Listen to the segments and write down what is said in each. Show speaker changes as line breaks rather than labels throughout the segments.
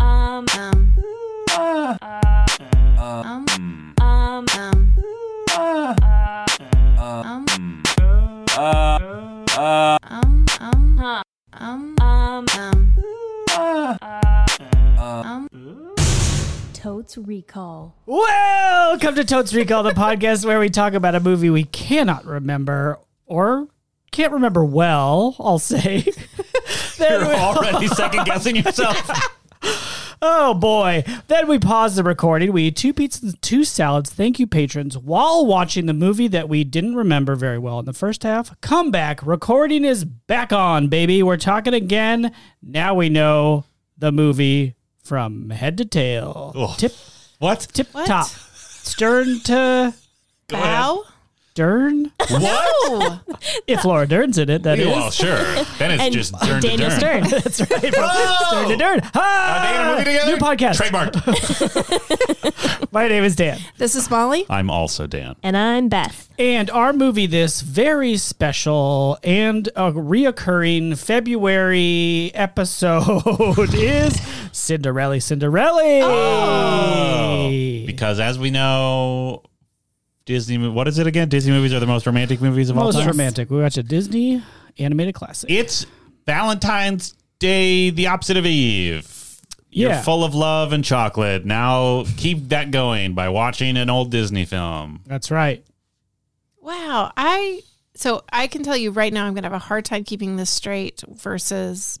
Um, um,
Ah,
uh,
uh,
um,
mm,
um, um,
ah,
uh,
uh,
um,
mm, ah, ah,
um, um, huh, um, um, um,
ah,
uh,
ah.
um.
Totes Recall.
Welcome to Totes Recall, the podcast where we talk about a movie we cannot remember or can't remember well, I'll say. Then
You're
we-
already second guessing yourself.
oh boy. Then we pause the recording. We eat two pizzas, two salads. Thank you, patrons, while watching the movie that we didn't remember very well in the first half. Come back. Recording is back on, baby. We're talking again. Now we know the movie from head to tail.
Oh.
Tip
What?
tip
What?
top. Stern to
Go ahead.
Bow?
Dern?
What?
Oh,
If Laura Dern's in it, that is.
Well, sure. Then it's
and
just turn to
Daniel
turn.
Stern.
That's right.
Whoa!
Dern to Dern.
Are they in a
Ah!
movie together?
New podcast.
Trademark.
My name is Dan.
This is Molly.
I'm also Dan.
And I'm Beth.
And our movie, this very special and a reoccurring February episode is Cinderella Cinderella.
Oh. Because as we know, Disney. mo- What is it again? Disney movies are the most romantic movies of all
Most
time.
romantic. We watch a Disney animated classic.
It's Valentine's Day, the opposite of Eve. You're
Yeah.
full of love and chocolate. Now keep that going by watching an old Disney film.
That's right.
Wow, I so I can tell you right now, I'm gonna have a hard time keeping this straight versus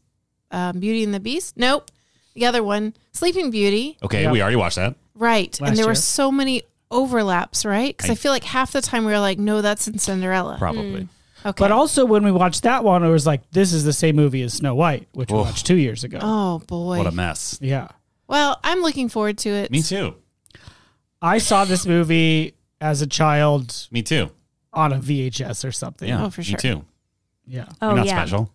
um, Beauty and the Beast. Nope, the other one, Sleeping Beauty.
Okay,
Yeah.
we already watched that.
Right,
Last
and there
year.
were so many overlaps, right? Because I,
I-
feel like half the time we were like, no, that's in Cinderella.
Probably.
Okay,
But also, when we watched that one, it was like, this is the same movie as Snow White, which we
Oof.
watched two years ago.
oh boy.
What a mess.
Yeah.
well, I'm looking forward to it.
Me too.
I saw this movie as a child
Me too.
on a VHS or something.
Yeah.
Oh, for
me
sure.
too.
Yeah.
Oh
You're not
yeah, Oh.
special.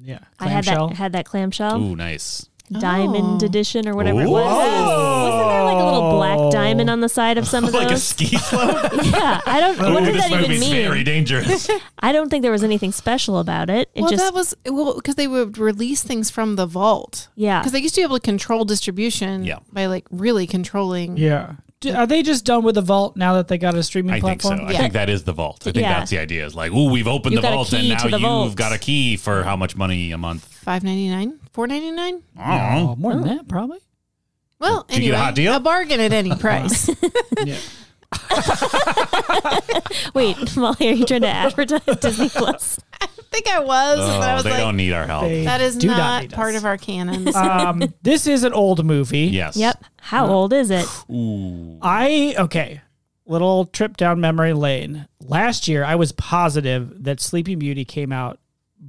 Yeah.
I had
Clamshell.
that had that clamshell
Ooh, nice.
diamond
Oh.
edition or whatever it
Whoa.
was. Wasn't there like a little
Oh.
black diamond on the side of some of
like a
those?
ski slope.
yeah, I don't.
Ooh,
what does
this
that even
movie's
mean?
very dangerous.
I don't think there was anything special about it. It
well,
just
that was well because they would release things from the vault.
yeah.
Because they used to be able to control distribution
Yeah.
by like really controlling.
Yeah. D- Are they just done with the vault now that they got a streaming
I think so.
platform?
I
Yeah.
think that is the vault. I think
Yeah.
that's the idea. Is like, ooh, we've opened
You've
the
got a
vault, and
key
now
to the
you've
vault.
got a key for how much money a month.
Five ninety nine, four ninety nine.
I don't know.
Oh, more than that, probably.
Well,
Did you get a
anyway,
hot deal?
a bargain at any price.
Yeah.
Wait, Molly, are you trying to advertise Disney Plus?
I think I was,
Oh,
and I was
they
like,
don't need our help.
They
that is
do
not Uh,
need us.
part of our canons.
um, this is an old movie.
Yes.
Yep. How old is it?
Ooh.
I okay. Little trip down memory lane. Last year, I was positive that Sleeping Beauty came out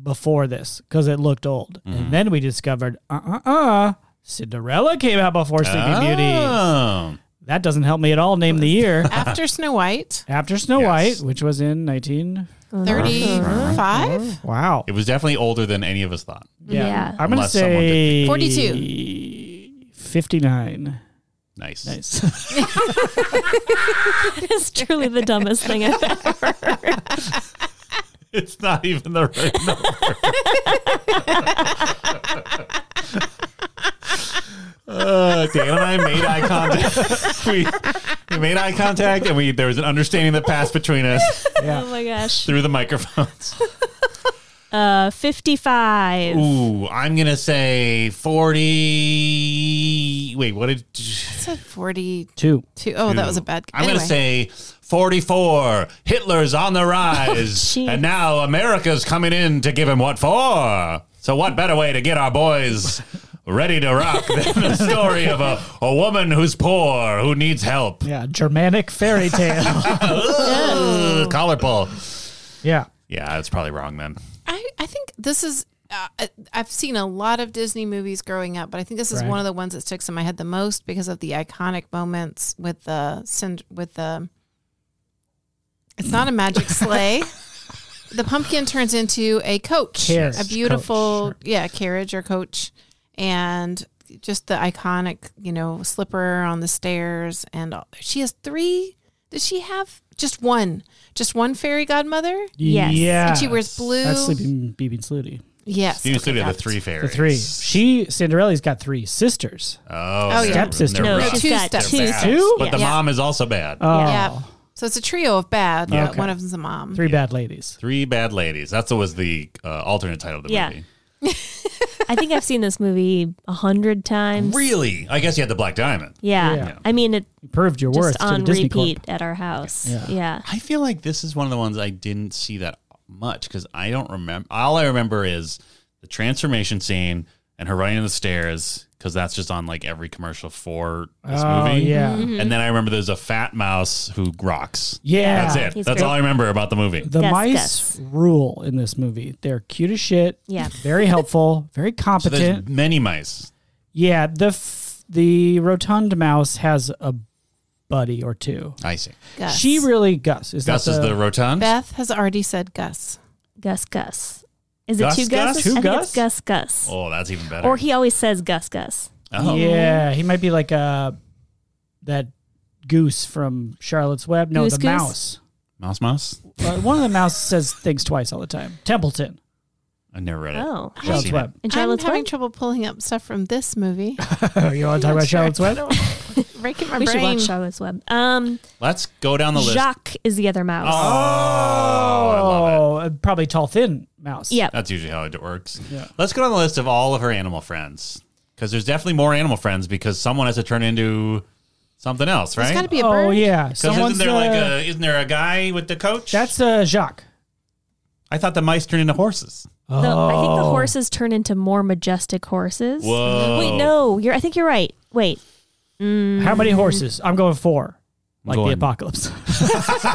before this because it looked old,
Mm-hmm.
and then we discovered, uh, uh, uh, Cinderella came out before Sleeping Beauty.
Oh.
That doesn't help me at all. Name the year
After Snow White,
after Snow
Yes.
White, which was in nineteen.
Uh-huh. thirty five.
Uh-huh.
Wow.
It was definitely older than any of us thought.
Yeah.
Yeah.
I'm going to
Unless someone did
say
42.
59.
Nice.
Nice.
It's truly the dumbest thing I've ever heard.
It's not even the right number. Uh, Dan and I made eye contact. we, we made eye contact, and we there was an understanding that passed between us
Oh my gosh.
through the microphones.
Uh, 55.
Ooh, I'm gonna say forty. Wait, what did?
I said forty
Two.
two. Oh, that was a bad.
I'm
anyway.
gonna say forty-four. Hitler's on the rise,
Jeez.
and now America's coming in to give him what for? So, what better way to get our boys ready to rock than the story of a, a woman who's poor who needs help?
Yeah. Germanic fairy tale.
Ugh, Collar pull.
yeah.
Yeah, that's probably wrong then.
I, I think this is. Uh, I- I've seen a lot of Disney movies growing up, but I think this is
Right.
one of the ones that sticks in my head the most because of the iconic moments with the Cind- with the. It's not a magic sleigh. the pumpkin turns into a coach,
Carriage,
a beautiful
coach,
yeah carriage or coach, and just the iconic you know slipper on the stairs, and all. she has three. Does she have just one? Just one fairy godmother?
Yes.
Yeah.
And
she wears blue.
That's Sleeping Beebe and Snooty.
Yes.
Steven
okay,
Studio,
got
the
it.
three fairies.
The three. She Cinderella's got three sisters.
Oh,
Oh, yeah.
Stepsister.
they're
No,
rough.
she's
Two
got
steps.
two.
They're
steps.
bad.
Two?
But the
Yeah.
mom is also bad.
Oh,
Yeah. So it's a trio of bad.
Yeah.
but
Okay.
One of them's a mom.
three bad ladies.
Three bad ladies. That's was the uh, alternate title of the
Yeah.
movie.
I think I've seen this movie a hundred times.
Really? I guess you had the Black Diamond.
Yeah.
Yeah.
I mean, it
You proved your worth
just
to the
on
Disney Corp.
repeat at our house.
Yeah.
Yeah.
I feel like this is one of the ones I didn't see that much because I don't remember. All I remember is the transformation scene and her running down the stairs because that's just on like every commercial for this
Oh,
movie.
yeah.
Mm-hmm.
And then I remember there's a fat mouse who rocks.
Yeah.
That's it.
He's
That's
great.
all I remember about the movie.
The
Gus,
mice
Gus.
rule in this movie. They're cute as shit.
Yeah.
Very helpful. Very
So
competent.
there's many mice.
yeah. The f- the rotund mouse has a buddy or two.
I see.
Gus.
She really Gus is
Gus
that
is
the,
the rotund.
Beth has already said Gus.
Gus Gus. Is it
Gus
two
Gus?
Gus?
Two
I think
Gus?
it's Gus Gus.
Oh, that's even better.
Or he always says Gus Gus.
oh.
yeah. He might be like uh that goose from Charlotte's Web. No,
Goose
the
Goose?
mouse.
Mouse Mouse?
Uh, one of the mouse says things twice all the time. Templeton.
I never read it.
Oh.
Just
Charlotte's
seen it.
Web.
And
I'm
Charlotte's
having
Web?
trouble pulling up stuff from this movie.
you want to talk about Charlotte's Web?
Breaking my
We should
brain.
watch Charlotte's Web. Um,
Let's go down the list.
Jacques is the other mouse.
Oh, I love it.
Oh, probably tall, thin mouse.
Yeah.
That's usually how it works.
Yeah.
Let's go down the list of all of her animal friends because there's definitely more animal friends because someone has to turn into something else,
There's got
right?
to be a bird.
Oh yeah.
Because
Someone's,
isn't there like
uh,
a isn't there a guy with the coach?
that's uh, Jacques.
I thought the mice turned into horses.
Oh.
The- I think the horses turn into more majestic horses.
Whoa!
Wait, no, you're. I think you're right. Wait, Mm,
How many horses? I'm going four. Like
Going-
the apocalypse.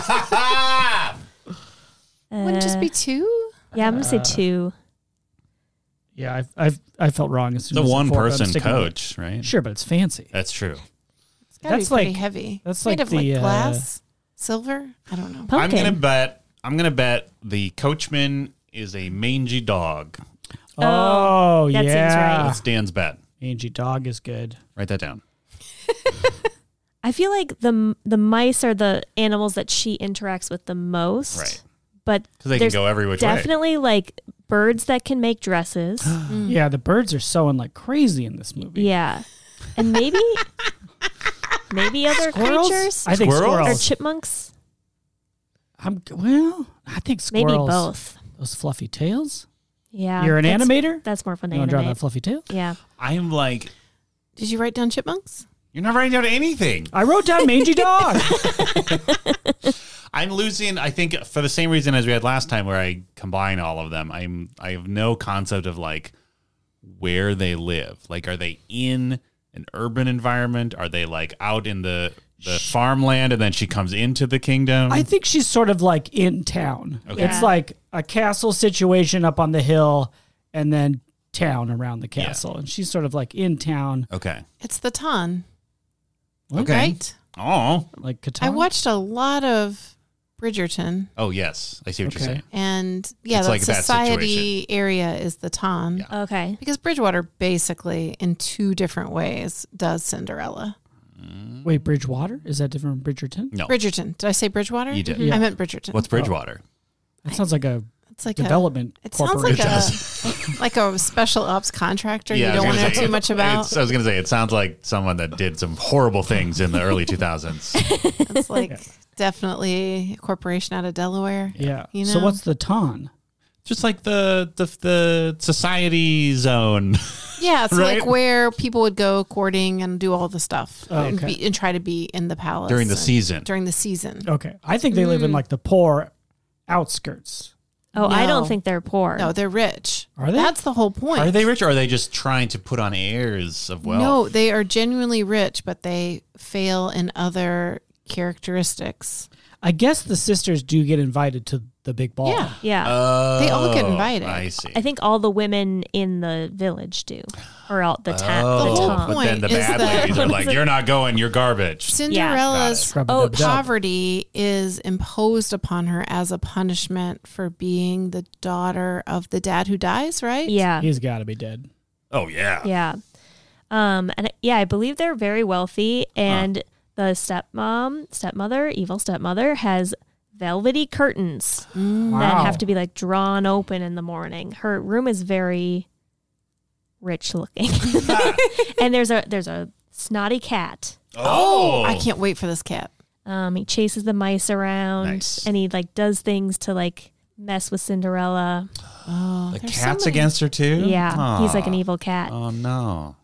Ah!
Wouldn't it just
Uh,
be two?
Yeah, I'm gonna
Uh,
say two.
yeah, I've, I've I felt wrong. As soon
the
as I said
one
four, but I'm
person
sticking with
coach, right?
it. Sure, but it's fancy.
That's true.
It's got to be
that's
pretty
like-
heavy.
that's
Made
like
of
the, uh,
like glass, silver. I don't know.
Pumpkin.
I'm gonna bet. I'm gonna bet the coachman is a mangy dog.
Oh,
that seems
yeah.
right.
That's Dan's bet.
Angie Dog is good.
Write that down.
I feel like the the mice are the animals that she interacts with the most.
Right.
But
Because they
there's
can go every which way.
definitely like birds that can make dresses.
Yeah, the birds are sewing like crazy in this movie.
Mm. yeah. And maybe maybe other
Squirrels?
creatures
I think
Squirrels?
squirrels.
or chipmunks.
I'm well. I think
Maybe
squirrels.
both.
Those fluffy tails.
Yeah.
You're an
that's-
animator.
That's more fun to
You want to draw that
animate.
fluffy tail?
Yeah.
I'm like,
Did you write down chipmunks?
you're not writing down anything.
I wrote down mangy dog.
I'm losing. I think for the same reason as we had last time, where I combine all of them. I'm I have no concept of like where they live. Like, are they in an urban environment? Are they like out in the the farmland, and then she comes into the kingdom?
I think she's sort of like in town.
Okay.
It's
Yeah.
like a castle situation up on the hill and then town around the
Yeah.
castle. And she's sort of like in town,
okay.
It's the ton.
Okay.
Right?
Oh.
like Catan.
I watched a lot of Bridgerton,
Oh yes, I see what you're
Okay.
saying.
and yeah,
It's
that
like that
society area is the ton.
Yeah.
Okay.
Because Bridgewater basically, in two different ways, does Cinderella.
Wait, Bridgewater? Is that different from Bridgerton?
No,
Bridgerton. Did I say Bridgewater?
you did.
Yeah.
I meant Bridgerton.
What's Bridgewater?
That sounds like a
it's like
development
A, it sounds
corporation.
like a like a special ops contractor you
I was
don't want to
gonna
know
say,
too much about.
it's- I was gonna say it sounds like someone that did some horrible things in the early 2000s.
It's like definitely a corporation out of Delaware.
yeah.
You
So
know?
what's the ton?
just like the the, the society zone.
Yeah, it's
Right?
like where people would go courting and do all the stuff
Oh,
and,
okay. Oh.
be, and try to be in the palace
During the
and-
season.
During the season.
Okay. I think they
Mm.
live in like the poor outskirts.
Oh, I
No.
don't think they're poor.
No, they're rich.
Are they?
That's the whole point.
Are they rich or are they just trying to put on airs of wealth?
No, they are genuinely rich, but they fail in other characteristics.
I guess the sisters do get invited to the big ball.
Yeah.
Yeah.
Oh,
They all get invited.
I see.
I think all the women in the village do, or all the town.
oh,
the whole
town.
but then the
point is
bad
that-
ladies are like, "You're not going. You're garbage."
Cinderella's
Got it.
oh,
Scrub-a-dub-dub.
poverty is imposed upon her as a punishment for being the daughter of the dad who dies, right?
Yeah,
He's got to be dead.
Oh yeah.
yeah, um, and I- yeah, I believe they're very wealthy, and the stepmom, stepmother, evil stepmother, has velvety curtains
Mm,
that have to be like drawn open in the morning. Her room is very rich looking. and there's a there's a snotty cat.
Oh,
I can't wait for this cat.
Um, he chases the mice around
Nice.
and he like does things to like mess with Cinderella.
Oh,
The
there's so
cat's
many-
against her too.
Yeah, he's like an
Aw.
evil cat.
Oh no!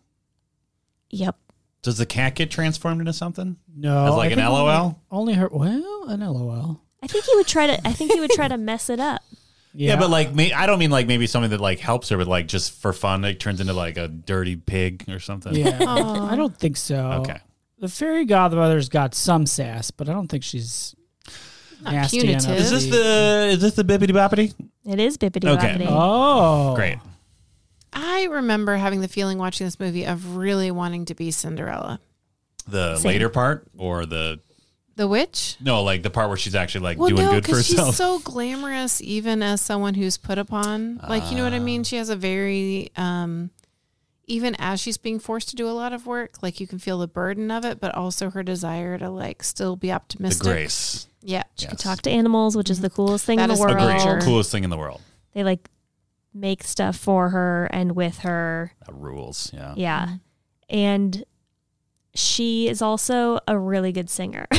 Yep.
Does the cat get transformed into something?
No,
As
Oh, I
like an
think only-
LOL?
Only her. Well, an LOL.
I think he would try to I think he would try to mess it up.
Yeah, but like, may, I don't mean like maybe something that like helps her with like just for fun. It turns into like a dirty pig or something.
yeah,
Aw.
I don't think so.
Okay.
the fairy godmother's got some sass, but I don't think she's
Not
nasty
punitive.
enough.
Is this the is this the bippity boppity?
It is bippity
Okay.
boppity.
Oh,
Great.
I remember having the feeling watching this movie of really wanting to be Cinderella.
The
Same.
later part or the
The witch?
no, like the part where she's actually like
Well,
doing
no,
good for
because
herself.
she's so glamorous, even as someone who's put upon. Like, you know what I
Ah.
mean? She has a very, um, even as she's being forced to do a lot of work, like you can feel the burden of it, but also her desire to like still be
the
optimistic.
grace.
Yeah.
She could
Yes.
talk to animals, which is the coolest thing
That
in the
is
world.
the
Agreed.
Sure.
Coolest thing in the world.
They like make stuff for her and with her.
That rules. Yeah.
Yeah. And she is also a really good singer.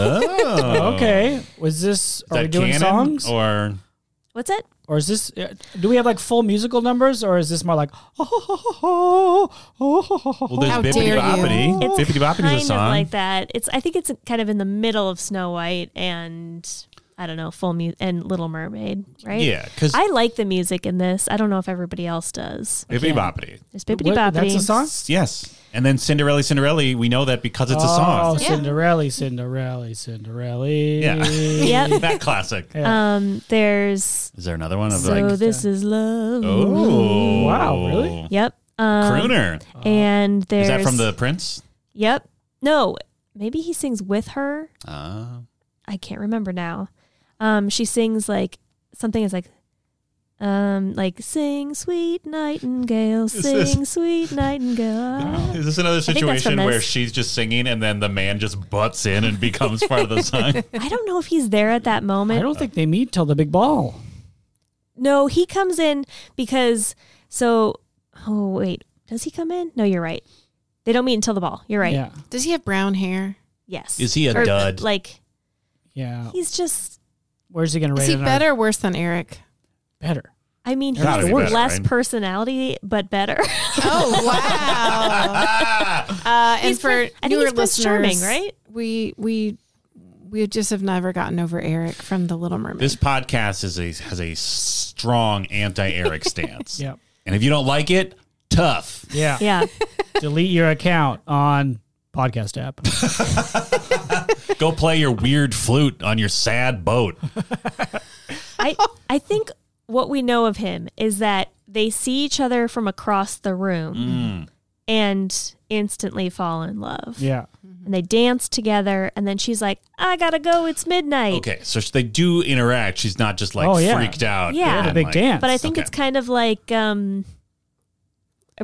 Oh.
Okay, was this?
Is
Are we
that
doing
canon
songs, or,
or
What's it?
is this? uh, Do we have like full musical numbers, or is this more like? Oh, oh, oh, oh, oh,
well, there's
How
bippity
dare you.
boppity.
It's
Bippity boppity
kind
is a song.
of like that. It's I think it's kind of in the middle of Snow White and I don't know, Full Mu- and Little Mermaid, right?
Yeah, because
I like the music in this. I don't know if everybody else does.
bippity boppity.
There's bippity
What-
boppity.
That's a song.
Yes, and then Cinderella, Cinderella. We know that because it's a
Oh,
song.
Yeah.
Cinderella, Cinderella, Cinderella.
Yeah.
Yep.
that classic.
Um, there's
Is there another one of
so
like?
this is love.
Oh
Wow, really?
Yep. Um,
Crooner.
And there's
Is that from the Prince?
Yep. No, maybe he sings with her.
Uh,
I can't remember now. Um, she sings like something is like, um, like sing sweet nightingale,
Is this-
sing sweet nightingale.
is this another
think that's from
situation where
this.
she's just singing and then the man just butts in and becomes part of the song?
I don't know if he's there at that
I
moment.
don't think they meet till the big ball.
No, he comes in because so. Oh wait, does he come in? No, you're right. They don't meet until the ball. You're right.
Yeah,
Does he have brown hair?
Yes.
Is he a
Or,
dud?
Like
Oh.
yeah.
he's just.
Where's he gonna rate
Is he
it on-
better or worse than Eric?
Better.
I mean, he's
Gotta
be better,
less
right?
personality, but better.
Oh, wow. Uh, and
He's
for
Prince- I think
newer
he's Prince
listeners,
Charming, right?
We we we just have never gotten over Eric from The Little Mermaid.
this podcast is a has a strong anti-Eric stance.
Yep.
And if you don't like it, tough.
Yeah.
yeah.
Delete your account on podcast app.
Go play your weird flute on your sad boat.
I I think what we know of him is that they see each other from across the room
Mm.
and instantly fall in love.
Yeah.
And they dance together and then she's like, "I got to go. It's midnight."
Okay, so they do interact. She's not just like
Oh, yeah.
freaked out.
Yeah. They have a
The
and,
big
like,
dance.
But I think
Okay.
it's kind of like um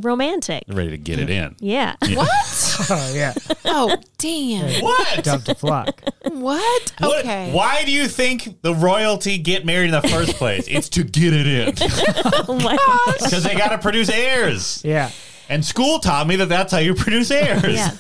romantic.
Ready to get it in.
Yeah.
what?
Oh yeah.
oh, damn.
What?
Dump the flock.
What?
What-
Okay.
Why do you think the royalty get married in the first place? it's to get it in
Oh my gosh.
because they got to produce heirs.
Yeah.
And school taught me that that's how you produce heirs.
Yeah.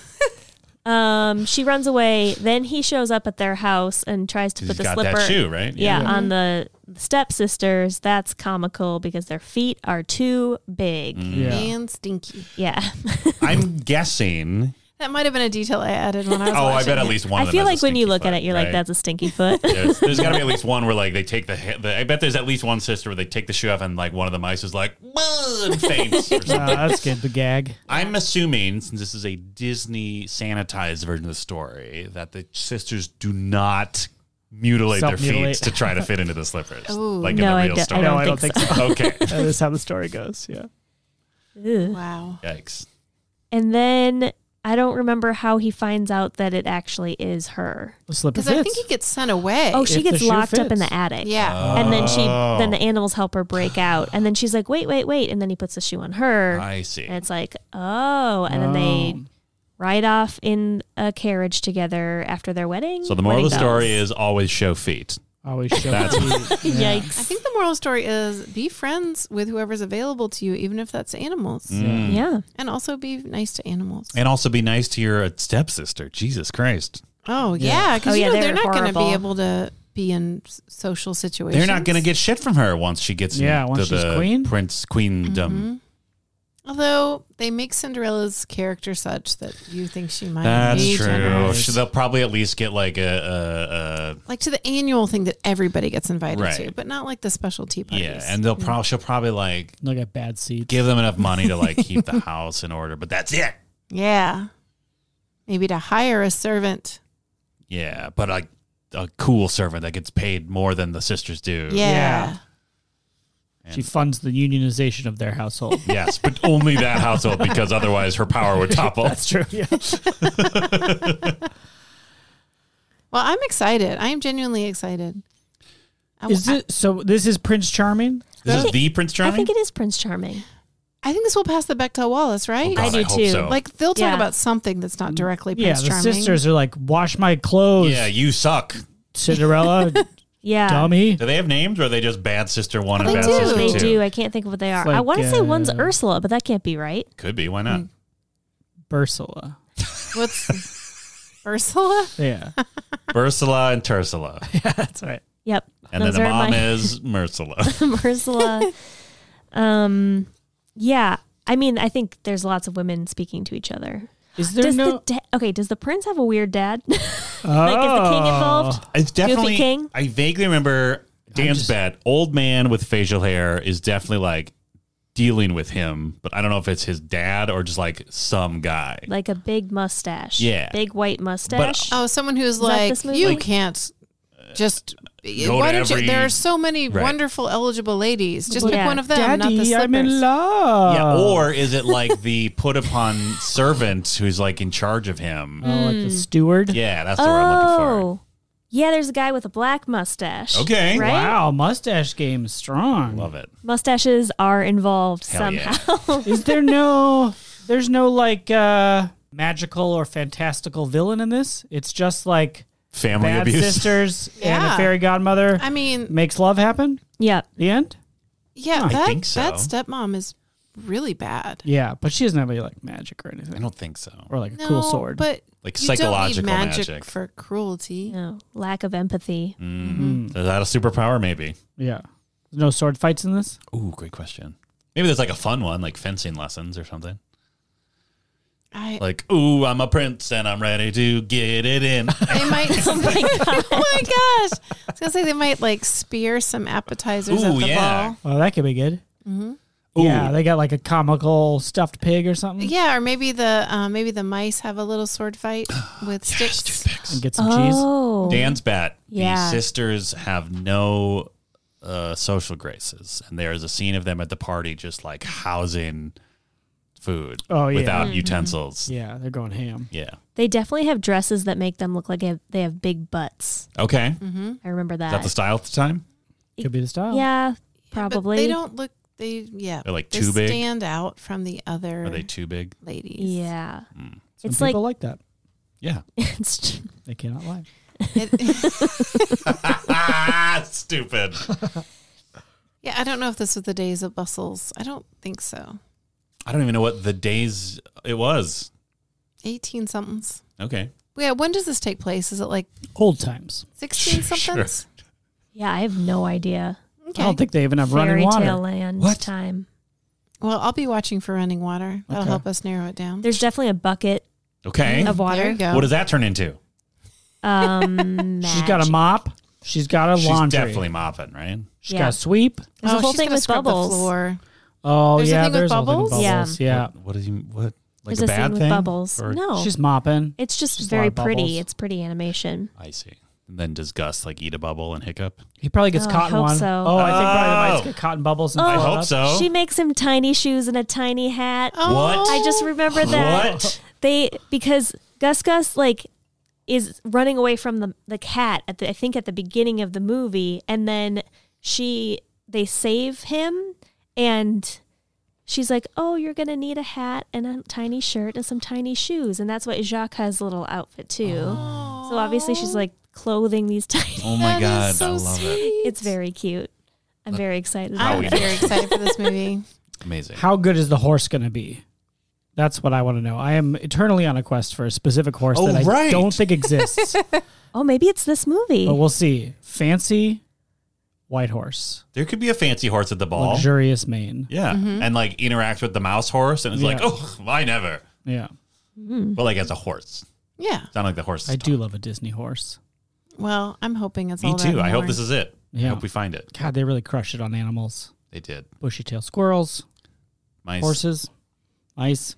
Um, she runs away. Then he shows up at their house and tries to put
He's
the
got
slipper.
that shoe, right?
Yeah, on the stepsisters. That's comical because their feet are too big.
Mm.
Yeah.
And stinky.
Yeah.
I'm guessing.
That might have been a detail I added when I was
Oh, I
watching
bet at
it.
least one.
I
of them
feel
has a
like when you
stinky
look at
foot,
it, you're
right?
like, that's a stinky foot.
There's, there's got to be at least one where like they take the, he- the. I bet there's at least one sister where they take the shoe off and like one of the mice is like, "Whoa," and faints. Or something.
Uh, that's good. The gag.
I'm assuming, since this is a Disney sanitized version of the story, that the sisters do not mutilate their feet
Self-mutilate.
to try to fit into the slippers,
Ooh.
like in
No,
the
I
real
don't- I
story.
no,
don't
I don't
think
think so.
Okay,
that is how the story goes. Yeah.
Ugh.
Wow.
yikes!
and then I don't remember how he finds out that it actually is her.
The slipper
Because
fits.
I think he gets sent away.
Oh, she
If the
gets
shoe
locked up in
fits.
the attic.
yeah.
And then she,
Oh.
then the animals help her break out. And then she's like, wait, wait, wait. And then he puts the shoe on her.
I see.
And it's like, oh. And then they ride off in a carriage together after their wedding.
So the moral of the
wedding bells.
story is always show feet.
Always Oh, show
That's-
up. Yeah.
I
Yikes.
think the moral story is be friends with whoever's available to you, even if that's animals.
Mm.
Yeah.
And also be nice to animals.
And also be nice to your uh, stepsister. Jesus Christ.
Oh yeah, because
Oh, yeah,
you know they're,
they're
not going to
horrible.
be able to be in s- social situations.
They're not going to get shit from her once she gets
Yeah,
into
once she's
the
queen.
prince queendom.
Mm-hmm.
Mm-hmm. Although they make Cinderella's character such that you think she might
That's
be
true.
generous.
She- They'll probably at least get like a,
Like to the annual thing that everybody gets invited to,
Right.
but not like the special tea
a, a
parties.
yeah, and they'll probably she'll probably like
Look at bad seats.
give them enough money to like keep the house in order, but that's it.
yeah, maybe to hire a servant.
Yeah, but like a cool servant that gets paid more than the sisters do.
Yeah.
Yeah.
And-
She funds the unionization of their household.
Yes, but only that household because otherwise her power would topple.
That's true. Yeah.
Well, I'm excited. I am genuinely excited. I,
Is
I-
it so? This is Prince Charming.
This is the Prince
I
Charming.
think it is Prince Charming.
I think this will pass the Bechdel Wallace, right?
Oh, God,
I do
hope
too.
so.
like they'll talk
Yeah.
about something that's not directly
yeah,
Prince
the
Charming.
sisters are like, wash my clothes,
yeah, you suck.
Cinderella,
Yeah.
dummy.
Do they have names, or are they just bad sister one and
They
bad
do.
sister
They
two?
do. I can't think of what they are.
It's
I
like,
want to say one's
uh,
Ursula, but that can't be right.
Could be. Why not?
Hmm.
Ursula.
What's Ursula?
Yeah,
Ursula and Tursula,
that's right.
Yep.
and
Those
then the
are
mom
my-
is Ursula.
Ursula. um, yeah. I mean, I think there's lots of women speaking to each other.
Is there
does
no?
the da- okay? Does the prince have a weird dad? like, is the king
Oh.
involved?
It's definitely.
King?
I vaguely remember Dan's
just-
bad. Old man with facial hair is definitely like dealing with him, but I don't know if it's his dad or just like some guy.
Like a big mustache?
Yeah.
Big white mustache.
Oh, someone who's
that
like,
this movie?
you
Like-
can't just.
uh, to
Why don't
every-
you? There are so many
Right.
wonderful eligible ladies. Just
Yeah.
pick one of them, not the
Daddy,
slippers.
I'm in
Oh.
love.
Yeah, or is it like the put upon servant who's like in charge of him?
Mm.
oh, like the steward.
Yeah, that's the word I'm
Oh.
looking for.
yeah. There's a guy with a black mustache.
Okay.
Right?
Wow, mustache game strong.
Love it.
Mustaches are involved
Hell yeah.
somehow.
Is there no? There's no like uh magical or fantastical villain in this. It's just like
Family
bad
abuse.
sisters and a
Yeah.
fairy godmother
I mean,
makes love happen.
yep.
The end.
yeah,
I
that,
think so.
that stepmom is really bad.
Yeah, but she doesn't have any like magic or
I
anything,
don't think so.
or like a
No,
cool sword.
but
Like
you don't need
psychological
magic,
magic.
for cruelty.
No, lack of empathy.
Mm. Is that a superpower? Maybe.
yeah, There's no sword fights in this.
Ooh, great question. Maybe there's like a fun one, like fencing lessons or something.
I,
Like, ooh, I'm a prince and I'm ready to get it in.
they might. oh my gosh! I was gonna say they might like spear some appetizers at
Ooh,
the
yeah.
ball.
Oh, that could be good.
Mm-hmm.
Ooh.
Yeah, they got like a comical stuffed pig or something,
Yeah, or maybe the uh, maybe the mice have a little sword fight with sticks.
and get some
Oh.
Dan's bat.
Yeah.
The sisters have no uh, social graces, and there is a scene of them at the party just like housing food
Oh, yeah.
without
Mm-hmm.
utensils.
cheese. Yeah, they're going ham.
Yeah.
They definitely have dresses that make them look like they have, they have big butts.
Okay.
I remember that.
Is that the style at the time?
Could be the style.
yeah,
But
probably.
they don't look. They yeah.
They're, like,
they
too big?
Stand out from the other
Are they too big?
ladies.
Yeah.
Mm.
Some
it's like
people like, that.
Yeah.
it's
They cannot lie.
It-
ah, stupid.
yeah. I don't know if this was the days of bustles. I don't think so.
I don't even know what the days it was.
Eighteen somethings.
Okay.
Yeah. When does this take place? Is it like
Old times.
sixteen
Sure.
somethings?
yeah, I have no idea.
Okay.
I don't think they even have
Fairy
running water.
tale land
What?
time.
well, I'll be watching for running water. That'll
Okay.
help us narrow it down.
There's definitely a bucket
Okay.
of
There
water.
you go.
What does that turn into?
Um,
She's got a
magic.
mop. She's got a
She's
laundry.
definitely mopping, right?
She's
Yeah.
got a sweep.
There's a
Oh,
whole
she's
thing
gonna
with
scrub the
bubbles.
floor.
Oh
There's a
yeah,
thing with
there's all the
bubbles?
bubbles. Yeah.
What, what does he? What? Like
There's
a
a
bad
scene
thing?
with bubbles.
Or-
No,
She's mopping.
it's just
just a lot
very
of bubbles.
pretty. It's pretty animation.
I see. And then does Gus like eat a bubble and hiccup?
He probably gets
Oh, I
cotton
hope
one.
so.
Oh, I think probably the
Oh.
mice get cotton bubbles. And
Oh.
I
fill it
hope
up.
so.
She makes him tiny shoes and a tiny hat.
Oh.
What?
I
Oh.
just remember that.
What?
They because Gus Gus like is running away from the the cat at the I think at the beginning of the movie and then she they save him and she's like, "Oh, you're going to need a hat and a tiny shirt and some tiny shoes." And that's what Jacques has little outfit too. So obviously she's like clothing these tiny.
Oh my
That
god,
is
I
so
love it.
sweet.
It's very cute. I'm very excited.
How
About
I'm
we
it.
know.
very excited for this movie.
Amazing.
How good is the horse going to be? That's what I want to know. I am eternally on a quest for a specific horse
Oh,
that I
right.
don't think exists,
Oh, maybe it's this movie.
but we'll see. Fancy white horse,
there could be a fancy horse at the ball.
luxurious mane.
Yeah, and like interact with the mouse horse, and it's like,
Yeah.
oh, I never.
Yeah,
But like as a horse,
Yeah.
sound like the horse.
I do love a Disney horse.
Well, I'm hoping it's
Me
all that
too.
and
I hope
more.
this is it. I
Yeah.
hope we find it.
God, they really crush it on animals.
They did.
Bushy tail squirrels,
My
horses, mice.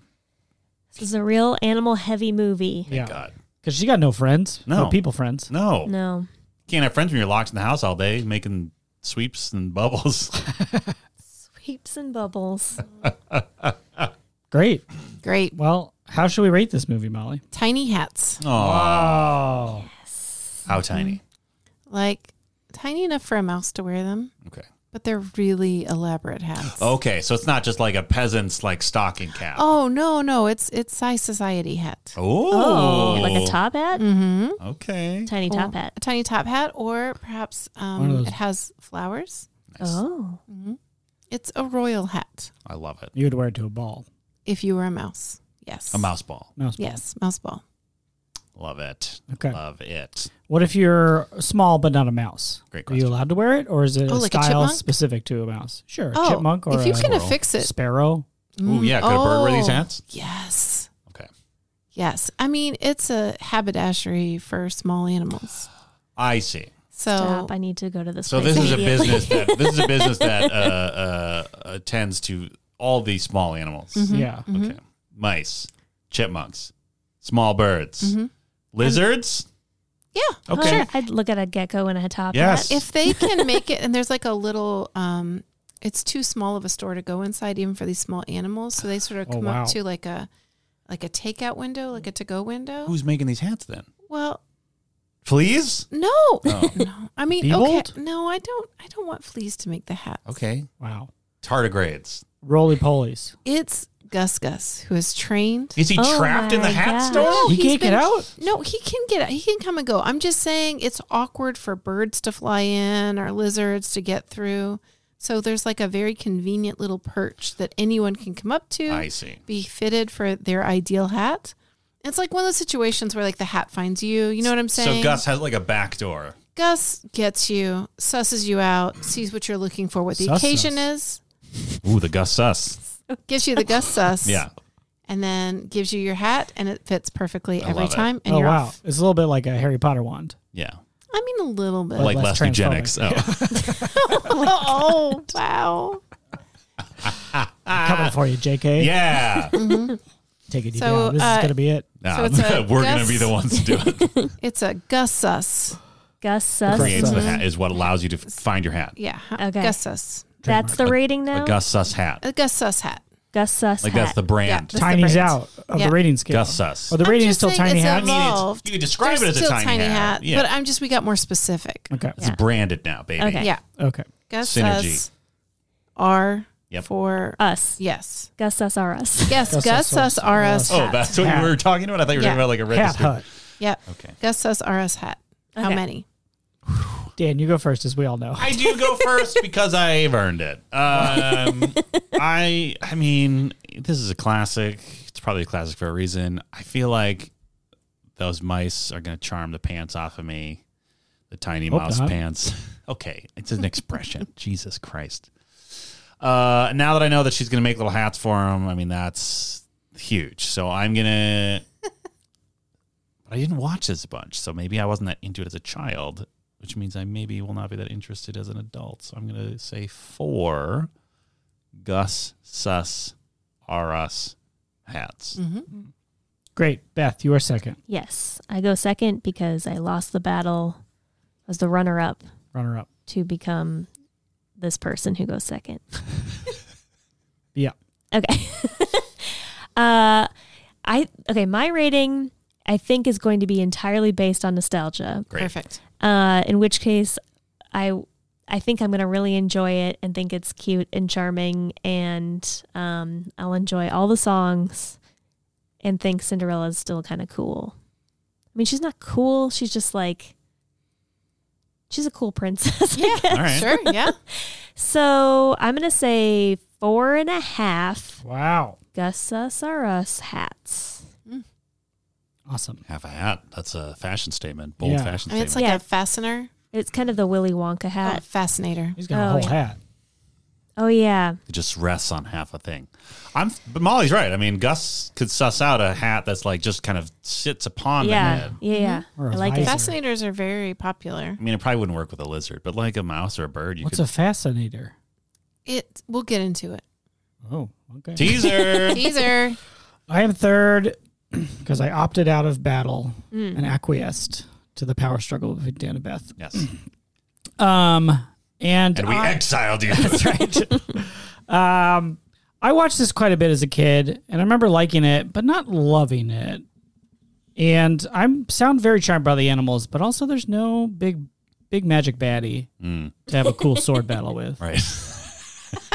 This is a real animal heavy movie.
Yeah. 'Cause yeah,
God.
because she got no friends, no,
No.
people friends.
No.
No.
Can't have friends when you're locked in the house all day making sweeps and bubbles.
Sweeps and bubbles.
Great.
Great.
Well, how should we rate this movie, Molly?
Tiny hats.
Oh,
Oh,
how tiny.
Like tiny enough for a mouse to wear them,
Okay.
but they're really elaborate hats.
Okay, so it's not just like a peasant's like stocking cap.
Oh no, no, it's it's high society hat.
Oh, Mm. Oh.
Oh, like a top hat?
Mm-hmm.
Okay.
Tiny top hat.
A tiny top hat, or perhaps
One of
um,
those-
it has flowers.
Oh.
It's a royal hat.
I love it.
you would wear it to a ball,
If you were a mouse, yes,
A mouse ball.
mouse. ball.
Yes, mouse ball.
Love it.
Okay.
Love it.
What if you're small but not a mouse? Are
Great
you
question.
allowed to wear it, or is it
Oh,
a
like a
style
chipmunk?
specific to a mouse? Sure, a
Oh,
chipmunk or
if you
a
can
squirrel.
affix it,
sparrow.
Mm.
Ooh, yeah. Could a bird wear
Oh.
these hats?
Mm, oh, Yes,
Okay.
yes. I mean, it's a haberdashery for small animals.
I see.
So
Stop. I need to go to this
So
place
this is a
immediately.
business that this is a business that uh, uh, attends to all these small animals.
Mm-hmm.
Mm-hmm.
Yeah,
Okay, mice, chipmunks, small birds,
Mm-hmm.
lizards.
yeah,
Okay.
Oh, Sure, I'd look at a gecko in a top
Yes.
hat.
if they can make it, and there's like a little. um it's too small of a store to go inside, even for these small animals. So they sort of
Oh,
come
wow.
up to like a, like a takeout window, like a to-go window.
Who's making these hats then?
well,
Fleas.
No,
Oh.
no. I mean,
Beebold?
okay. No, I don't. I don't want fleas to make the hat.
Okay.
wow.
Tardigrades.
Roly polies.
It's Gus Gus who is trained.
Is he
Oh
trapped in the
my
hat
gosh.
store?
He
he's
can't get
been-
out?
No, he can get out. He can come and go. I'm just saying it's awkward for birds to fly in or lizards to get through. So there's like a very convenient little perch that anyone can come up to,
I see.
be fitted for their ideal hat. It's like one of those situations where like the hat finds you. You know what I'm saying?
So Gus has like a back door.
Gus gets you, susses you out, sees what you're looking for, what the
Sus
occasion
sus.
is.
Ooh, the Gus sus.
gives you the Gus sus.
Yeah.
And then gives you your hat and it fits perfectly
I
every
love it.
time. And
Oh
you're
wow,
off.
it's a little bit like a Harry Potter wand.
Yeah.
I mean, a little bit.
Like
less
less, eugenics. Oh.
oh, wow.
Coming for you, J.K.
Ah. Oh. yeah.
Take it deep
So,
down. This
uh,
is gonna be it.
Nah,
So it's a
we're gonna
Gus-
be the ones to do it.
It's a Gus sus.
Gus Sus.
Creates the hat is what allows you to f- find your hat.
Yeah. huh?
Okay.
Gus sus.
That's the rating now.
A Gus Sus hat.
A Gus sus hat.
Gus Sus.
Like
hat.
that's the brand.
Yeah, the
Tiny's
brand.
out of
Yeah.
the rating scale.
Gus Sus.
Oh, the
I'm
rating is
just
still
saying
tiny
it's
hat.
a lot.
You can-
Evolved.
You can describe
They're
it as a
still
tiny, hat. Yeah.
But I'm just, we got more specific.
Okay.
it's branded now, baby.
Okay.
Yeah.
Okay.
Gus
Synergy.
sus are
Yep.
for.
us.
yes.
Gus Sus are us.
Yes.
Gus
Gus,
sus,
sus are us.
Oh,
hat.
that's what
Hat.
you were talking about. I thought you were
Yeah.
talking about like a
Hat
registered.
hut.
Yep.
Okay.
Gus sus are us hat. How
Okay.
many?
Dan, you go first, as we all know.
I do go first because I've earned it. Um, I I mean, this is a classic. It's probably a classic for a reason. I feel like those mice are going to charm the pants off of me. The tiny
Hope
mouse
not.
pants. Okay, it's an expression. Jesus Christ. Uh, now that I know that she's going to make little hats for him, I mean that's huge. So I'm gonna. I didn't watch this a bunch, so maybe I wasn't that into it as a child, which means I maybe will not be that interested as an adult. So I'm gonna say four Gus Sus R Us hats.
Great, Beth, you are second
yes. I go second because I lost the battle. I was the runner up
runner up.
to become this person who goes second.
Yeah.
Okay. uh I okay, my rating I think is going to be entirely based on nostalgia.
Great.
Perfect.
Uh in which case I I think I'm going to really enjoy it and think it's cute and charming and um I'll enjoy all the songs and think Cinderella's still kind of cool. I mean, she's not cool. She's just like, she's a cool princess. I guess.
All right.
Sure. Yeah.
So I'm going to say four and a half
Wow.
Gusasaurus hats.
Awesome.
Half a hat. That's a fashion statement. Bold
Yeah.
fashion
I mean, it's
statement.
like
Yeah.
a fastener,
It's kind of the Willy Wonka
a
hat.
fascinator.
He's got a
Oh,
whole
yeah.
hat.
Oh, yeah.
it just rests on half a thing. I'm but Molly's right. I mean, Gus could suss out a hat that's like just kind of sits upon the
Yeah.
head.
Yeah. Yeah.
Or a
I like it.
visor.
Fascinators are very popular.
I mean, it probably wouldn't work with a lizard, but like a mouse or a bird, you
What's
could
a fascinator?
It. We'll get into it.
Oh, okay.
teaser.
Teaser.
I am third because I opted out of battle
Mm.
and acquiesced to the power struggle between Dan and Beth.
yes,
Um, and,
and we
I,
exiled you.
that's right. um, I watched this quite a bit as a kid, and I remember liking it, but not loving it. And I'm sound very charmed by the animals, but also there's no big, big magic baddie to have a cool sword battle with.
Mm, right.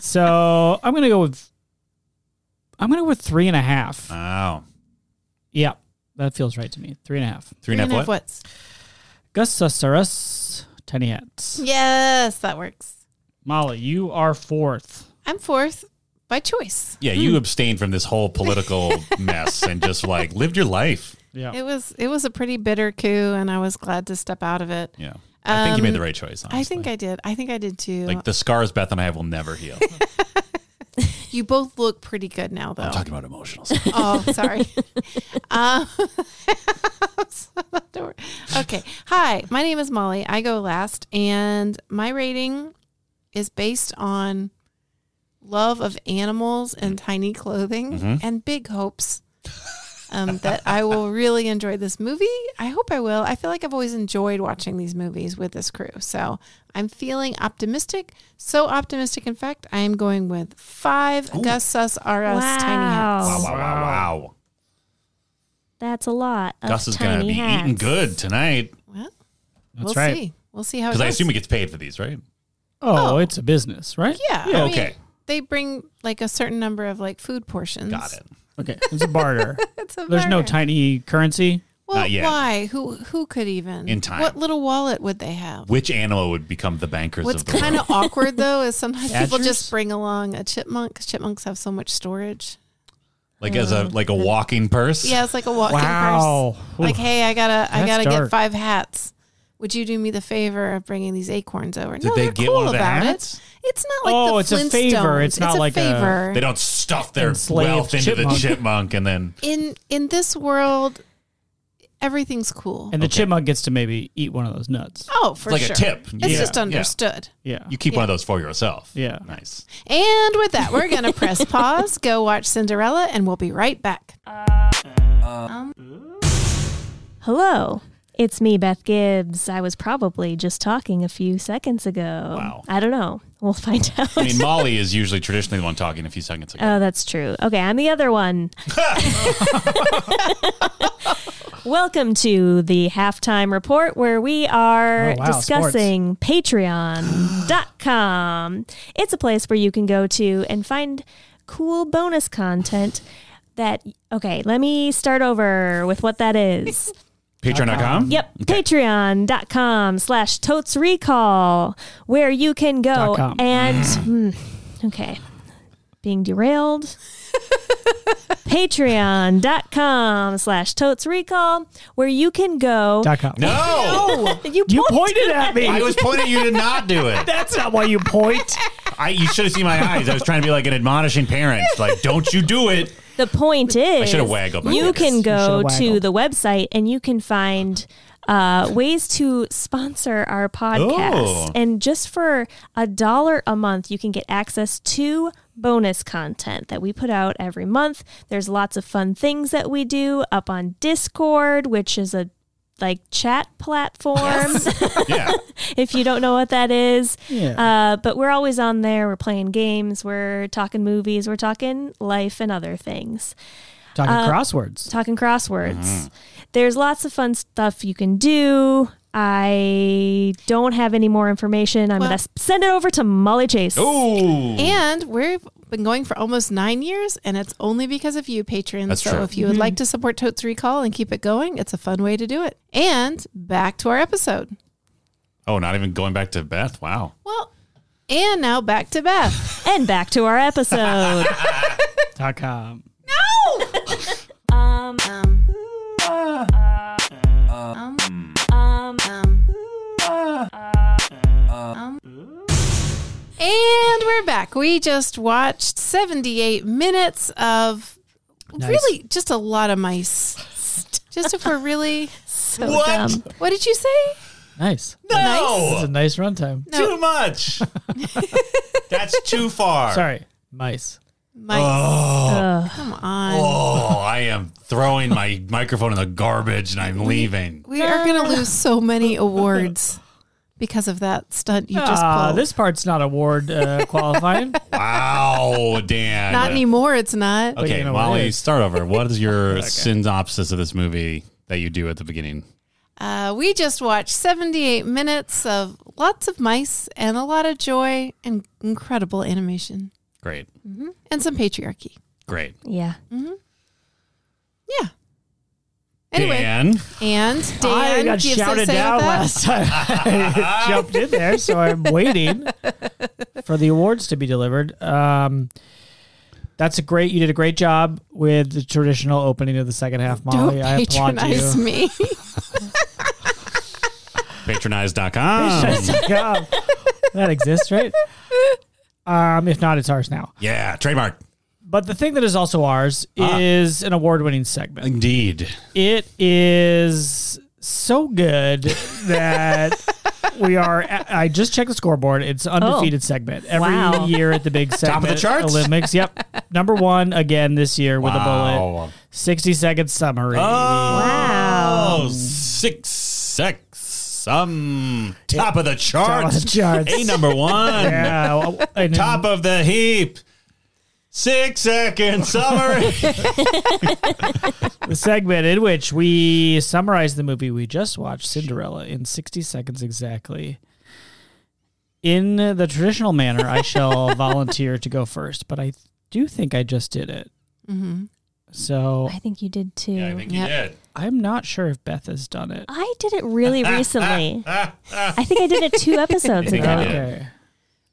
So I'm gonna go with, I'm gonna go with three and a half.
Wow.
Yeah, that feels right to me. Three and a half.
Three and a half what?
what's?
Gusasaurus tiny hats.
Yes, that works.
Molly, you are fourth.
I'm fourth by choice.
Yeah, you abstained from this whole political mess and just like lived your life.
Yeah.
It was it was a pretty bitter coup, and I was glad to step out of it.
Yeah. I think you made
Um,
the right choice.
I think I did. I think I did too.
like the scars Beth and I have will never heal.
you both look pretty good now, though.
I'm talking about emotional. scars.
Oh, sorry. um, so adorable. okay. Hi, my name is Molly. I go last, and my rating is based on love of animals and tiny clothing and big hopes um, that I will really enjoy this movie. I hope I will. I feel like I've always enjoyed watching these movies with this crew. So I'm feeling optimistic. So optimistic, in fact, I am going with five Gus Sus RS tiny hats.
Wow.
wow, wow, wow, wow.
That's a lot. Of
Gus is
tiny
gonna be
hats.
eating good tonight
Well,
That's
we'll
right.
see. We'll see how it
because
goes.
I assume he gets paid for these, right?
Oh,
Oh.
it's a business, right?
yeah.
Yeah,
I mean,
okay.
they bring like a certain number of like food portions.
Got it.
Okay. It's a barter.
It's a
There's no
burger.
tiny currency.
Well,
Not yet.
why? Who who could even?
In time.
What little wallet would they have?
Which animal would become the bankers
What's
of the
kind
world?
of awkward though is sometimes people
Badgers?
just bring along a chipmunk 'cause chipmunks have so much storage.
Like as a like a walking purse.
Mm. Yeah, it's like a walking
Wow.
purse. Like, hey, I gotta, I
That's
gotta
dark.
get five hats. Would you do me the favor of bringing these acorns over?
Did
no,
they
they're
get
cool
one of the
about
hats?
it. It's not like
Oh,
the
it's a favor.
Flintstones.
It's not like a-
favor.
They don't stuff their
Enslaved
wealth into the
chipmunk.
chipmunk and then
in in this world, everything's cool.
And the chipmunk gets to maybe eat one of those nuts.
oh, for
like a
sure.
tip.
It's
Yeah,
just
yeah.
understood.
Yeah.
you keep one of those for yourself.
Yeah.
Nice.
And with that, we're gonna press pause, go watch Cinderella, and we'll be right back.
Hello. It's me, Beth Gibbs. I was probably just talking a few seconds ago.
Wow.
I don't know. We'll find out.
I mean, Molly is usually traditionally the one talking a few seconds ago.
Uh,
Oh, that's true. Okay, I'm the other one. Welcome to the halftime report where we are
Oh, wow,
discussing patreon.com. It's a place where you can go to and find cool bonus content that okay, let me start over with what that is.
um,
Patreon.com.
Yep. Patreon.com slash totes recall, where you can go
Dot com.
and. Hmm, okay. Being derailed. Patreon.com slash totes recall, where you can go.
Dot com.
No.
You,
You
point-
pointed at me.
I was pointing at you to not do it.
That's not why you point.
I, you should have seen my eyes. I was trying to be like an admonishing parent. Like, don't you do it.
the point is,
shoulda waggled my
you
fingers.
can go
You shoulda
to
waggled.
the website and you can find uh, ways to sponsor our podcast.
Oh.
And just for a dollar a month, you can get access to bonus content that we put out every month. There's lots of fun things that we do up on Discord, which is a like chat platform.
Yeah.
if you don't know what that is.
Yeah.
Uh, but we're always on there. We're playing games. We're talking movies. We're talking life and other things.
Talking crosswords.
Talking crosswords. There's lots of fun stuff you can do. I don't have any more information. I'm
Well-
going to send it over to Molly Chase.
Ooh.
And we've Been going for almost nine years, and it's only because of you, patrons.
That's
so
true.
if you would like to support Totes Recall and keep it going, it's a fun way to do it. And back to our episode.
Oh, not even going back to Beth. Wow.
Well, and now back to Beth.
And back to our episode.
Dot com.
And we're back. We just watched 78 minutes of really just a lot of mice. Just if we're really.
so
What?
dumb.
What did you say?
Nice. That's a
No,
nice runtime.
No.
too much. That's too far.
Sorry, mice.
Mice. Come on.
Uh, Oh, I am throwing my microphone in the garbage and I'm leaving.
We are going to lose so many awards because of that stunt you just
Ah,
pulled.
this part's not award uh, qualifying.
Wow, Dan.
Not anymore. It's not.
you
Okay,
know what it
Molly,
is.
start over. What is your synopsis of this movie that you do at the beginning?
Uh, we just watched 78 minutes of lots of mice and a lot of joy and incredible animation
Great,
and some patriarchy.
great.
Yeah.
Yeah. Anyway,
Dan,
and
I
Dan
got
gives a
shouted
say
down
with that.
last time I jumped in there, so I'm waiting for the awards to be delivered. Um, that's a great. You did a great job with the traditional opening of the second half,
Oh,
Molly.
Don't
I applaud
patronize
you.
me.
patronize.com.
Yeah. that exists, right? Um, if not, it's ours now.
yeah, trademark.
But the thing that is also ours
Ah.
is an award-winning segment.
Indeed.
It is so good that we are. I just checked the scoreboard. It's undefeated segment every
Wow.
year at the big segment.
Oh. Top of the charts?
Olympics. Yep, number one again this year with a bullet.
Wow.
Sixty second summary.
Oh, six, six, some top of the
Top of the
charts.
charts.
A number one.
Yeah, well, and
Top of the heap. Six second summary.
the segment in which we summarize the movie we just watched, Cinderella, in sixty seconds exactly. In the traditional manner, I shall volunteer to go first, but I do think I just did it.
Mm-hmm.
hmm
So
I think you did too.
yeah, I think you
Yep.
did.
I'm not sure if Beth has done it.
I did it really recently.
Ah, ah.
I think I did it two episodes
think I
ago.
did.
Okay.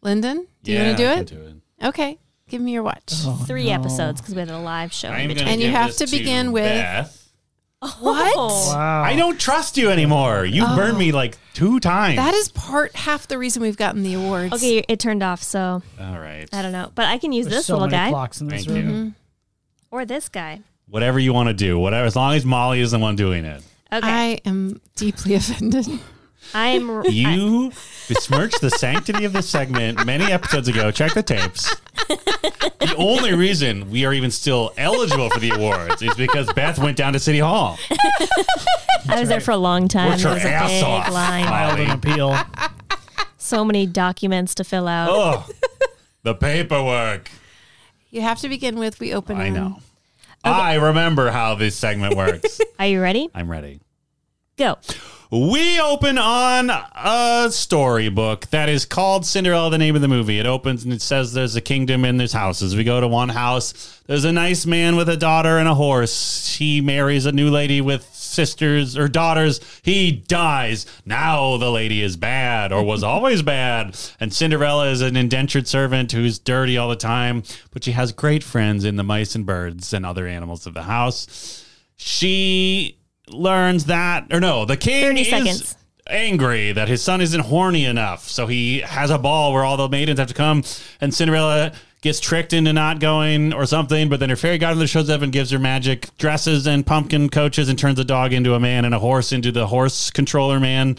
Lyndon, do
Yeah,
you
I
want
can
to do it? Okay. Give me your watch.
Oh,
Three
no.
episodes because we had a live show.
I'm
in
gonna
between.
And you
give
have
this
to begin with-
Beth.
What?
Wow.
I don't trust you anymore. You
Oh.
burned me like two times.
That is part half the reason we've gotten the awards.
Okay, it turned off, so
all right.
I don't know. But I can use
There's
this
so
little
many
guy
clocks in this
Thank
room.
you.
or this guy.
Whatever you want to do, whatever. As long as Molly is the one doing it,
Okay, I,
I am deeply offended.
am. r- I-
you besmirched the sanctity of this segment many episodes ago. Check the tapes. The only reason we are even still eligible for the awards is because Beth went down to City Hall.
I was there for a long time.
Worked
There
her
was a
ass
big
off.
line.
Filed an
Molly.
appeal.
So many documents to fill out.
Oh, the paperwork.
You have to begin with we open
I
Um,
on-
know. I remember how this segment works.
Are you ready?
I'm ready.
Go.
We open on a storybook that is called Cinderella, the name of the movie. It opens and it says there's a kingdom and there's houses. We go to one house. There's a nice man with a daughter and a horse. He marries a new lady with sisters or daughters. He dies. Now the lady is bad or was always bad. And Cinderella is an indentured servant who's dirty all the time, but she has great friends in the mice and birds and other animals of the house she learns that or no the king
30
is
seconds.
angry that his son isn't horny enough so he has a ball where all the maidens have to come and cinderella gets tricked into not going or something but then her fairy godmother shows up and gives her magic dresses and pumpkin coaches and turns a dog into a man and a horse into the horse controller man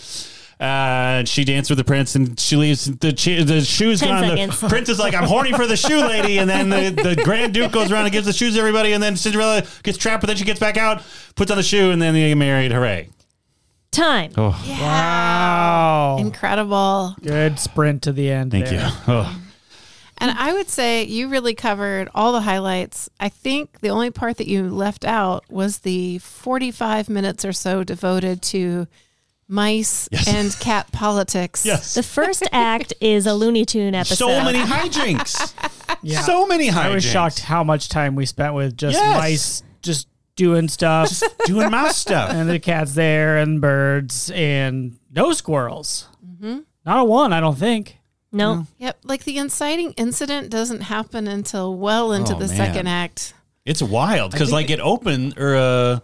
uh, she danced with the prince and she leaves the, chi- the shoes
Ten
gone The
seconds.
Prince is like, I'm horny for the shoe lady. And then the, the Grand Duke goes around and gives the shoes to everybody. And then Cinderella gets trapped, but then she gets back out, puts on the shoe, and then they get married. Hooray.
Time.
Oh.
Wow. Oh,
Incredible.
Good sprint to the end.
Thank
there.
you. Oh,
And I would say you really covered all the highlights. I think the only part that you left out was the 45 minutes or so devoted to mice
Yes.
and cat politics.
Yes.
The first act is a Looney Tune episode.
So many hijinks.
Yeah.
So many hijinks.
I was shocked how much time we spent with just
Yes.
mice just doing stuff
doing mouse stuff.
and the cats there and birds and no squirrels. Not a one, I don't think.
No,
Mm.
Yep. Like the inciting incident doesn't happen until well into
Oh,
the
man.
second act.
It's wild because like it opened or uh,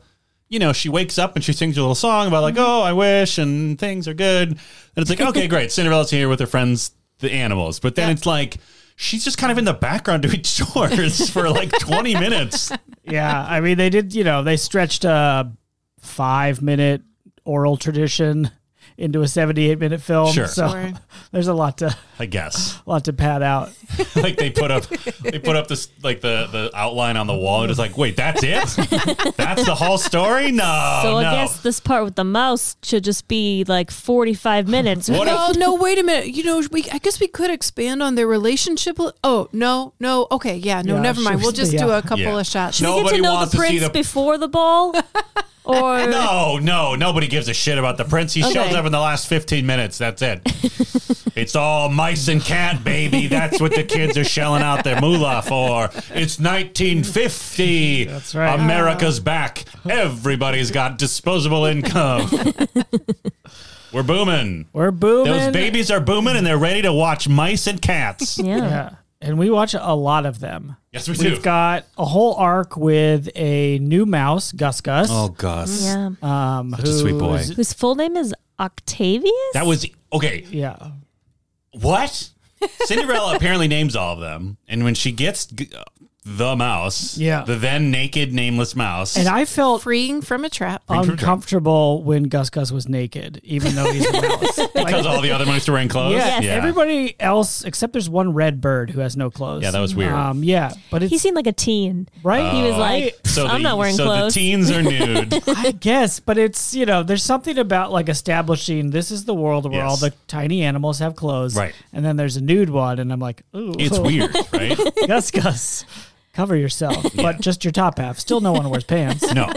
you know she wakes up and she sings a little song about
Mm-hmm.
like oh I wish and things are good and it's like okay great Cinderella's here with her friends the animals but then
Yeah.
it's like she's just kind of in the background doing chores for like twenty minutes.
Yeah. I mean, they did, you know, they stretched a five minute oral tradition into a 78 minute film.
Sure.
So
Sure.
there's a lot to,
I guess
lot to pad out.
like they put up they put up this like the the outline on the wall and it's like wait that's it that's the whole story no
So
Oh, no.
I guess this part with the mouse should just be like 45 minutes.
What if-
Oh no! Wait a minute. You know, we I guess we could expand on their relationship. a- Oh no, no. Okay, yeah, no,
Yeah,
never
should
mind.
we-
We'll just
yeah.
do a couple
Yeah.
of shots.
Did we
No.
get
Nobody
to know
wants
the
to see
prince
the-
before the ball? Or
No, no, nobody gives a shit about the prince. He shows
Okay.
up in the last 15 minutes. That's it. it's all mice and cat, baby. That's what the kids are shelling out their moolah for. It's 1950.
That's right.
America's back. Everybody's got disposable income. We're booming.
We're booming.
Those babies are booming and they're ready to watch mice and cats.
Yeah.
Yeah. And we watch a lot of them.
Yes, we do.
We've got a whole arc with a new mouse, Gus Gus.
Gus.
Yeah.
um,
Oh, a sweet boy.
who's-
Whose full name is Octavius?
That was okay.
Yeah.
What? Cinderella apparently names all of them, and when she gets g- the mouse,
Yeah.
the then naked nameless mouse,
And I felt
Freeing from a trap.
uncomfortable when Gus Gus was naked, even though he's a mouse.
because all the other mice were wearing clothes.
yeah,
yeah,
everybody else except there's one red bird who has no clothes.
Yeah, that was weird.
Um, yeah, but it's
he seemed like a teen.
right.
He was like,
So
I'm
the,
not wearing
so
clothes.
the teens are nude.
I guess, but it's you know, there's something about like establishing this is the world where
Yes.
all the tiny animals have clothes,
Right.
And then there's a nude one, and I'm like, ooh,
it's weird, right?
Gus Gus, cover yourself, but just your top half. Still, no one wears pants.
No,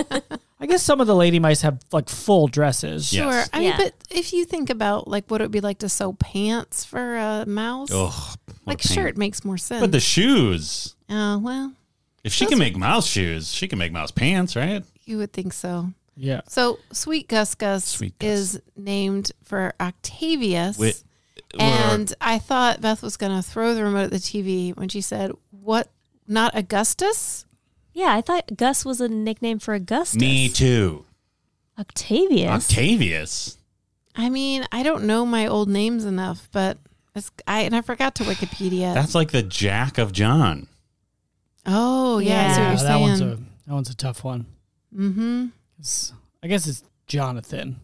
I guess some of the lady mice have like full dresses.
Yeah.
Sure.
Yes.
I mean,
Yeah.
but if you think about like what it would be like to sew pants for a mouse,
Ugh, Oh, what a
like
pain.
sure, it makes more sense.
But the shoes.
oh well,
If she can make mouse shoes, she can make mouse pants, right?
you would think so.
yeah.
So Sweet Gus Gus,
Sweet Gus.
is named for Octavius.
Wi- or-
and I thought Beth was going to throw the remote at the TV when she said, "What? Not Augustus?
yeah, I thought Gus was a nickname for Augustus.
me too.
Octavius.
Octavius.
I mean, I don't know my old names enough, but it's, I and I forgot to Wikipedia.
That's like the Jack of John.
oh yeah, I see
Yeah,
what
that
you're
one's
saying.
a that one's a tough one.
mm-hmm.
It's- I guess it's Jonathan.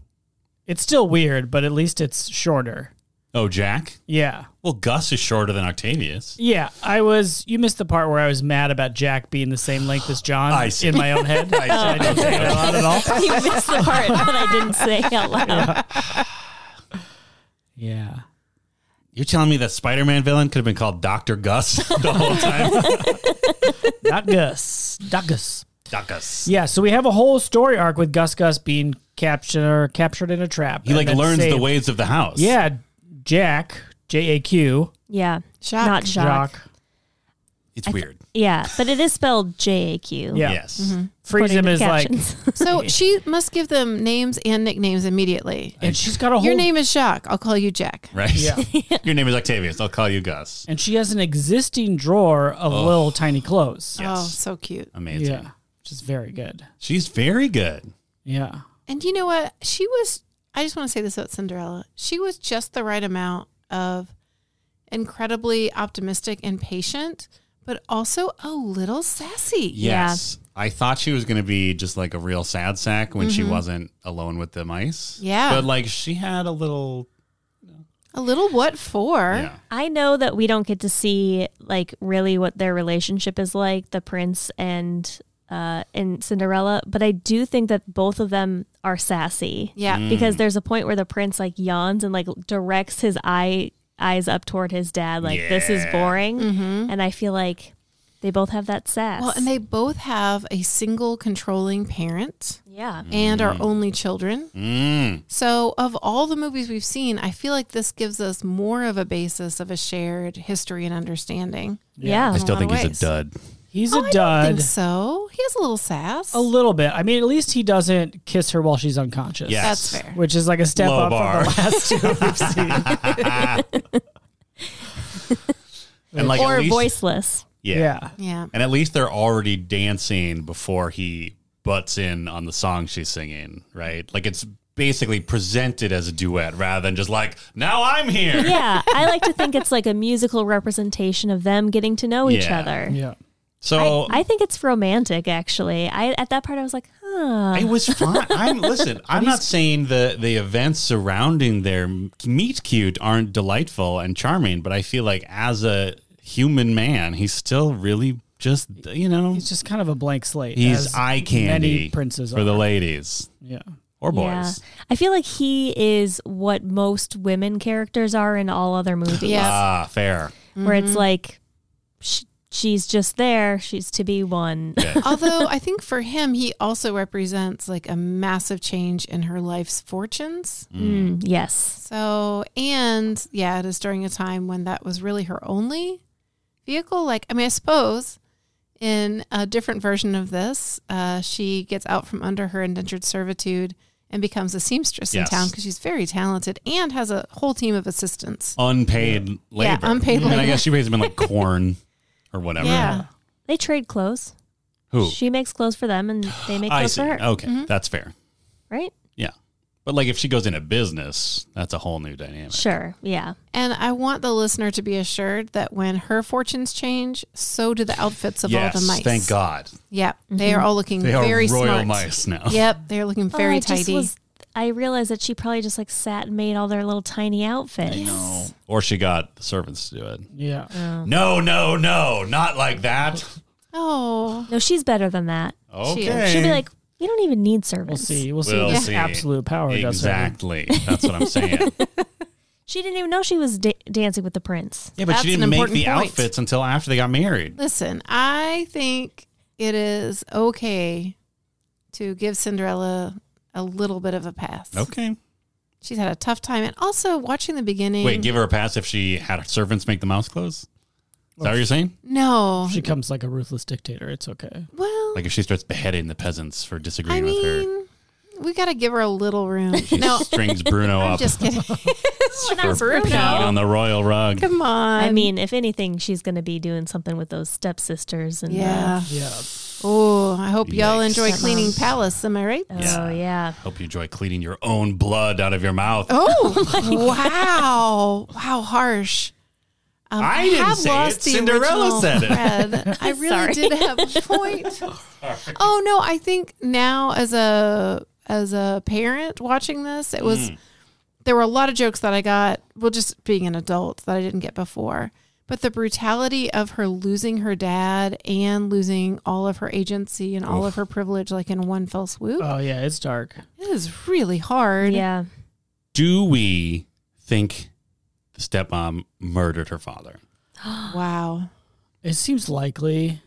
It's still weird, but at least it's shorter.
Oh, Jack.
Yeah.
Well, Gus is shorter than Octavius.
Yeah. I was, you missed the part where I was mad about Jack being the same length as John
I see.
in my own head. I, didn't say that out at all.
you missed the part that I didn't say out loud.
Yeah.
You're telling me that Spider-Man villain could have been called Doctor Gus the whole time?
Not Gus. Not Gus.
Doc Gus.
Yeah. So we have a whole story arc with Gus Gus being captured or captured in a trap.
He
and
like
then
learns the
saved.
ways of the house.
Yeah. Jack, J A Q,
Yeah.
Jacques.
Not Jacques.
Jock,
it's weird.
Yeah, but it is spelled J A Q.
Yeah. Mm-hmm.
Yes,
frees him as like,
So she must give them names and nicknames immediately.
and she's got a whole
Your name is Jacques. I'll call you Jack.
right.
Yeah.
Your name is Octavius. I'll call you Gus.
and she has an existing drawer of little tiny clothes.
Yes.
Oh, so cute.
Amazing.
Yeah, which is very good.
She's very good.
Yeah,
And you know what? She was, I just want to say this about Cinderella. She was just the right amount of incredibly optimistic and patient, but also a little sassy.
Yeah.
Yes. I thought she was going to be just like a real sad sack when she wasn't alone with the mice.
Yeah.
But like she had a little.
A little what for?
Yeah.
I know that we don't get to see like really what their relationship is like, the prince and uh and Cinderella, but I do think that both of them are sassy.
Yeah.
Mm.
Because there's a point where the prince like yawns and like directs his eye eyes up toward his dad like this is
Yeah.
boring. And I feel like They both have that sass.
Mm-hmm. Well, and they both have a single controlling parent
yeah.
and are only children.
Mm.
So, of all the movies we've seen, I feel like this gives us more of a basis of a shared history and understanding.
Yeah.
I still
lot
think
of
he's a
ways.
dud.
He's
Oh,
a
I
dud.
don't think so. He has a little sass.
A
Oh.
little bit. I mean, at least he doesn't kiss her while she's unconscious.
Yeah.
That's
Yes.
fair.
Which is like a step
Low
up from
bar.
the last two we've seen.
And like
or
at least,
voiceless.
yeah.
Yeah.
Yeah.
and at least they're already dancing before he butts in on the song she's singing, right? Like it's basically presented as a duet rather than just like now I'm here.
Yeah. I like to think it's like a musical representation of them getting to know each
Yeah.
other.
Yeah.
So
I, I think it's romantic, actually. I at that part I was like, huh.
It
uh,
was fun. I'm listen. I'm not saying the the events surrounding their meet cute aren't delightful and charming, but I feel like as a human man, he's still really just you know
He's just kind of a blank slate.
he's
as
eye candy
Many princes
for the
are.
ladies
Yeah.
or boys.
Yeah. I feel like he is what most women characters are in all other movies.
Yeah. Mm-hmm.
Ah, fair.
Where it's like sh- she's just there, she's to be one.
Although I think for him, he also represents like a massive change in her life's fortunes.
Mm, yes.
So, and yeah, it is during a time when that was really her only vehicle. Like, I mean, I suppose in a different version of this, uh, she gets out from under her indentured servitude and becomes a seamstress
Yes.
in town because she's very talented and has a whole team of assistants.
Unpaid labor.
unpaid
And I
labor.
guess she pays him in like corn or whatever.
Yeah.
They trade clothes.
Who?
She makes clothes for them and they make
I
clothes
see. Oh.
for her.
Okay,
Mm-hmm.
that's fair.
Right?
Yeah, but like if she goes into business, that's a whole new dynamic.
Sure. Yeah.
And I want the listener to be assured that when her fortunes change, so do the outfits of all the
Yes,
mice.
thank God.
Yep. They are
Mm-hmm.
all looking
They are
very
royal
smart.
mice now.
Yep. They're looking very
Oh, I just
tidy.
was- I realized that she probably just like sat and made all their little tiny outfits.
Or she got the servants to do it.
Yeah.
No, no, no, not like that.
oh.
No, she's better than that.
Okay.
She'll be like, you don't even need service.
We'll see. We'll see.
We'll
This
see.
absolute power does that.
Exactly. That's what I'm saying.
She didn't even know she was da- dancing with the prince.
Yeah, but
That's
she
an
didn't make
important
the
point.
outfits until after they got married.
Listen, I think it is okay to give Cinderella a little bit of a pass.
Okay.
She's had a tough time. And also watching the beginning.
Wait, give her a pass if she had her servants make the mouse clothes? Is that what you're saying?
no.
She comes like a ruthless dictator. It's okay.
well,
Like if she starts beheading the peasants for disagreeing
I
with her.
mean, we got to give her a little room.
She
no,
strings Bruno
I'm
up
just kidding. We're not
for peeing on the royal rug.
Come on.
I mean, if anything, she's going to be doing something with those stepsisters. And, uh,
yeah.
Yeah.
Oh, I hope y'all
Yikes.
enjoy
Stepmom.
cleaning palace. Am I right?
oh,
Yeah.
yeah.
Hope you enjoy cleaning your own blood out of your mouth.
Oh, wow. Wow, harsh. Um,
I didn't
have
say
lost
it.
the
Cinderella
original
said it.
thread. I really
Sorry.
did have a point. oh no, I think now as a as a parent watching this, it
Hmm.
was there were a lot of jokes that I got, well just being an adult that I didn't get before. But the brutality of her losing her dad and losing all of her agency and all of her privilege like in one fell swoop
Uh.
Oh yeah. It's dark.
it is really hard.
Yeah.
do we think the stepmom murdered her father?
Wow.
It seems likely.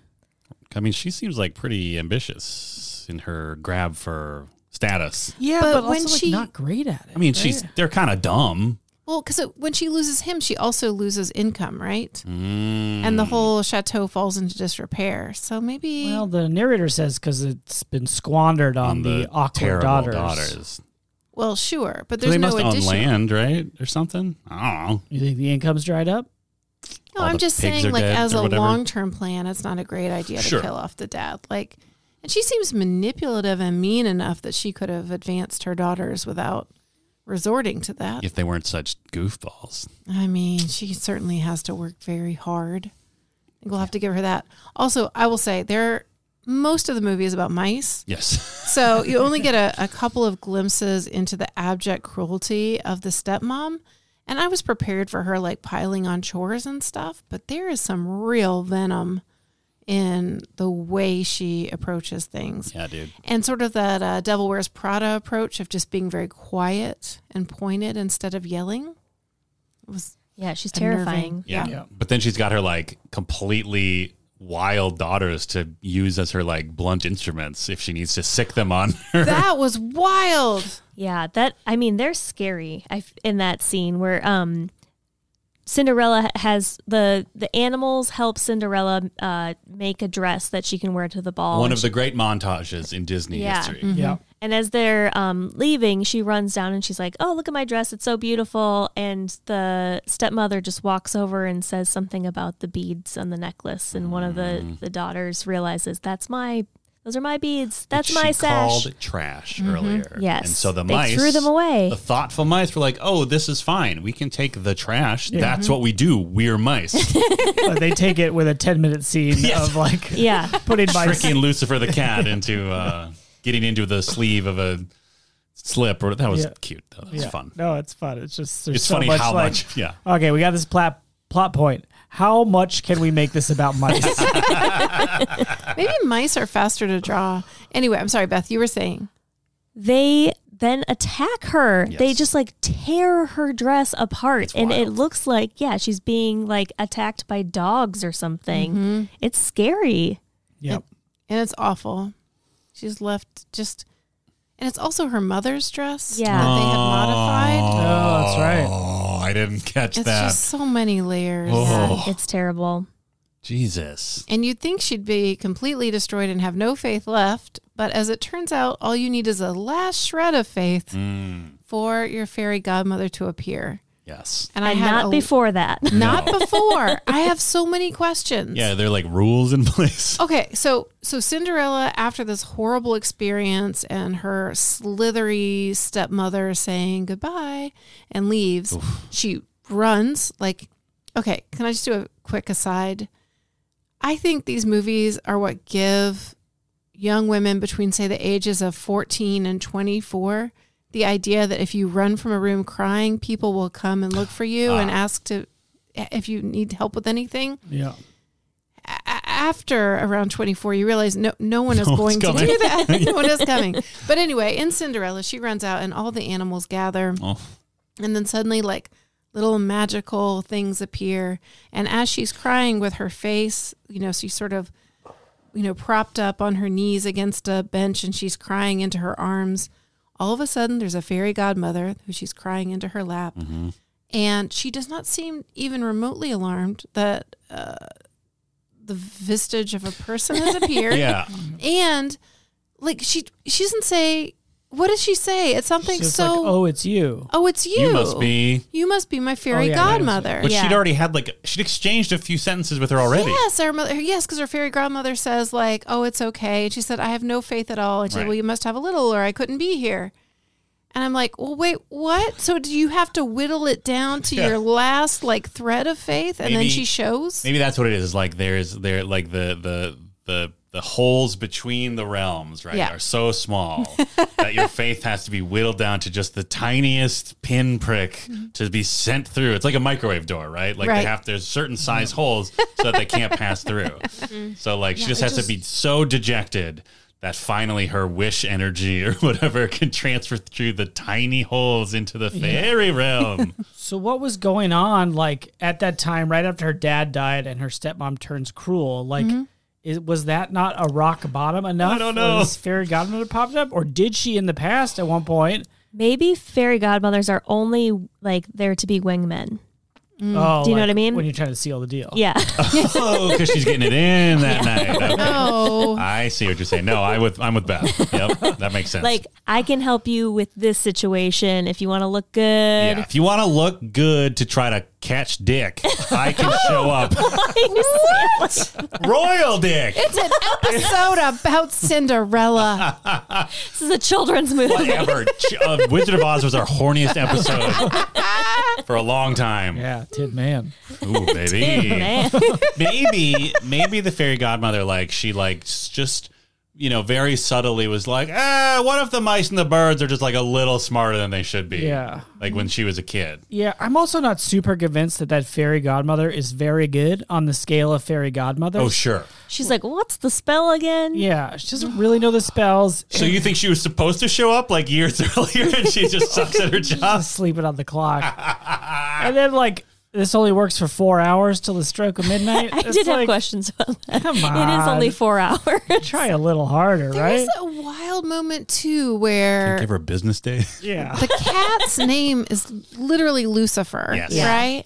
I mean, she seems like pretty ambitious in her grab for status.
Yeah,
But when she-
not great at it.
I mean, she's they're kind of dumb.
Well, because when she loses him, she also loses income, right?
Mm.
And the whole chateau falls into disrepair. So maybe
Well, the narrator says because it's been squandered on, the, awkward
terrible
daughters.
Well, sure, but
So
there's
they
no
must own
additional.
land, right, or something. I don't know.
You think the income's dried up?
No,
All
I'm
the
just
pigs
saying,
are
like
dead
as
or
a
whatever.
long-term plan, it's not a great idea
Sure.
to kill off the dad. Like, and she seems manipulative and mean enough that she could have advanced her daughters without resorting to that.
If they weren't such goofballs,
I mean, she certainly has to work very hard. I think we'll have to give her that. Also, I will say there, most of the movie is about mice.
yes.
So you only get a, a couple of glimpses into the abject cruelty of the stepmom. And I was prepared for her like piling on chores and stuff, but there is some real venom in the way she approaches things.
yeah, dude.
And sort of that uh, Devil Wears Prada approach of just being very quiet and pointed instead of yelling. It was
Yeah. She's
Unnerving.
terrifying.
Yeah.
Yeah.
But then she's got her like completely wild daughters to use as her like blunt instruments if she needs to sick them on her.
That was wild.
Yeah, that I mean, they're scary. I f- in that scene where um, Cinderella has the the animals help Cinderella uh, make a dress that she can wear to the ball.
One of the great montages in Disney
Yeah. Mm-hmm.
history.
Yeah.
and as they're um, leaving, she runs down and she's like, "Oh, look at my dress! It's so beautiful!" And the stepmother just walks over and says something about the beads on the necklace, and one of
Mm.
the the daughters realizes that's my those are my beads. That's
She
my sash. Mm-hmm.
called trash earlier.
Yes.
And so the
They
mice
threw them away.
The thoughtful mice were like, "Oh, this is fine. We can take the trash. That's what we do. We're mice."
But they take it with a 10 minute scene
Yes.
of like
yeah.
putting my
Tricking Lucifer the cat into uh, getting into the sleeve of a slip. Or that was
Yeah.
cute. though. That was
Yeah.
fun.
No, it's fun. It's just there's
It's
so
funny
much
how
like,
much. Yeah.
Okay, we got this plot plot point. How much can we make this about mice?
Maybe mice are faster to draw. Anyway, I'm sorry, Beth. You were saying
they then attack her. They
Yes.
just like tear her dress apart. and it
wild.
looks like, yeah, she's being like attacked by dogs or something.
Mm-hmm.
It's scary.
yep.
and it's awful. She's left just, and it's also her mother's dress
Yeah.
that they had modified.
Oh, that's right.
Oh, I didn't catch
It's
that.
just so many layers.
Yeah,
Oh.
it's terrible.
Jesus.
And you'd think she'd be completely destroyed and have no faith left, but as it turns out, all you need is a last shred of faith
Mm.
for your fairy godmother to appear.
Yes.
And I
And
had
not
a-
before that.
Not before. I have so many questions.
Yeah, they're like rules in place.
Okay, so so Cinderella, after this horrible experience and her slithery stepmother saying goodbye and leaves, she runs. Like, okay, can I just do a quick aside? I think these movies are what give young women between, say, the ages of 14 and 24 the idea that if you run from a room crying, people will come and look for you and ask to if you need help with anything
Yeah.
a- after around 24 you realize no no one is
No one's
going to
coming.
do that no one is coming but anyway in cinderella she runs out and all the animals gather
Oh.
and then suddenly like little magical things appear and as she's crying with her face you know she's sort of you know propped up on her knees against a bench and she's crying into her arms all of a sudden there's a fairy godmother who she's crying into her lap
Mm-hmm.
and she does not seem even remotely alarmed that uh, the vestige of a person has appeared
Yeah.
and like she she doesn't say what does she say it's something
She's
so
like, oh, it's you.
oh it's you
You must be.
you must be my fairy
Oh, yeah, that is-
godmother
But she'd
Yeah.
already had like she'd exchanged a few sentences with her already.
Yes, our mother. Yes, because her fairy godmother says like, "Oh, it's okay." And she said, "I have no faith at all." And she said,
Right.
"Well, you must have a little, or I couldn't be here." And I'm like, "Well, wait, what? So do you have to whittle it down to
Yeah.
your last like thread of faith, and then
Maybe-
she shows?"
Maybe that's what it is. Like there's there like the the the the holes between the realms, right,
Yeah.
are so small that your faith has to be whittled down to just the tiniest pinprick to be sent through. It's like a microwave door, right? Like they
Mm-hmm. Right.
have there's certain size holes so that they can't pass through. So like she just
Mm-hmm. it
has
just-
to be so dejected that finally her wish energy or whatever can transfer through the tiny holes into the fairy realm.
So what was going on like at that time right after her dad died and her stepmom turns cruel? Like
Mm-hmm.
is, was that not a rock bottom enough?
don't
where
know.
This fairy godmother popped up or did she in the past at one point?
Maybe fairy godmothers are only like there to be wingmen.
Oh,
Mm. Do you know
like,
what I mean?
When you're trying to seal the deal.
Yeah.
oh, because she's getting it in that night. Okay.
Oh,
I see what you're saying. No, I with I'm with Beth. Yep, that makes sense.
like, I can help you with this situation if you want to look good.
yeah, if you want to look good to try to catch dick, I can show up. Royal dick.
it's an episode about Cinderella.
This is a children's movie.
Whatever. Ch- Uh, Wizard of Oz was our horniest episode for a long time.
Yeah, Tin Man.
Ooh, baby.
Man.
maybe, maybe the fairy godmother, like she, like s- just. You know, very subtly was like, ah, what if the mice and the birds are just like a little smarter than they should be?
Yeah.
Like when she was a kid.
Yeah, I'm also not super convinced that that fairy godmother is very good on the scale of fairy godmother.
Oh, sure.
She's like, what's the spell again?
Yeah, she doesn't really know the spells.
So you think she was supposed to show up like years earlier and she just sucks at her job?
Just sleeping on the clock. and then like this only works for four hours till the stroke of midnight.
I
It's
did have
like,
questions about that.
Come
It is only
on.
four hours.
Try a little harder,
There
right?
was a wild moment too
Give
where
her a business day.
yeah.
the cat's name is literally Lucifer,
Yes.
Yeah.
right?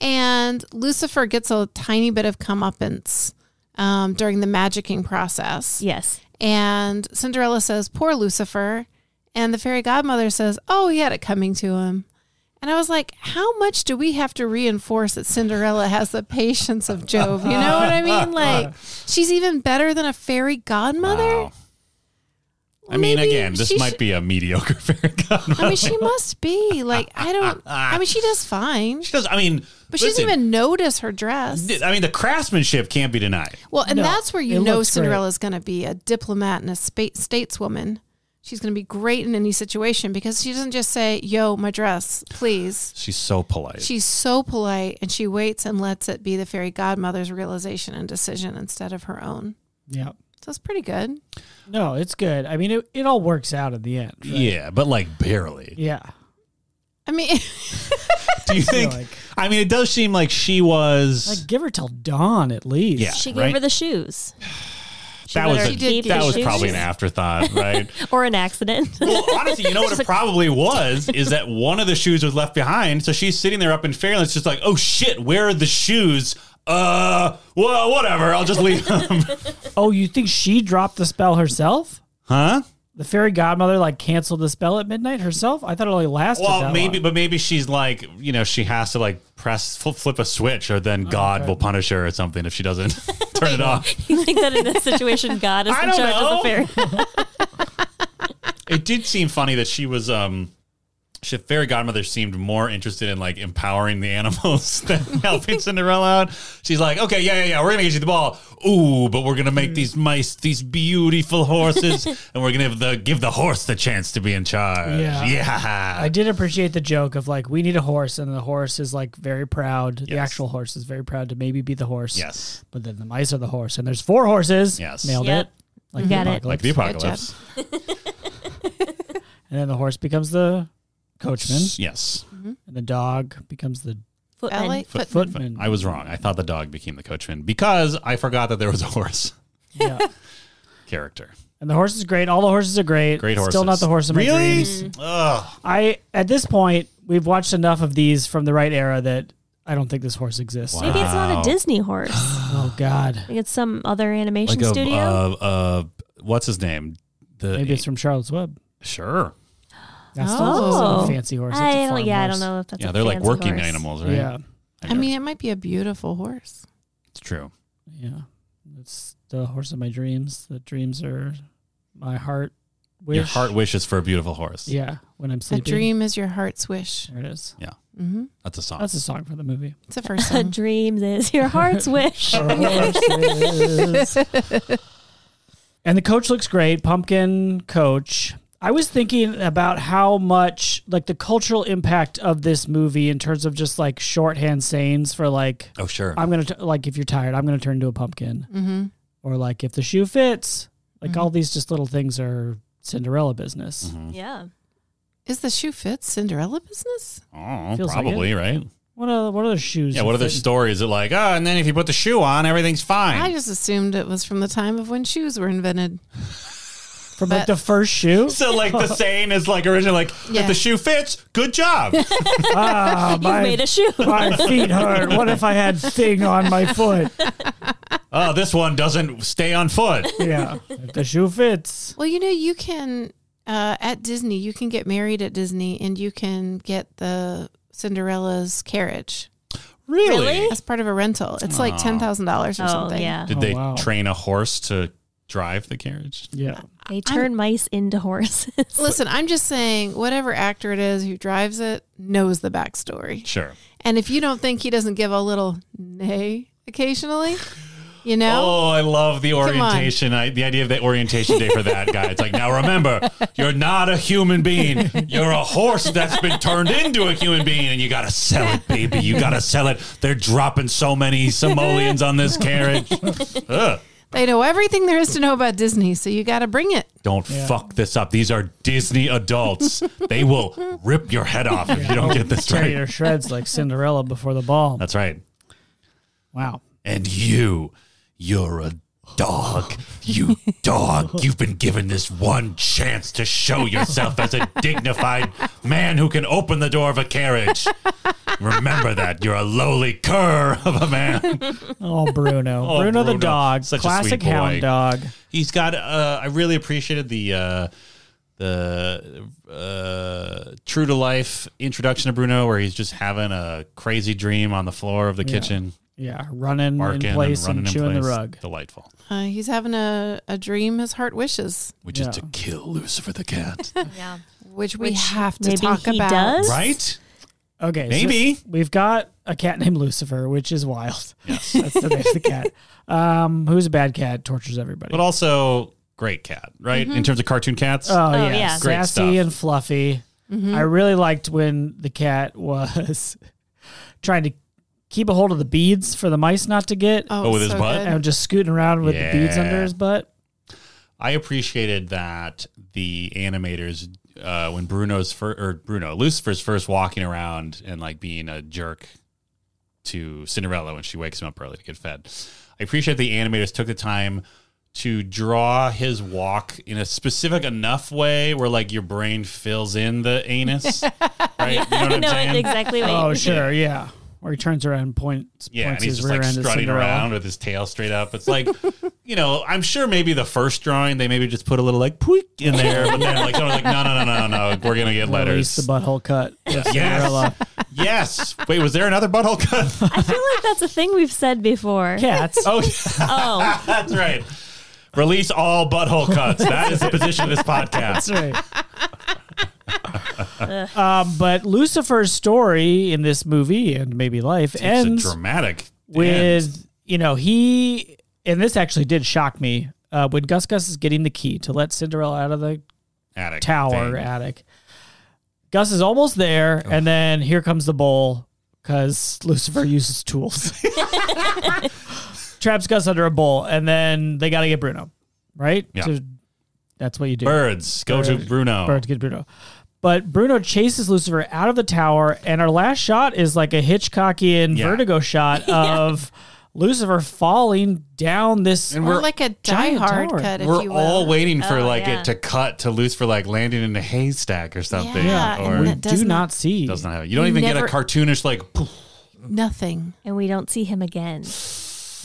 And Lucifer gets a tiny bit of comeuppance um, during the magicking process.
yes.
And Cinderella says, Poor Lucifer. And the fairy godmother says, Oh, he had it coming to him. And I was like, How much do we have to reinforce that Cinderella has the patience of Jove? You know what I mean? Like, she's even better than a fairy godmother.
Wow. I mean,
Maybe
again, this
she
might
should-
be a mediocre fairy godmother.
I mean, she must be. Like, I don't, I mean, she does fine,
She does. I mean,
but she doesn't
listen,
even notice her dress.
I mean, the craftsmanship can't be denied.
Well, and
No,
that's where
it
you know
looks great.
Cinderella's going to be a diplomat and a spa- stateswoman. She's going to be great in any situation because she doesn't just say, "Yo, my dress, please."
She's so polite.
She's so polite and she waits and lets it be the fairy godmother's realization and decision instead of her own.
Yeah.
So it's pretty good.
No, it's good. I mean, it, it all works out in the end. right?
Yeah, but like barely.
Yeah.
I mean,
Do you think?
like-
I mean, it does seem like she was.
Like, give her till dawn at least.
Yeah.
She gave
right?
her the shoes. She
that
let
was
her
a-
She did
keep
give
that
the
was
shoes.
probably an afterthought, right?
or an accident.
well, honestly, you know what it probably was is that one of the shoes was left behind, so she's sitting there up in Fairland, it's just like, oh shit, where are the shoes? Uh, well, whatever, I'll just leave them,
Oh, you think she dropped the spell herself?
huh?
The fairy godmother like canceled the spell at midnight herself. I thought it only lasted.
Well,
that
maybe,
long.
but maybe she's like, you know, she has to like press fl- flip a switch, or then God will punish her or something if she doesn't turn it off.
you think that in this situation, God is
I
in
don't
charge of
know.
the fairy?
It did seem funny that she was, um, she, fairy godmother seemed more interested in like empowering the animals than helping Cinderella out. She's like, okay, yeah, yeah, yeah, we're gonna get you the ball. Ooh, but we're gonna make these mice these beautiful horses, and we're gonna give the give the horse the chance to be in charge.
Yeah.
Yeah,
I did appreciate the joke of like we need a horse, and the horse is like very proud. The
Yes.
actual horse is very proud to maybe be the horse.
yes,
But then the mice are the horse, and there's four horses.
Yes.
Nailed
Yep.
it. Like
You got it.
like the
job.
apocalypse.
And then the horse becomes the coachman,
Yes.
and the dog becomes the
Footmen.
Ballet foot,
footman.
I was wrong. I thought the dog became the coachman because I forgot that there was a horse
yeah.
character.
And the horse is great. All the horses are great.
Great horse.
Still not the horse of my
really?
dreams.
Ugh.
I at this point we've watched enough of these from the right era that I don't think this horse exists.
Wow.
Maybe it's not
Wow.
a Disney horse. I
Oh God.
think it's some other animation
Like a,
studio.
uh, uh, what's his name? The
Maybe it's from Charles Webb.
sure.
That's
Oh.
not a fancy horse. That's a
I don't,
farm
yeah, I
horse.
don't know if that's
Yeah,
a
they're like
fancy
working
horse.
animals, right?
Yeah,
I mean, it might be a beautiful horse.
it's true.
yeah. It's the horse of my dreams. The dreams are my heart wish.
Your heart wishes for a beautiful horse.
Yeah, when I'm
A
sleeping.
dream is your heart's wish.
There it is.
hmm
That's a song.
That's a song for the movie.
It's the first
A
song.
dream is your heart's wish.
Horses. and the coach looks great, pumpkin coach. I was thinking about how much like the cultural impact of this movie in terms of just like shorthand sayings for like
oh, sure.
I'm gonna t- like if you're tired, I'm gonna turn into a pumpkin,
Mm-hmm.
or like if the shoe fits, like all these just little things are Cinderella business.
Mm-hmm.
yeah.
Is the shoe fit Cinderella business?
oh,
Feels like
probably, right?
What are what are the shoes?
Yeah, what
that
other
fit?
stories? It like, oh, and then if you put the shoe on, everything's
I
fine.
just assumed it was from the time of when shoes were invented.
from like the first shoe?
so like the saying is like originally like,
Yeah.
if the shoe fits, good job.
ah,
You've
my,
made a shoe.
my feet hurt. What if I had thing on my foot?
oh, this one doesn't stay on foot.
Yeah, if the shoe fits.
Well, you know, you can uh, at Disney, you can get married at Disney, and you can get the Cinderella's carriage
really?
as part of a rental. It's like ten thousand dollars or
Oh,
something.
yeah.
Did
Oh,
they
wow.
train a horse to drive the carriage?
Yeah,
They turn mice into horses.
Listen, I'm just saying, whatever actor it is who drives it knows the backstory.
Sure.
And if you don't think he doesn't give a little nay occasionally, you know,
Oh, I love the
on.
orientation. I, the idea of the orientation day for that guy. It's like, now remember, you're not a human being. You're a horse that's been turned into a human being, and you got to sell it, baby. You got to sell it. They're dropping so many simoleons on this carriage. Ugh.
They know everything there is to know about Disney, so you got to bring it.
Don't fuck this up. These are Disney adults. they will rip your head off if you don't get this
Tear
right.
your shreds like Cinderella before the ball.
That's right.
Wow.
And you, you're a dog. You dog. You've been given this one chance to show yourself as a dignified man who can open the door of a carriage. Remember that. You're a lowly cur of a man.
Oh, Bruno.
Oh,
Bruno, the
Bruno.
dog.
Such a
Classic
sweet boy.
hound dog.
He's got, uh, I really appreciated the, uh, the uh, true to life introduction of Bruno, where he's just having a crazy dream on the floor of the kitchen,
Yeah, running
barking
in place
and
and,
running in
chewing
place.
the rug.
Delightful.
Uh, he's having a, a dream his heart wishes,
Which
Yeah.
is to kill Lucifer the cat.
Yeah.
which we
Which
have to
maybe
talk
he
about.
does?
right?
Okay. so
Maybe.
we've got a cat named Lucifer, which is wild. Yes. That's the name of the cat. Um, who's a bad cat, tortures everybody.
but also great cat, right? In terms of cartoon cats,
Oh,
Oh,
yeah.
yeah.
Great
sassy
stuff.
and fluffy. I really liked when the cat was trying to keep a hold of the beads for the mice not to get,
Oh,
Oh, with his
it's so
butt?
good.
and just scooting around with the beads under
Yeah.
his butt.
I appreciated that the animators uh, when Bruno's first or Bruno Lucifer's first walking around and like being a jerk to Cinderella when she wakes him up early to get fed. I appreciate the animators took the time to draw his walk in a specific enough way where like your brain fills in the anus, right? You know what
I
I'm
know
saying?
exactly what
Oh,
you-
sure, yeah. Where he turns around and points,
Yeah, and
points his
he's just
rear
like
end at
strutting
Cinderella.
around with his tail straight up. It's like, you know, I'm sure maybe the first drawing they maybe just put a little like poik in there, but then like someone's like, no, no, no, no, no, no, we're gonna
Release
get letters.
the butthole cut.
Yes, yes. Wait, was there another butthole cut?
I feel like that's a thing we've said before.
Cats.
Oh,
Oh,
that's right. Release all butthole cuts. That is the position of this podcast.
That's right. um, but Lucifer's story in this movie and maybe life
It's
ends
a dramatic. end.
with you know he and this actually did shock me uh, when Gus Gus is getting the key to let Cinderella out of the
attic
tower
thing.
attic. Gus is almost there, and then here comes the bowl because Lucifer uses tools. Traps Gus under a bowl, and then they got to get Bruno, right?
Yeah.
To- that's what you do.
Birds go to
Bird-
Bruno.
Bird to get Bruno. But Bruno chases Lucifer out of the tower, and our last shot is like a Hitchcockian
Yeah.
vertigo shot of Lucifer falling down this.
And
Or
we're
like a Die
Giant
Hard
tower.
cut, if
we're
you will.
all waiting for
Oh,
like
yeah.
it to cut to Lucifer like landing in a haystack or something.
Yeah,
or
and
we
that does
do
not-
not see.
Doesn't happen. You don't
You
even
never-
get a cartoonish like. Poof.
Nothing.
and we don't see him again.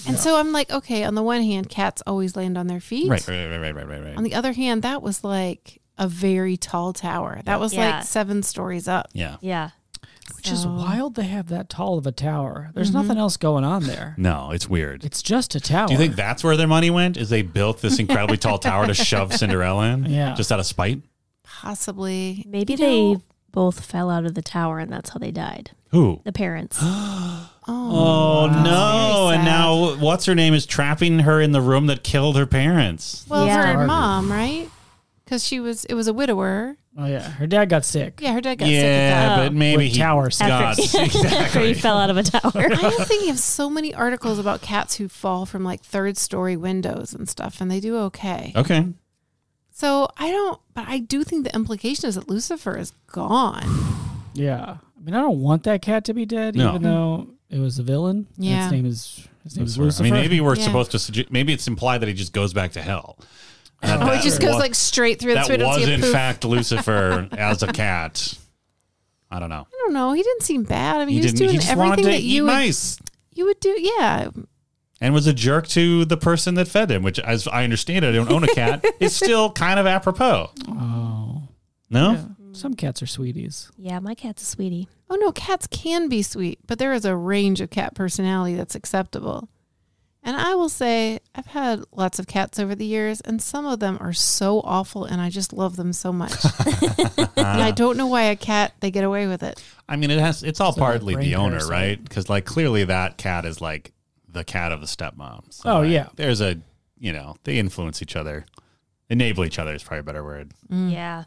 And so I'm like, okay, on the one hand, cats always land on their feet.
Right, right, right, right, right, right,
On
right.
the other hand, that was like a very tall tower. That was
Yeah.
like seven stories up.
Yeah.
Yeah.
Which is
So-
wild they have that tall of a tower. There's nothing else going on there.
No, it's weird.
It's just a tower.
Do you think that's where their money went? Is they built this incredibly tall tower to shove Cinderella in?
Yeah.
Just out of spite?
Possibly.
Maybe
You
they
know-
both fell out of the tower and that's how they died.
Who?
The parents.
Oh.
Oh, no.
very
And
sad.
now what's her name is trapping her in the room that killed her parents.
Well,
Yeah.
her mom, right? Because she was, it was a widower.
Oh yeah, her dad got sick.
Yeah, her dad got sick at that.
Yeah,
Oh.
but maybe
With
he
tower sick.
got
After- After he
exactly.
fell out of a tower.
I am thinking of so many articles about cats who fall from like third story windows and stuff, and they do okay.
Okay.
So I don't, but I do think the implication is that Lucifer is gone.
Yeah, I mean I don't want that cat to be dead,
No.
even though it was a villain. and
Yeah.
his name is his name is
I
Lucifer.
mean, maybe we're
Yeah.
supposed to suggest, maybe it's implied that he just goes back to hell.
Or Oh, it just goes like straight through. That's why I
that
don't
was
see a
in
poof.
fact Lucifer as a cat. I don't know.
I don't know. He didn't seem bad. I mean, he, was
didn't.
doing
he just wanted
everything
to
that
eat
you would,
mice
you would do. Yeah,
and was a jerk to the person that fed him, which, as I understand it, I don't own a cat. is still kind of apropos.
oh,
No,
Yeah. some cats are sweeties.
yeah, my cat's a sweetie.
Oh no, cats can be sweet, but there is a range of cat personality that's acceptable. And I will say, I've had lots of cats over the years, and some of them are so awful, and I just love them so much. and I don't know why a cat they get away with it.
I mean it has. It's all
like
partly
brain
the owner,
parasite.
right? Because like clearly that cat is like the cat of the stepmom. So,
Oh,
like,
yeah.
there's a
Mm.
you know they influence each other, enable each other is probably a better word.
Yeah.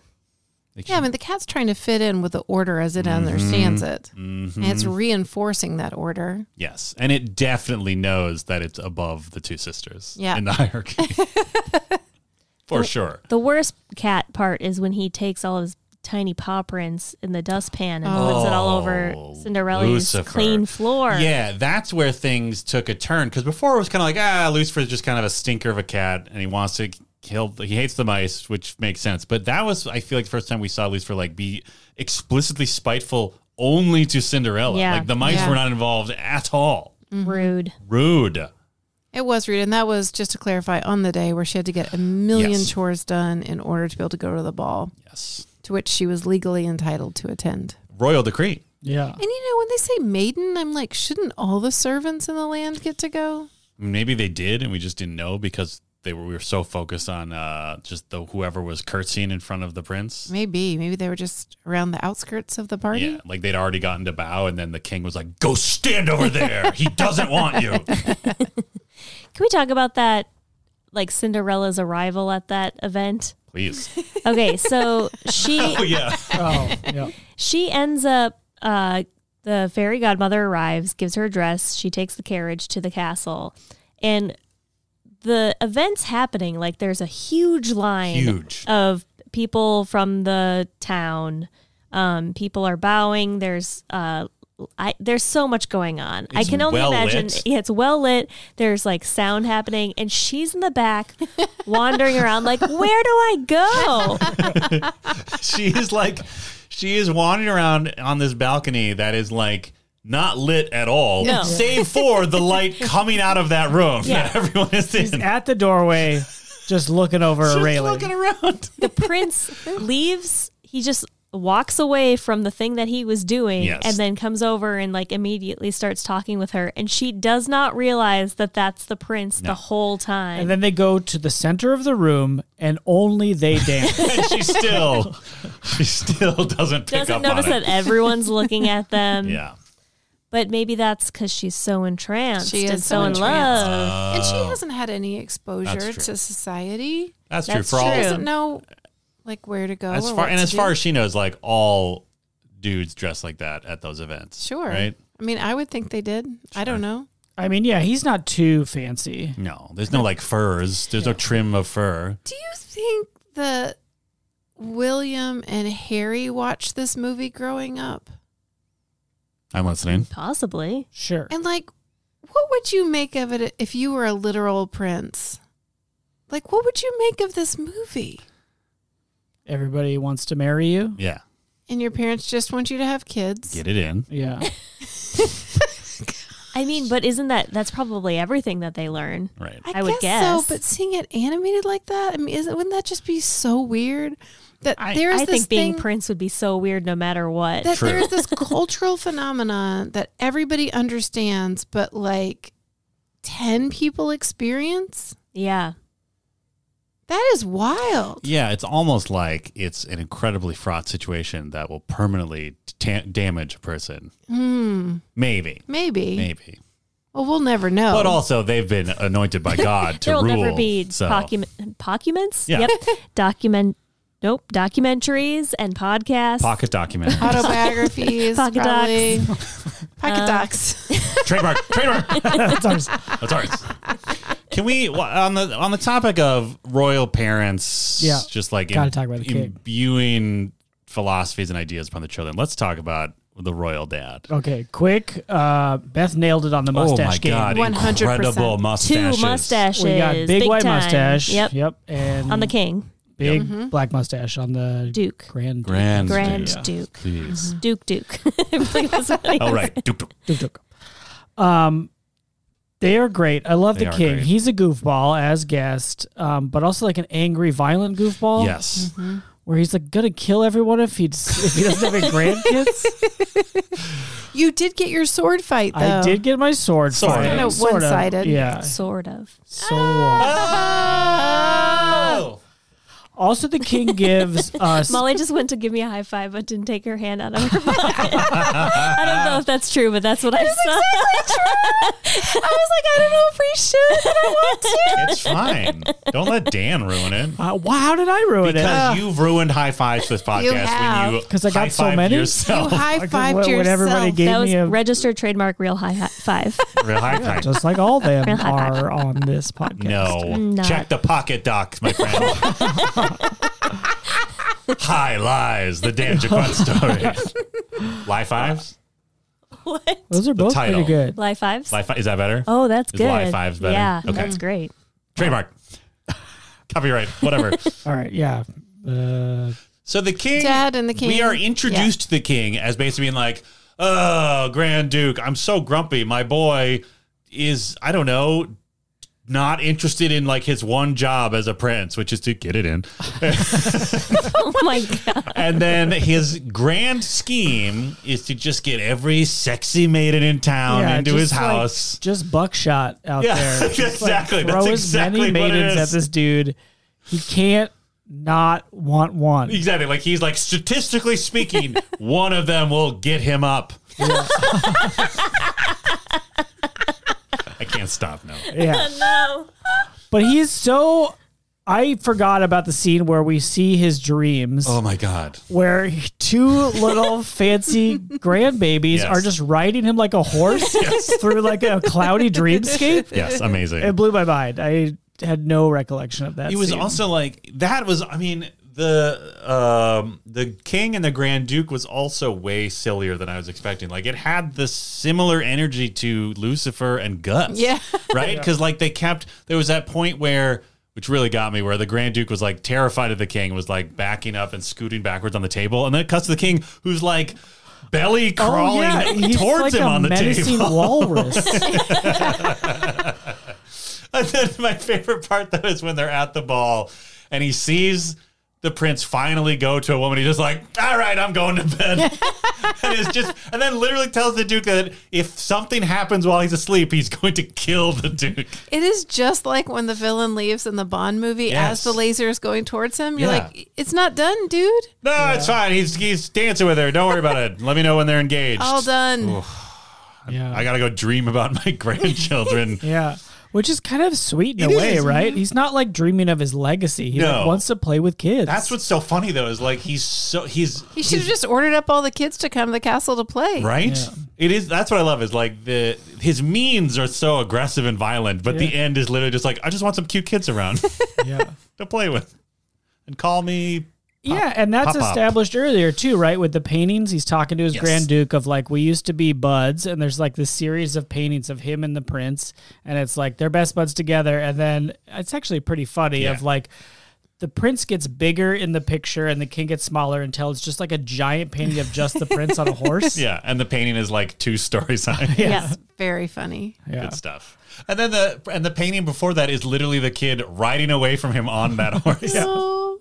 Like
Yeah, I mean, the cat's trying to fit in with the order as it
Mm-hmm.
understands it. And it's reinforcing that order.
Yes, and it definitely knows that it's above the two sisters
Yeah.
in the hierarchy. For sure.
The worst cat part is when he takes all of his tiny paw prints in the dustpan and puts it all over
Oh,
Cinderella's
Lucifer.
clean floor.
Yeah, that's where things took a turn because before it was kind of like ah, Lucifer's just kind of a stinker of a cat, and he wants to kill. He hates the mice, which makes sense. But that was, I feel like, the first time we saw Lucifer like be explicitly spiteful only to Cinderella.
Yeah.
Like the mice
Yeah.
were not involved at all.
Rude.
Rude.
It was rude. And that was just to clarify on the day where she had to get a million
Yes.
chores done in order to be able to go to the ball,
Yes.
to which she was legally entitled to attend.
Royal decree.
Yeah.
And you know, when they say maiden, I'm like, shouldn't all the servants in the land get to go?
Maybe they did, and we just didn't know because they were we were so focused on uh, just the whoever was curtsying in front of the prince.
Maybe. Maybe they were just around the outskirts of the party.
Yeah, like they'd already gotten to bow, and then the king was like, "Go stand over there. He doesn't want you."
Can we talk about that? Like Cinderella's arrival at that event.
Please.
Okay, so she
Oh yeah.
Oh, yeah.
she ends up uh the fairy godmother arrives gives her a dress she takes the carriage to the castle and the events happening like there's a huge line
Huge.
of people from the town um people are bowing there's uh I, there's so much going on. I
It's
can only
well
imagine
lit.
yeah, it's well lit. There's like sound happening, and she's in the back wandering around, like, Where do I go?
she is like, she is wandering around on this balcony that is like not lit at all,
No.
save for the light coming out of that room
Yeah.
that everyone is
He's
in.
at the doorway, just looking over a
Just
railing.
looking around.
prince leaves he just walks away from the thing that he was doing
Yes.
and then comes over and like immediately starts talking with her and she does not realize that that's the prince the whole time
and then they go to the center of the room, and only they dance.
and she still, she still doesn't pick
doesn't
up
notice
on
that
it.
everyone's looking at them
Yeah.
but maybe that's because she's so entranced
She
and
is
so
so
in
entranced.
love
Uh,
And she hasn't had any exposure
Oh. That's true.
to society.
That's,
That's
true. For
true.
all
Doesn't know like where to go.
as
or
far
what
and
to
as far
do.
as she knows, like all dudes dress like that at those events.
Sure.
Right?
I mean, I would think they did. I don't know.
I mean, yeah, he's not too fancy.
No, there's no like furs. There's no trim of fur.
Do you think that William and Harry watched this movie growing up?
I'm listening.
possibly
Sure.
And like, what would you make of it if you were a literal prince? Like, what would you make of this movie?
Everybody wants to marry you.
Yeah.
And your parents just want you to have kids.
Get it in.
Yeah.
i mean but isn't that that's probably everything that they learn
Right.
I,
I would
guess, so,
guess.
but seeing it animated like that, I mean, isn't wouldn't that just be so weird? That there is
i
this
think being
thing-
prince would be so weird no matter what
that
True.
there is this cultural phenomenon that everybody understands, but like 10 people experience.
yeah
That is wild.
Yeah, it's almost like it's an incredibly fraught situation that will permanently ta- damage a person.
Hmm.
Maybe.
Maybe.
Maybe.
Well, we'll never know.
But also, they've been anointed by God to
there will
rule.
Oh. never be
so-
document documents.
Yeah.
Yep. Document. Nope. Documentaries and podcasts.
Pocket document.
Autobiographies,
Pocket
probably.
Uh,
Pocket docs.
trademark. Trademark.
That's ours.
That's ours. Can we wh- on the on the topic of royal parents?
Yeah.
just like
Gotta talk about the king.
imbuing philosophies and ideas upon the children. Let's talk about the royal dad.
Okay, quick. Uh, Beth nailed it on the mustache
oh my
game.
god!
100%.
Incredible
Two
mustaches.
mustaches.
We got big, white
time.
mustache.
Yep.
Yep. And
On the Mm-hmm. king.
big black mustache on the
Duke.
grand
Grand.
Grand Mm-hmm.
Duke.
Duke.
Please.
Duke Duke. Duke.
All right. Duke, Duke.
Duke, Duke. Um, they are great. I love
They
the
are
king.
great.
He's a goofball as guest, um, but also like an angry, violent goofball.
Yes.
Where he's like gonna kill everyone if he if he doesn't have any grandkids.
You did get your sword fight, though.
Oh.
I did get my sword.
Sort
fight.
of. Kinda
Sort of.
one-sided.
Ah.
Yeah.
Sort of.
So. uh,
Oh.
Also, the king gives us.
Molly just went to give me a high five, but didn't take her hand out of her pocket. I don't know if that's true, but that's what I saw. I was like, I don't know if we should. But I want to.
It's fine. Don't let Dan ruin it.
Uh, why- how did I ruin it?
Because you've ruined high fives this podcast when
have.
you
'Cause Ah. I got so
high-fived
many.
You
yourself.
Oh, high fived
When
yourself.
everybody gave
That was
me a
registered trademark real high hi- five.
Real high five.
just like all them
Real high five.
are on this podcast.
No.
Mm,
Not-
Check the pocket docs, my friend. High lies, the Dan Jaquan stories. Lie fives?
what?
Those are both
title.
pretty good.
Lie fives?
Lie fi- is that better?
oh, that's
Is
good.
lie fives better?
Yeah,
Okay.
that's great.
Trademark. Copyright. Whatever.
All right, yeah. Uh,
So the king,
Dad and the king.
we are introduced to the king as basically being like, "Oh, Grand Duke, I'm so grumpy. My boy is, I don't know, not interested in like his one job as a prince, which is to get it in."
Oh my god.
and then his grand scheme is to just get every sexy maiden in town
yeah,
into his
just like-
house.
just buckshot out
Yeah,
there. Just, like,
exactly.
throw
That's
as
exactly
many
what it
maidens
is.
at this dude. He can't not want one.
Exactly. Like he's like statistically speaking, one of them will get him up. I can't stop now.
Yeah.
No.
But he is so. I forgot about the scene where we see his dreams,
Oh my god.
where he- two little fancy grandbabies
Yes.
are just riding him like a horse through like a cloudy dreamscape.
Yes, amazing.
It blew my mind. I had no recollection of that.
It was
scene.
also like that was I mean the um the king and the grand duke was also way sillier than I was expecting. Like it had the similar energy to Lucifer and Gus.
Yeah.
Right? Cuz like they kept there was that point where which really got me where the grand duke was like terrified of the king was like backing up and scooting backwards on the table and then it cuts to the king who's like belly
Oh,
crawling
yeah, he's
towards
like
him
a
on the
menacing
table.
walrus.
And then my favorite part though is when they're at the ball and he sees the prince finally go to a woman. He's just like, "All right, I'm going to bed." and it's just, and then literally tells the duke that if something happens while he's asleep, he's going to kill the duke.
It is just like when the villain leaves in the Bond movie
Yes.
as the laser is going towards him. You're
Yeah.
like, it's not done, dude.
No, it's fine. He's he's dancing with her. Don't worry about it. Let me know when they're engaged.
All done.
yeah.
I gotta go dream about my grandchildren.
Yeah. Which is kind of sweet in
It
a way,
is.
right? He's not like dreaming of his legacy. He
No.
like, wants to play with kids.
That's what's so funny though is like he's so he's
He should have just ordered up all the kids to come to the castle to play.
right it is that's what i love is like the his means are so aggressive and violent but the
Yeah.
end is literally just like i just want some cute kids around
yeah.
to play with and call me
Yeah, and that's
Pop-up.
established earlier too, right? With the paintings, he's talking to his
Yes.
Grand Duke of like, we used to be buds, and there's like this series of paintings of him and the prince, and it's like they're best buds together, and then it's actually pretty funny
Yeah.
of like the prince gets bigger in the picture and the king gets smaller until it's just like a giant painting of just the prince on a horse.
yeah and the painting is like two stories high
Yeah.
Very funny.
Yeah.
good stuff and then the and the painting before that is literally the kid riding away from him on that horse
Oh,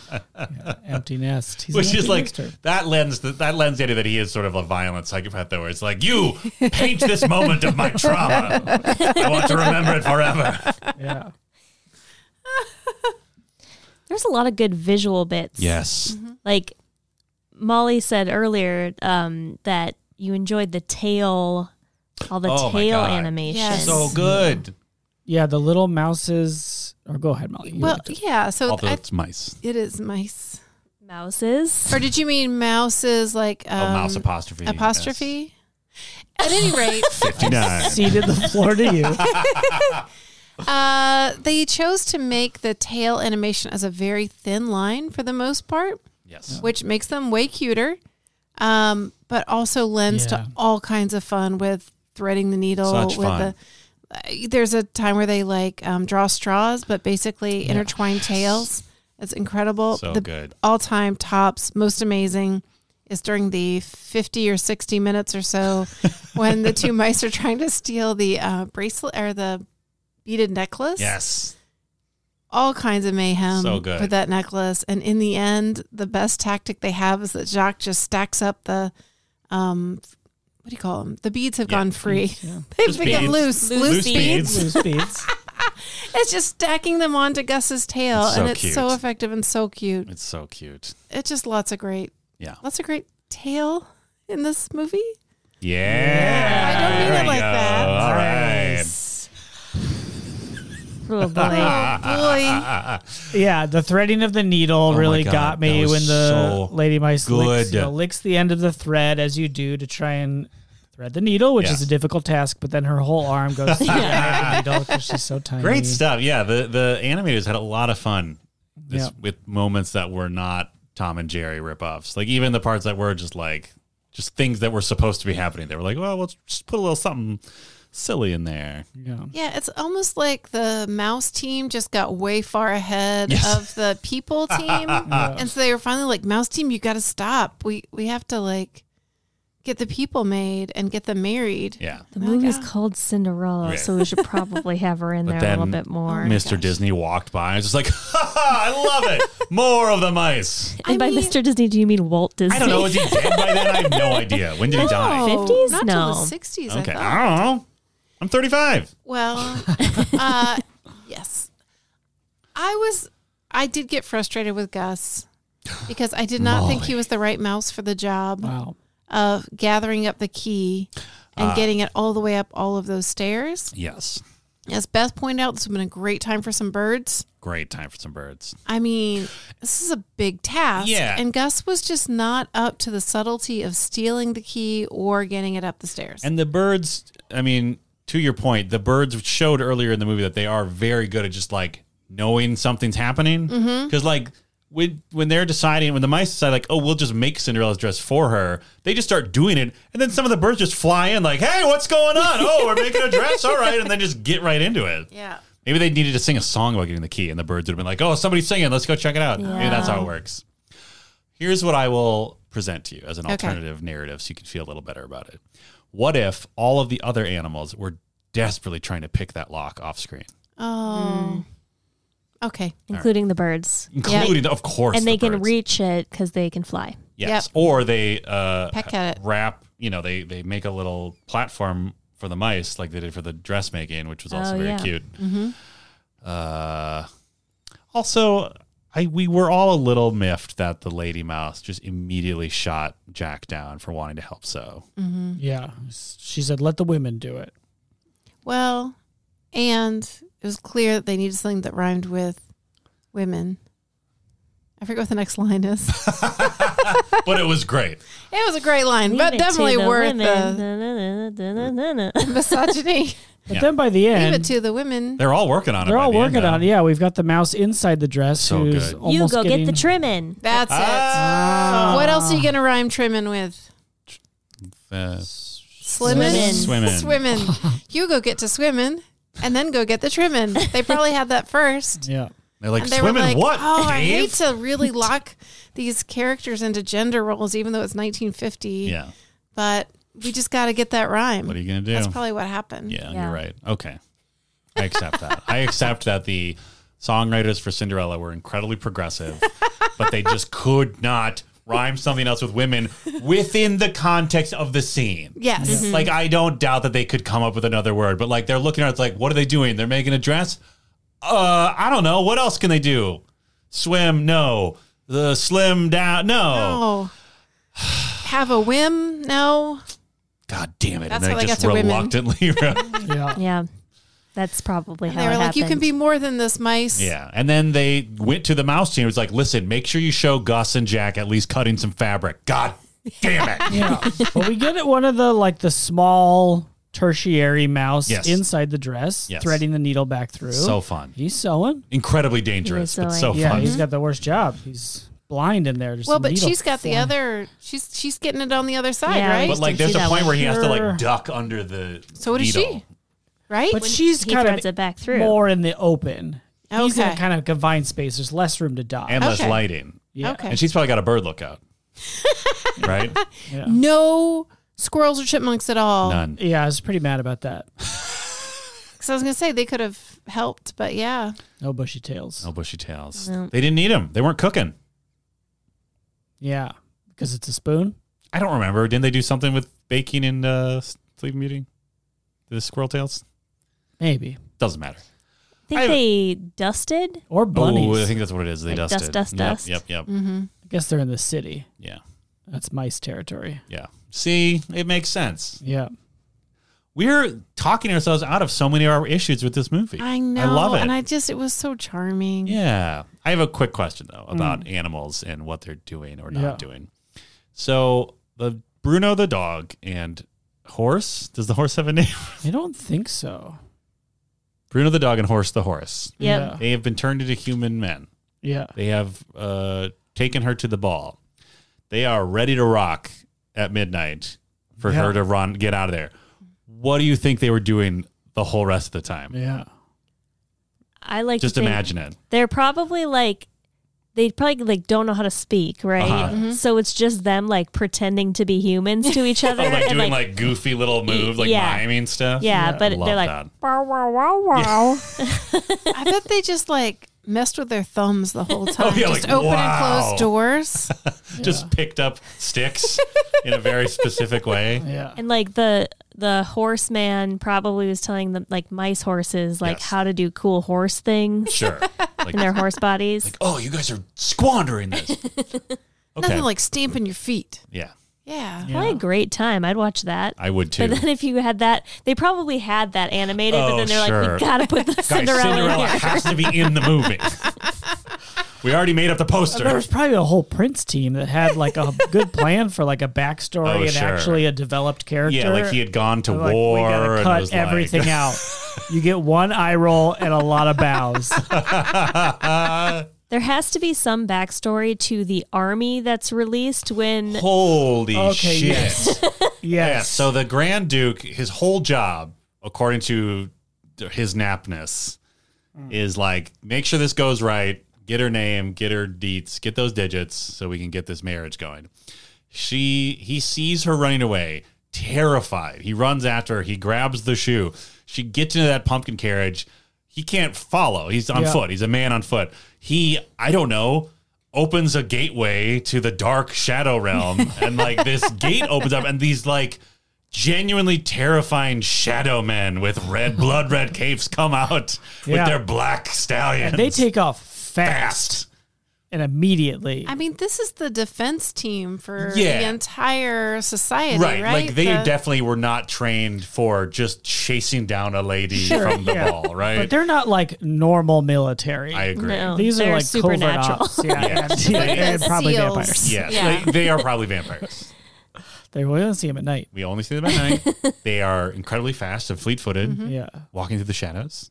Empty nest. He's an
Which is
empty
like
nester.
that lends that, that lends the idea that he is sort of a violent psychopath, though. Where it's like you paint this moment of my trauma. I want to remember it forever.
yeah.
There's a lot of good visual bits.
Yes,
Mm-hmm.
Like Molly said earlier, um, that you enjoyed the tail all the
Oh my
tail
God.
animation.
Yes.
so good.
Yeah, the little mouses. Or go ahead, Molly. You
well,
liked it.
yeah. So
Although
I,
it's mice.
it is mice.
Mouses.
Or did you mean mouses like um,
oh, mouse apostrophe.
apostrophe? At any rate,
Yes. 59.
ceded the floor to you.
uh, they chose to make the tail animation as a very thin line for the most part.
yes.
which makes them way cuter, um, but also lends
Yeah.
to all kinds of fun with threading the needle.
Such
with
fun.
The, uh, there's a time where they like um, draw straws, but basically intertwine tails. It's incredible.
So
the
good.
all time tops, most amazing. Is during the 50 or 60 minutes or so when the two mice are trying to steal the uh, bracelet or the beaded necklace
Yes.
all kinds of mayhem
So good.
for that necklace. And in the end, the best tactic they have is that Jacques just stacks up the, um, what do you call them? The beads have
Yeah.
gone free.
Yeah.
They've
Just
become
beads.
loose.
Loose
Loose,
beads.
beads.
Loose beads.
It's just stacking them onto Gus's tail,
It's so
and it's so
cute.
effective and so cute.
It's so cute.
It's just lots of great,
Yeah.
lots of great tail in this movie.
Yeah.
I don't mean
There
it
we
like
go.
that.
All right.
Oh boy.
Boy,
Yeah, the threading of the needle
Oh my
really
God,
got me
that was
when the
so
lady mice licks,
good.
you know, licks the end of the thread as you do to try and thread the needle, which
Yeah.
is a difficult task. But then her whole arm goes through the needle because she's so tiny.
Great stuff. Yeah, the the animators had a lot of fun this,
Yeah.
with moments that were not Tom and Jerry ripoffs. Like even the parts that were just like just things that were supposed to be happening. They were like, well, let's just put a little something silly in there.
Yeah.
yeah, it's almost like the mouse team just got way far ahead
Yes.
of the people team, and so they were finally like, "Mouse team, you got to stop. We we have to like get the people made and get them married."
Yeah.
The movie's
Oh God.
called Cinderella,
Yeah.
so we should probably have her in
But
there a
then-
little bit more.
Mr. Disney walked by. I was just like, ha, ha, I love it. More of the mice.
and by
I mean-
Mr. Disney, do you mean Walt Disney?
I don't know. Was he dead by then? I have no idea. When did
Oh,
he die?
No,
50s?
Oh, Not
No.
till the sixties.
Okay.
I thought.
I don't know. I'm 35.
Well, uh, yes. I was, I did get frustrated with Gus because I did not think he was the right mouse for the job
Wow.
of gathering up the key and
Ah.
getting it all the way up all of those stairs.
Yes.
As Beth pointed out, this would have been a great time for some birds.
Great time for some birds.
I mean, this is a big task.
Yeah.
And Gus was just not up to the subtlety of stealing the key or getting it up the stairs.
And the birds, I mean, to your point, the birds showed earlier in the movie that they are very good at just like knowing something's happening. Because like when when they're deciding, when the mice decide like, oh, we'll just make Cinderella's dress for her, they just start doing it, and then some of the birds just fly in like, hey, what's going on? Oh, we're making a dress, all right, and then just get right into it.
yeah.
Maybe they needed to sing a song about getting the key, and the birds would have been like, "Oh, somebody's singing. Let's go check it out." Maybe that's how it works. Here's what I will present to you as an alternative narrative, so you can feel a little better about it. What if all of the other animals were desperately trying to pick that lock off screen,
Oh. Okay.
Including the birds.
including, of course,
And they
the
can
birds.
reach it because they can fly.
Yes,
Yep.
or they uh,
Peck at it.
wrap. You know, they they make a little platform for the mice, like they did for the dressmaking, which was also
Oh,
very
yeah.
cute.
Mm-hmm.
Uh, also, I we were all a little miffed that the lady mouse just immediately shot Jack down for wanting to help. So
Mm-hmm.
Yeah. She said, let the women do it.
Well, and it was clear that they needed something that rhymed with women. I forget what the next line is.
but it was great.
it was a great line,
Leave it
but
to
definitely
the
worth
women.
the
Da-na-na-na-na-na-na.
misogyny.
But
Yeah.
then by the
Leave it
end,
to the women.
They're all working on it.
they're
by
all
the end,
working
though.
on it. Yeah, we've got the mouse inside the dress
So
who's
good.
almost
You go
getting,
get the trimming.
That's it.
Ah,
What else are you going to rhyme trimming with?
uh,
Slimming?
Swimmin'.
Swimmin'. You go get to swimmin' and then go get the trimmin'. They probably had that first.
Yeah.
they're like
And they
swimming.
were like,
what?
oh, I
Dave?"
hate to really lock these characters into gender roles, even though it's 1950.
yeah.
but we just got to get that rhyme.
What are you gonna do?
That's probably what happened.
Yeah,
Yeah.
you're right. Okay. I accept that. I accept that the songwriters for Cinderella were incredibly progressive, but they just could not rhyme something else with women within the context of the scene.
Yes. Mm-hmm.
Like I don't doubt that they could come up with another word, but like they're looking at it, it's like, what are they doing? They're making a dress? Uh I don't know. What else can they do? Swim, no. The slim down no.
Oh. Have a whim? No.
God damn it.
That's
and
how
they
they
just
got to women.
reluctantly wrote-
Yeah.
Yeah. That's probably
And
how
they were
it
like, you can
happened.
be more than this, mice.
Yeah. And then they went to the mouse team. It was like, listen, make sure you show Gus and Jack at least cutting some fabric. God damn it.
Yeah. but we get it one of the like the small tertiary mouse
Yes.
inside the dress,
Yes.
threading the needle back through.
So fun.
he's sewing.
Incredibly dangerous,
He
but
was
so
sewing.
Yeah,
fun.
he's got the worst job. He's blind in there. Just
Mm-hmm. Well, but
needle
she's got the
flying.
other. She's she's getting it on the other side,
Yeah.
right?
but like,
Didn't
there's
see
a
that
point
one.
where he has to
Sure.
like duck under the.
so what is
needle.
she? Right?
But she's
he
kind
threads
of
it back through.
more in the open. He's in a
Okay.
kind of confined space. There's less room to dodge.
And less
Okay.
lighting.
yeah.
Okay.
And she's probably got a bird lookout. right?
no squirrels or chipmunks at
Oh.
all.
None.
Yeah, I was pretty mad about that.
Because I was gonna say they could have helped, but yeah.
No bushy tails.
No bushy tails.
No.
They didn't need them. They weren't cooking.
Yeah, because it's a spoon.
I don't remember. Didn't they do something with baking and uh, Sleeping Beauty? The squirrel tails?
Maybe.
Doesn't matter.
think
I-
they dusted.
or bunnies.
Oh, I think that's what it is. They
Like dust, dust,
dusted. yep,
dust. Mm.
Yep, yep.
I guess they're in the city.
Yeah,
That's mice territory.
yeah. See, it makes sense.
Yeah.
We're talking ourselves out of so many of our issues with this movie.
I know.
I love it.
And I just, it was so charming.
Yeah. I have a quick question though about
Mm.
animals and what they're doing or not
Yeah.
doing. So the Bruno the dog and horse. Does the horse have a name?
I don't think so.
Bruno the dog and horse the horse.
Yep.
Yeah.
They have been turned into human men.
Yeah.
They have uh, taken her to the ball. They are ready to rock at midnight for
Yeah.
her to run, get out of there. What do you think they were doing the whole rest of the time?
Yeah.
I like
Just
to think
imagine it.
They're probably like they probably like don't know how to speak, right?
Uh-huh.
Mm-hmm.
So it's just them like pretending to be humans to each other.
Oh, like
and,
doing like, goofy little moves, like
yeah.
miming stuff.
yeah,
Yeah.
but
Love
they're like
that.
wow wow wow wow.
I bet they just like messed with their thumbs the whole time.
Oh, yeah,
just
like,
open and
wow.
close doors.
just picked up sticks in a very specific way.
Yeah.
And like the the horseman probably was telling them like mice horses like
Yes.
how to do cool horse things
Sure. Like,
in their horse bodies.
oh, you guys are squandering this. Okay.
Nothing like stamping your feet.
yeah,
Yeah.
Probably a great time. I'd watch that.
I would too.
But then if you had that, they probably had that animated, but
Oh,
then they're like,
sure.
we gotta put the
Guys,
Cinderella,
Cinderella,
in here.
has to be in the movie. we already made up the
There
poster.
was probably a whole Prince team that had like a good plan for like a backstory
Oh,
and
sure.
actually a developed character.
Yeah, like he had gone to
Like,
war
we gotta
and
cut
was
everything
like,
out. You get one eye roll and a lot of bows.
There has to be some backstory to the army that's released when
"Holy
Okay,
shit!"
yes.
Yeah,
Yes.
so the Grand Duke, his whole job, according to his napness,
Hmm.
is like make sure this goes right, get her name, get her deets, get those digits so we can get this marriage going. She he sees her running away, terrified. He runs after her, he grabs the shoe. She gets into that pumpkin carriage. He can't follow. He's on
Yeah.
foot. He's a man on foot. He, I don't know, opens a gateway to the dark shadow realm and like this gate opens up and these like genuinely terrifying shadow men with red blood red capes come out with
Yeah.
their black stallions.
and they take off fast,
fast.
and immediately.
I mean, this is the defense team for
Yeah.
the entire society,
Right.
right?
Like they
The-
definitely were not trained for just chasing down a lady from the
yeah.
ball, right?
but they're not like normal military.
I agree.
Oh,
No,
These are
they're
like
supernatural.
covert ops. Yeah,
Yes.
yeah,
Like
and
the
probably
seals.
vampires.
Yes.
Yeah.
They, they are probably vampires.
They we only see them at night.
We only see them at night. they are incredibly fast and fleet footed,
Hmm?
Yeah,
walking through the shadows.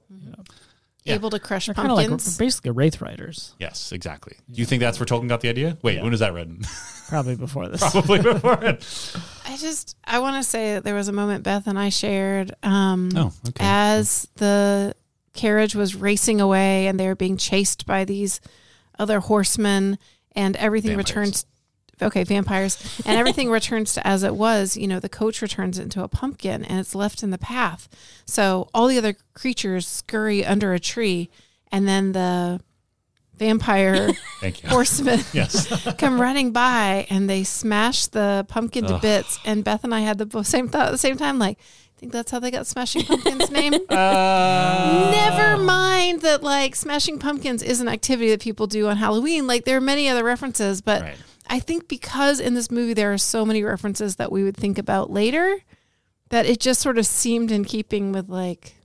Yeah.
able to crush
they're kind of like
pumpkins.
basically wraith riders.
Yes, exactly. Do you think that's where Tolkien got the idea? Wait,
Yeah.
when was that written?
Probably before this.
probably before it.
I just I want to say that there was a moment Beth and I shared um,
Oh, okay.
as the carriage was racing away and they were being chased by these other horsemen and everything
Vampires.
returns okay vampires and everything returns to as it was you know the coach returns it into a pumpkin and it's left in the path so all the other creatures scurry under a tree and then the vampire
Thank you.
horsemen
Yes.
come running by and they smash the pumpkin to
Ugh.
bits. And Beth and I had the bo- same thought at the same time. Like, I think that's how they got Smashing Pumpkins' name. Never mind that, like, Smashing Pumpkins is an activity that people do on Halloween. Like, there are many other references, but
Right.
I think because in this movie there are so many references that we would think about later, that it just sort of seemed in keeping with, like,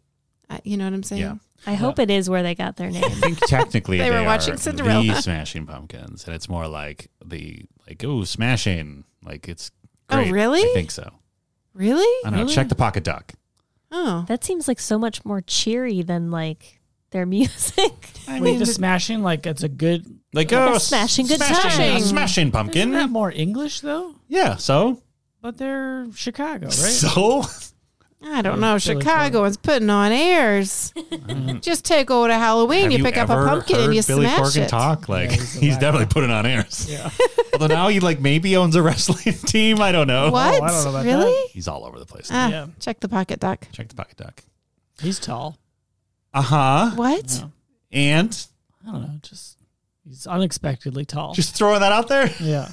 I- you know what I'm saying?
Yeah.
I hope it is where they got their
I
name.
think technically
They were watching
are the
Cinderella.
Smashing Pumpkins, and it's more like the like oh smashing like it's.
Oh,
Great.
really?
I think so.
Really?
I don't know.
Really?
Check the pocket duck.
Oh.
that seems like so much more cheery than like their music.
I mean, the smashing like it's a good.
Like
Like
a
oh,
smashing good
smashing,
time. Mm-hmm.
smashing
Isn't that
pumpkin.
more English though?
Yeah. So
But they're Chicago, right?
so
I don't know.
Really
Chicagoans putting on airs. Just take over to Halloween.
Mm. have
You pick up a
ever
pumpkin
heard
and you
Billy
smash
Corgan
it.
talk like
Yeah, he's
he's,
a whack.
definitely putting on airs.
Yeah.
Although now he like maybe owns a wrestling team. I don't know.
What?
Oh, I don't know about
really?
He's all over the place.
Ah,
Yeah.
Check the pocket duck.
Check the pocket duck.
He's tall.
Uh huh.
What?
Yeah.
And
I don't know. Just he's unexpectedly tall.
just throwing that out there.
yeah.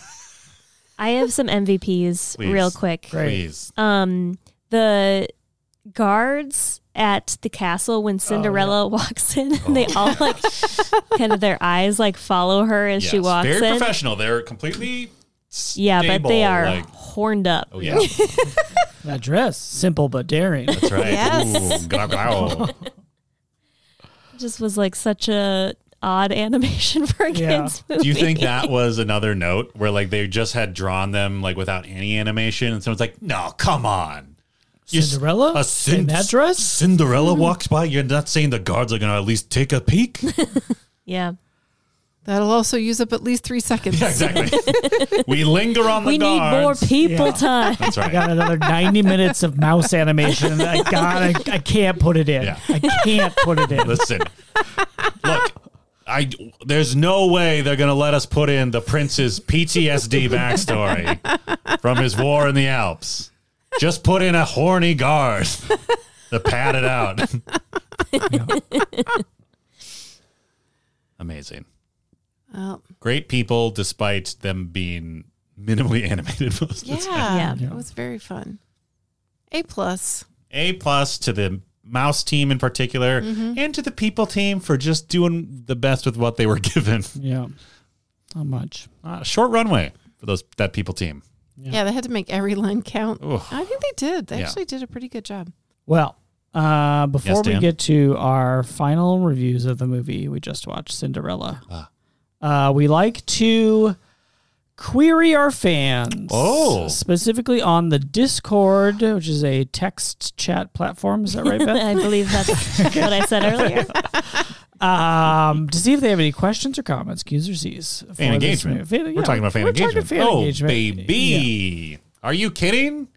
I have some MVPs
Please.
real quick.
Great.
Please.
Um, the um, guards at the castle
Oh,
when Cinderella walks in, and they all like kind of their eyes like follow her as she
Yes.
walks
Very
in.
professional. They're completely.
Yeah, but they
stable,
are
like-
horned up.
oh yeah,
That dress, simple but daring.
that's right.
Yes.
Ooh, growl, growl.
Just was like such a odd animation for a
Yeah.
kids movie.
Do you think that was another note where like they just had drawn them like without any animation, and someone's like, "No, come on, You s-
Cinderella?
a cin-
In that dress?
Cinderella
Mm-hmm.
walks by. You're not saying the guards are gonna at least take a peek? yeah,
Yeah,
That'll also use up at least three seconds.
exactly. we linger on the
we need more
guards.
people
Yeah.
time.
That's
I
right.
got another 90 minutes of mouse animation. and I got I, I can't put it in.
Yeah.
I can't put it in.
Listen, look, I there's no way they're gonna let us put in the prince's PTSD backstory from his war in the Alps. Just put in a horny guard to pad it out. Amazing.
Well,
Great people, despite them being minimally animated most of the time.
yeah,
Yeah.
it was very fun. A plus.
A plus to the mouse team in particular, and to the people team for just doing the best with what they were given.
Yeah. How much?
Uh, short runway for those that people team.
Yeah. they had to make every line count.
Ugh.
I think they did. They
Yeah.
actually did a pretty good job.
Well, uh, before
Yes,
we
Dan?
get to our final reviews of the movie we just watched, Cinderella,
Ah.
uh, we like to query our fans.
Oh.
Specifically on the Discord, which is a text chat platform. Is that right, Beth?
I believe that's what I said earlier.
um, to see if they have any questions or comments, users Z's. for
Fan
this
engagement.
movie. Fan- yeah,
We're talking about fan
we're talking
engagement.
fan
oh,
engagement.
baby. Are you kidding?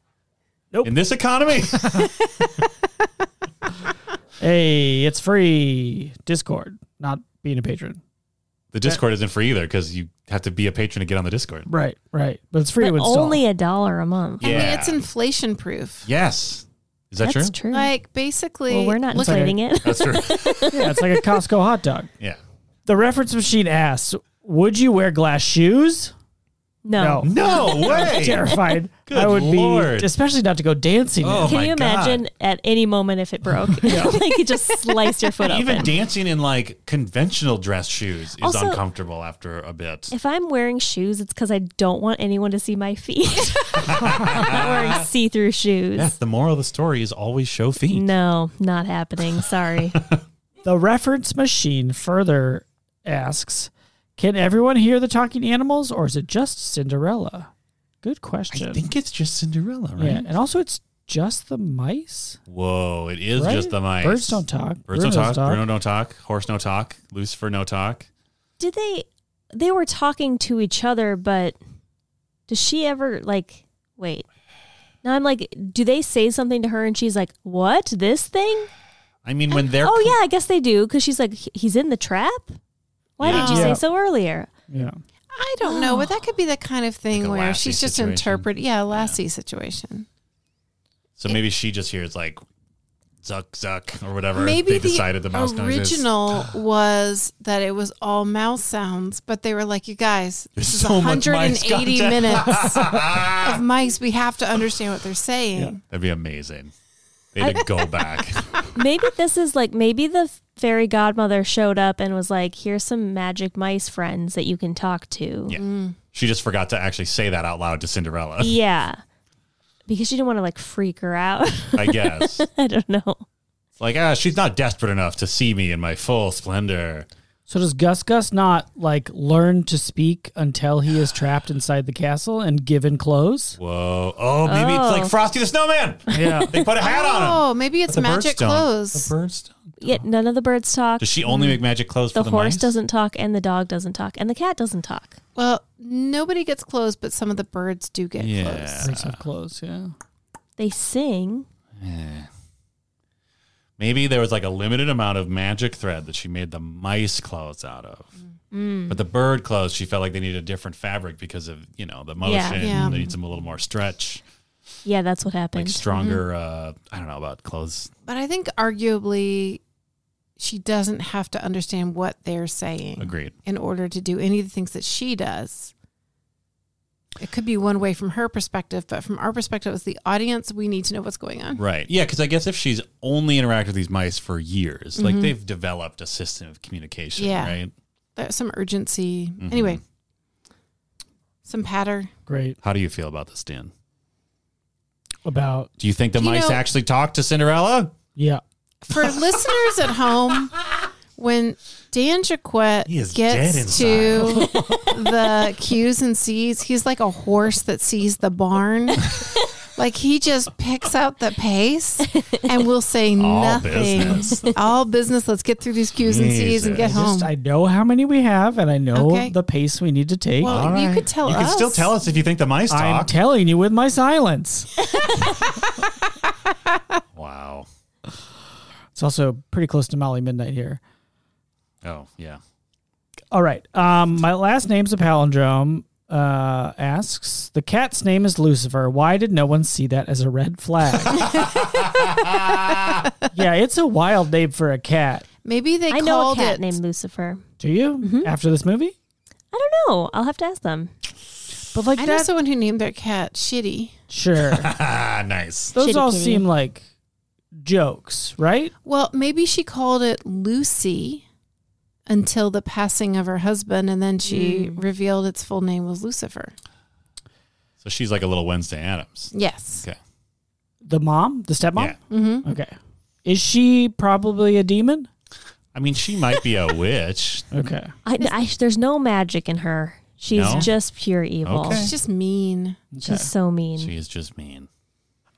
Nope.
In this economy?
Hey, it's free. Discord, not being a patron.
the Discord isn't free either because you have to be a patron to get on the Discord.
Right, right. But it's free
But
to install.
only a dollar a month.
I mean,
Yeah.
it's inflation proof.
Yes. Is that
that's
true?
true.
Like basically,
well, we're not
look,
inflating it.
That's true.
yeah, it's like a Costco hot dog.
yeah.
The reference machine asks, "Would you wear glass shoes?"
No.
No way.
terrified.
Good
I would
Lord.
be, especially not to go dancing. in.
Oh.
Can
my
you imagine
God.
at any moment if it broke? like you just sliced your foot
Even
open.
dancing in like conventional dress shoes is
Also-
uncomfortable after a bit.
if I'm wearing shoes, it's because I don't want anyone to see my feet. I'm not
Ah.
wearing see-through shoes.
Yes, the moral of the story is always show feet.
No, not happening. Sorry.
The reference machine further asks, "Can everyone hear the talking animals, or is it just Cinderella?" Good question.
I think it's just Cinderella, right?
Yeah, and also it's just the mice.
Whoa, it is
right?
just the mice.
Birds don't talk.
Birds
Bruno's
don't talk, Bruno don't talk. Horse no talk. Lucifer no talk.
Did they? They were talking to each other, but does she ever like? Wait. Now I'm like, do they say something to her and she's like, "What? This thing?"
I mean, when they're
oh yeah, I guess they do because she's like, "He- "He's in the trap." Why did you
Yeah.
say so earlier?
Yeah.
I don't know, but that could be the kind of thing
Like a
where
lassie
she's just
situation.
interpret. Yeah, lassie situation.
so maybe she just hears like zuck zuck or whatever.
Maybe
they
the
decided the mouse Noises.
original was that it was all mouse sounds, but they were like, "You guys,
There's
this is
so much
180
mice
minutes of mice. We have to understand what they're saying."
That'd be amazing. They had to go back.
Maybe this is like maybe the fairy godmother showed up and was like, "Here's some magic mice friends that you can talk to."
Yeah. She just forgot to actually say that out loud to Cinderella.
yeah. Because she didn't want to like freak her out.
I guess.
I don't know.
It's like, ah, she's not desperate enough to see me in my full splendor.
So does Gus Gus not like learn to speak until he is trapped inside the castle and given clothes?
Whoa. Oh, maybe
Oh.
it's like Frosty the Snowman.
Yeah.
They put a hat on him.
Oh, maybe it's
The birds
magic
don't.
clothes.
The birds don't.
Yet none of the birds talk.
Does she only make magic clothes
Hmm. the,
for the
horse
mice?
doesn't talk and the dog doesn't talk and the cat doesn't talk.
Well, nobody gets clothes, but some of the birds do get clothes.
Yeah.
Birds have clothes, yeah.
They sing.
Maybe there was like a limited amount of magic thread that she made the mice clothes out of.
Mm.
But the bird clothes, she felt like they needed a different fabric because of, you know, the motion.
Yeah.
They need some a little more stretch,
Yeah, that's what
like
happened.
stronger,
Mm-hmm.
uh, I don't know about clothes.
But I think arguably she doesn't have to understand what they're saying
Agreed.
in order to do any of the things that she does. It could be one way from her perspective, but from our perspective as the audience, we need to know what's going on.
Right. Yeah, because I guess if she's only interacted with these mice for years, like they've developed a system of communication,
Mm-hmm. Yeah.
right?
There's some urgency. Anyway, some patter.
Great.
How do you feel about this, Dan?
About
Do you think the
You
mice
know-
actually talk to Cinderella?
yeah.
For listeners at home, when Dan Jaquette
He is dead
gets
inside.
to the Q's and C's, he's like a horse that sees the barn. Like he just picks out the pace and will say
All
nothing.
business.
All business. Let's get through these Q's and C's and get
Jesus.
home.
Just I know how many we have, and I know
Okay.
the pace we need to take.
well,
All
you
right.
could tell
You
Oh, us.
can still tell us if you think the mice
I'm
talk.
telling you with my silence.
wow.
it's also pretty close to Molly Midnight here.
Oh, yeah.
All right. Um, my last name's a palindrome. Uh, asks the cat's name is Lucifer. Why did no one see that as a red flag? yeah, it's a wild name for a cat.
Maybe they
I
called
know a cat
it.
named Lucifer.
Do you
Mm-hmm.
after this movie?
I don't know. I'll have to ask them.
But like
I know
that,
someone who named their cat Shitty.
sure.
Ah, nice.
Those
Shitty
all
kitty.
seem like jokes, right?
Well, maybe she called it Lucy until the passing of her husband, and then she revealed its full name was Lucifer.
So she's like a little Wednesday Adams.
Yes.
Okay.
The mom, the stepmom.
Yeah.
Hmm?
Okay, is she probably a demon?
I mean, she might be a witch.
Okay,
I, I- there's no magic in her. She's
No?
just pure evil.
Okay.
She's just mean.
She's so mean.
She is just mean.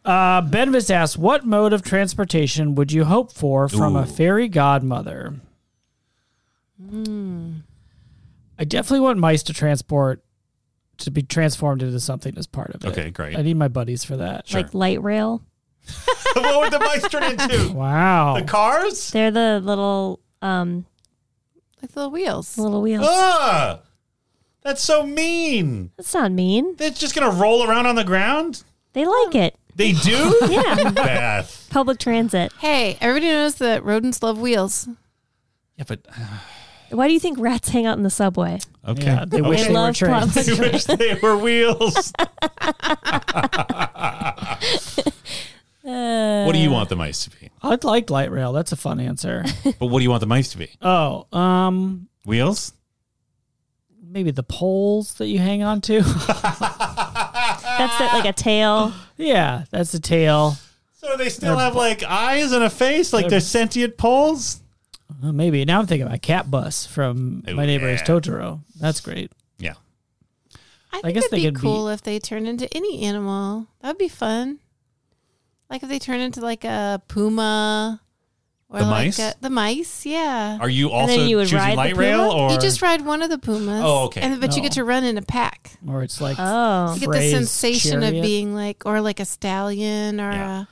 Uh, Benvis asks, "What mode of transportation would you hope for from a
Ooh.
fairy godmother?"
Hmm.
I definitely want mice to transport to be transformed into something as part of it.
Okay, great.
I need my buddies for that.
Sure.
Like light rail.
what would the mice turn into? The
Wow.
cars?
They're the little um
Like the wheels.
little wheels.
Ah, that's so mean.
That's not mean.
They're just going to roll around on the ground?
They like it.
They do?
Yeah.
Beth.
Public transit.
Hey, everybody knows that rodents love wheels.
Yeah, but. uh,
Why do you think rats hang out in the subway?
Okay.
Yeah, they wish
They
they were
love
trained.
public
I wish they were wheels. what do you want the mice to be?
I'd like light rail. That's a fun answer.
But what do you want the mice to be?
oh, um,
Wheels?
maybe the poles that you hang on to.
That's that, like a tail.
yeah, that's the tail.
So they still have like eyes and a face, like they're sentient poles?
Uh, maybe now I'm thinking about cat bus from
Oh,
My Neighbor is
yeah.
Totoro. That's great.
Yeah.
I think
guess
it'd
they
be
could be-
cool if they turned into any animal. That'd be fun. Like if they turned into like a puma or
The
like
mice?
A, the mice, yeah.
Are you
then
also
you would ride
choosing
the
light rail
puma?
or
you just ride one of the pumas.
Oh, okay.
And, but you
No.
get to run in a pack.
Or it's like
Oh.
You get the
Phrase,
sensation
chariot.
of being like, or like a stallion or
Yeah.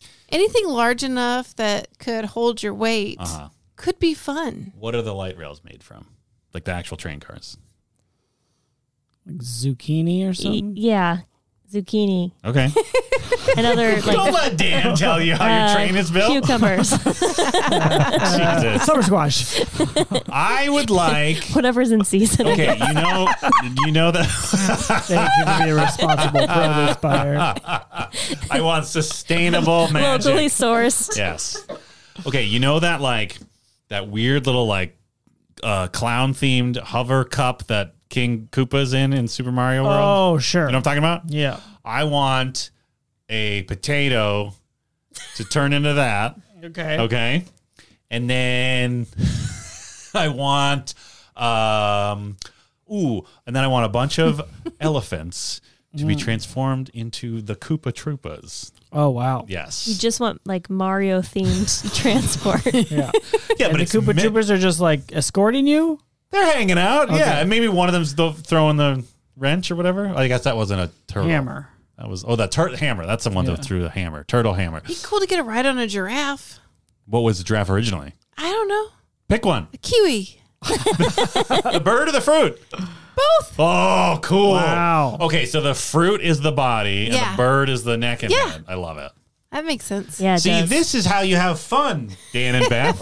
a, anything large enough that could hold your weight
Uh-huh.
could be fun.
what are the light rails made from? Like the actual train cars.
like zucchini or
E-
something.
yeah. Zucchini.
Okay.
Another
Don't
like
let Dan tell you how your
uh,
train is built.
cucumbers.
Jesus.
Summer squash.
I would like
Whatever's in season.
Okay, you know you know that
Thank you for being a responsible produce buyer.
I want sustainable magic.
Locally sourced.
Yes. Okay, you know that like that weird little like uh clown themed hover cup that King Koopa's in in Super Mario World?
Oh, sure.
You know what I'm talking about?
Yeah.
I want a potato to turn into that.
Okay.
Okay. And then I want um ooh, and then I want a bunch of elephants to be transformed into the Koopa Troopas.
Oh, wow.
Yes.
You just want like Mario themed transport.
Yeah.
yeah,
and the
it's
Koopa
mi-
Troopers are just like escorting you.
They're hanging out. Yeah,
Okay.
and maybe one of them's th- throwing the wrench or whatever. I guess that wasn't a turtle.
Hammer.
That was oh, that tur- hammer. That's the one
Yeah.
that threw the hammer. Turtle hammer.
Be cool to get a ride on a giraffe.
What was the giraffe originally?
I don't know.
Pick one.
A kiwi.
the bird or the fruit? Both. Oh, cool.
Wow.
Okay, so the fruit is the body and
Yeah.
the bird is the neck and
Yeah.
head. I love it.
That makes sense.
Yeah. it
See,
does.
this is how you have fun, Dan and Beth.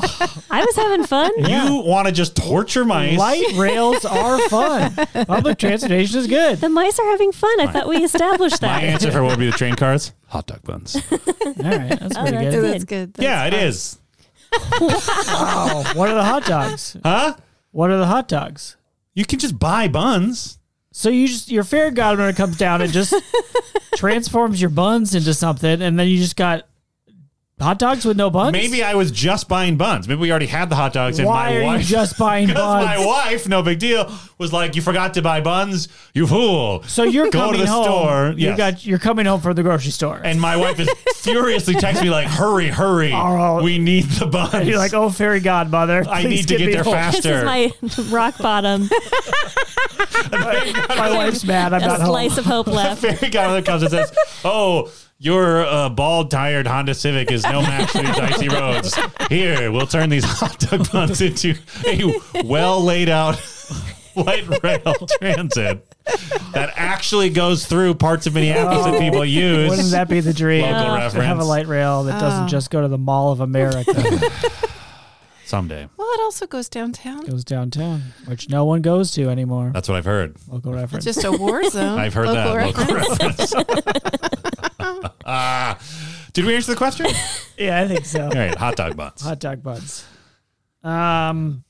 I was having fun.
You want to just torture mice.
Light rails are fun. Public transportation is good.
The mice are having fun. I thought we established
My
that.
answer for what would be the train cars? Hot dog buns.
All right, that's pretty
that's
Oh,
good.
it.
that's good. That's
yeah, it
fun.
is.
Wow, Oh, what are the hot dogs?
Huh?
What are the hot dogs?
You can just buy buns.
So you just your fair governor comes down and just transforms your buns into something, and then you just got hot dogs with no buns.
Maybe I was just buying buns. Maybe we already had the hot dogs and
Why
my
are
wife.
you just buying
because
buns?
my wife, no big deal, was like, "You forgot to buy buns, you fool!"
So you're
Go to
coming
the
home.
store,
You
yes.
got you're coming home from the grocery store,
and my wife is furiously texting me like, "Hurry, hurry!
Oh.
we need the buns."
you're like, "Oh, fairy godmother,
I
please
need to get
me
there
home."
This
faster.
is my rock bottom
My wife's mad. I'm not home.
slice of hope left.
Fairy godmother comes and says, "Oh, your uh, bald, tired Honda Civic is no match for these icy roads. Here, we'll turn these hot dog buns into a well laid out light rail transit that actually goes through parts of Minneapolis that people use."
Wouldn't Oh. that be the dream?
Local
to have a
reference.
light rail that doesn't
Oh.
just go to the Mall of America.
Someday,
Well, it also goes downtown.
goes downtown, which no one goes to anymore.
that's what I've heard.
Local
It's
reference.
just a war zone.
I've heard that.
reference.
Local reference. Ah. did we answer the question? All
yeah, I think so.
right, hot dog buns.
Hot dog buns. Um,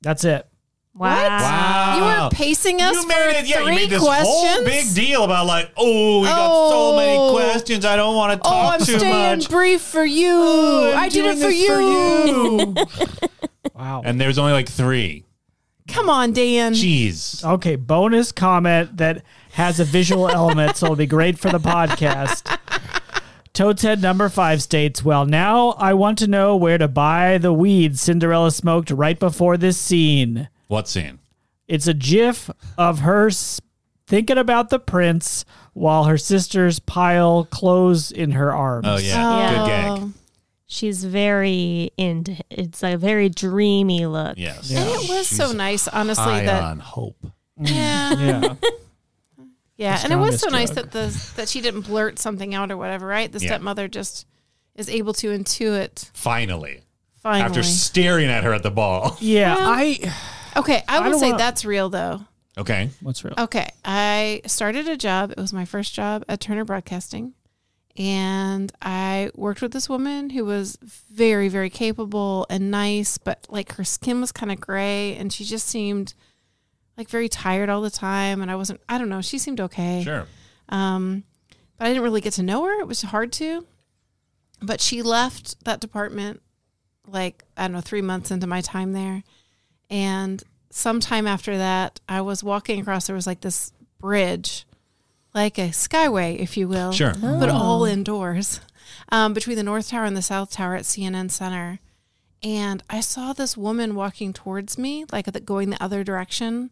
that's it.
Wow.
You were pacing us
you
for
made it, yeah, you
three
made this
questions.
whole big deal about like, oh, we got so many
Oh.
questions. I don't want to
oh,
talk
I'm
too
staying
much.
brief for you.
Oh, I'm
I did
doing
it for
this
you.
Wow.
and there's only like three.
Come on, Dan.
Jeez.
okay, bonus comment that has a visual element, so it'll be great for the podcast. Toad's Head number five states, Well, now I want to know where to buy the weed Cinderella smoked right before this scene.
What scene?
It's a gif of her s- thinking about the prince while her sisters pile clothes in her arms.
Oh yeah,
Yeah.
good gag.
She's very into it's a very dreamy look.
Yes.
And it was so nice, honestly.
High
that
on hope.
yeah,
Yeah.
yeah, and it was so nice
strongest
that the that she didn't blurt something out or whatever. Right, the
Yeah.
stepmother just is able to intuit
Finally,
finally.
after staring at her at the ball.
Yeah.
Well-
I.
okay, I will
don't
say
wanna-
that's real though.
Okay.
What's real?
Okay. I started a job. It was my first job at Turner Broadcasting. And I worked with this woman who was very, very capable and nice, but like her skin was kind of gray and she just seemed like very tired all the time. And I wasn't, I don't know, she seemed okay.
Sure.
Um, but I didn't really get to know her. It was hard to. But she left that department like, I don't know, three months into my time there. And sometime after that, I was walking across, there was like this bridge, like a skyway, if you will.
Sure.
But all indoors um, between the North Tower and the South Tower at CNN Center. And I saw this woman walking towards me, like the- going the other direction.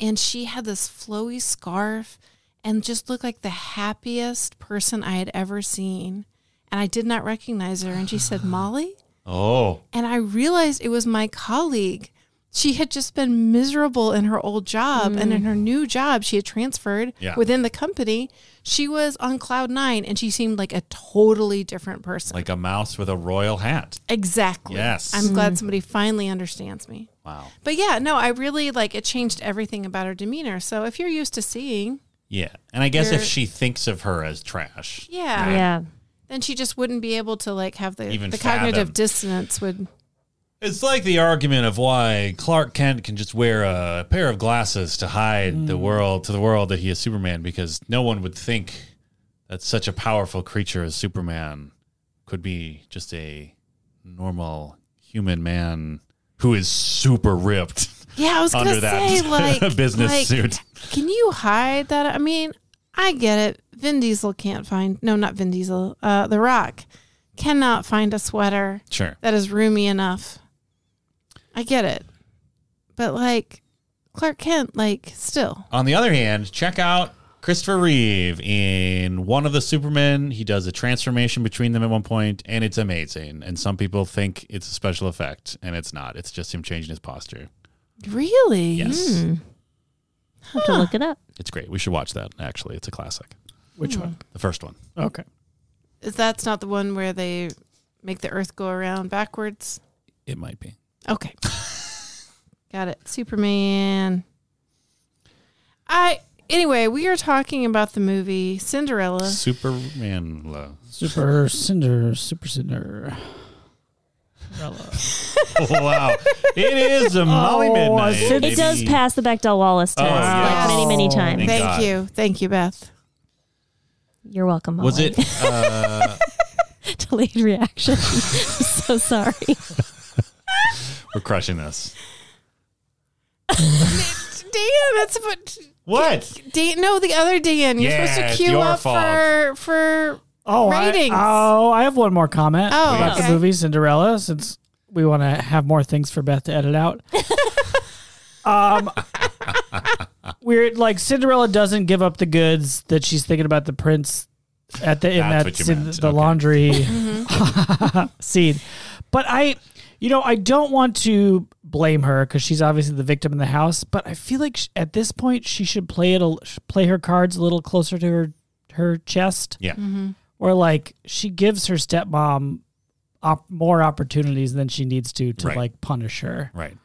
And she had this flowy scarf and just looked like the happiest person I had ever seen. And I did not recognize her. And she said, Molly?
Oh,
And I realized it was my colleague. She had just been miserable in her old job and in her new job, she had transferred
Mm. Yeah.
within the company. She was on cloud nine and she seemed like a totally different person.
like a mouse with a royal hat.
exactly.
Yes.
I'm glad somebody finally understands me.
Wow.
But yeah, no, I really like it changed everything about her demeanor. So if you're used to seeing,
Yeah. And I guess if
You're-
she thinks of her as trash,
yeah,
Yeah.
then she just wouldn't be able to like have the,
Even
the cognitive
fathom.
dissonance would
It's like the argument of why Clark Kent can just wear a pair of glasses to hide the
Mm.
world to the world that he is Superman because no one would think that such a powerful creature as Superman could be just a normal human man who is super ripped
Yeah, I was
under
gonna
that
say like
business
like,
suit.
Can you hide that? I mean, I get it. Vin Diesel can't find no, not Vin Diesel. Uh, the Rock cannot find a sweater
Sure.
that is roomy enough. I get it, but like Clark Kent, like still,
On the other hand, check out Christopher Reeve in one of the Supermen. He does a transformation between them at one point, and it's amazing. And some people think it's a special effect, and it's not. It's just him changing his posture.
really,
Yes.
Mm. Hmm. Have to look it up.
It's great. We should watch that, actually. It's a classic.
Which one?
The first one.
Okay.
Is that's not the one where they make the Earth go around backwards?
It might be.
Okay, got it. Superman. I anyway, we are talking about the movie Cinderella.
Uh. Superman love.
Super Cinder, Super Cinder.
wow. It is a Molly
Oh,
Midnight.
I said-
It does
baby.
pass the Bechdel Wallace
Oh,
test
yes.
like many, many
Wow.
times.
Thank
Thank
God.
you, thank you, Beth.
You're welcome. Molly.
Was it? Uh,
delayed reaction? I'm so sorry.
we're crushing this.
Dan, that's what.
What?
Dan, no, the other Dan. You're
Yeah,
supposed to
it's
queue
your
up
fault.
for for.
Oh, I,
Ratings.
oh, I have one more comment
Oh,
about
okay.
the movie Cinderella since we want to have more things for Beth to edit out. um, we're like Cinderella doesn't give up the goods that she's thinking about the prince at the in
That's
that
what you
scene-
meant.
the
Okay.
laundry scene, but I. You know, I don't want to blame her because she's obviously the victim in the house. But I feel like sh- at this point she should play it, a, play her cards a little closer to her her chest
Yeah.
or like she gives her stepmom op- more opportunities than she needs to to
Right.
like punish her.
Right.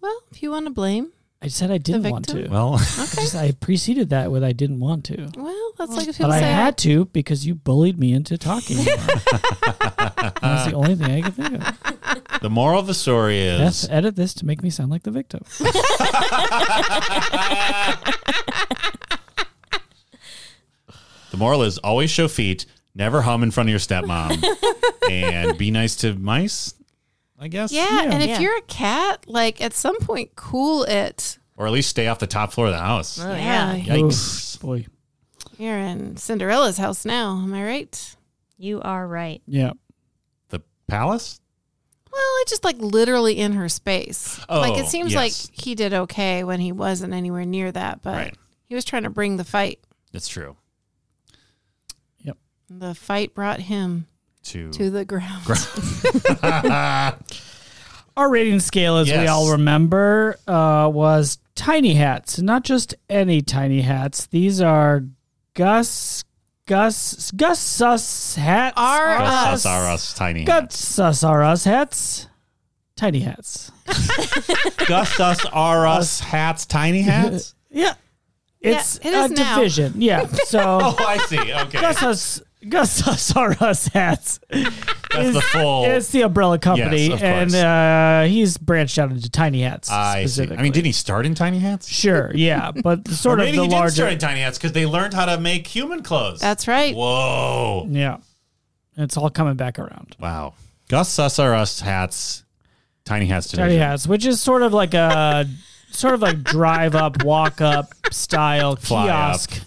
Well, if you want to blame,
I said I didn't want
victim?
to.
Well,
I, just, I preceded that with I didn't want to,
well, that's like if
but
people
I
say
had to because you bullied me into talking. more. That's the only thing I can think of.
the moral of the story
Beth,
is
edit this to make me sound like the victim.
the moral is always show feet, never hum in front of your stepmom, and be nice to mice, I guess.
Yeah, and if
Yeah.
you're a cat, like at some point, cool it.
Or at least stay off the top floor of the house.
Oh,
yeah.
Yikes.
Oof, boy.
You're in Cinderella's house now. Am I right?
You are right.
Yeah.
The palace?
Well, I just like literally in her space. like
Oh,
it seems
yes.
like he did okay when he wasn't anywhere near that, but
Right.
he was trying to bring the fight.
That's true.
The fight brought him
To,
to the ground.
Our rating scale, as we
Yes.
all remember, uh, was tiny hats, and not just any tiny hats. These are Gus, Gus, Gus Sus hats.
Are
Gus,
us.
us, our, us, tiny
Gus
hats.
Sus are us hats. Tiny hats.
Gus, us, our, us, hats, tiny hats?
Yeah. It's
it is
a
now.
division. Yeah. So
Oh, I see. Okay.
Gus Sus, Gus Sus are us hats.
That's the full.
It's the umbrella company,
Oh. Yes, of
and
course.
uh, he's branched out into tiny hats.
I see.
specifically.
I mean, didn't he start in tiny hats?
Sure, yeah, but
Or
sort of
maybe
the
he didn't
larger.
start in tiny hats because they learned how to make human clothes.
That's right.
Whoa.
Yeah. And it's all coming back around.
Wow. Gus, us, our, us, hats, tiny hats division.
Tiny hats, which is sort of like a sort of like drive up, walk up style
Fly up.
kiosk.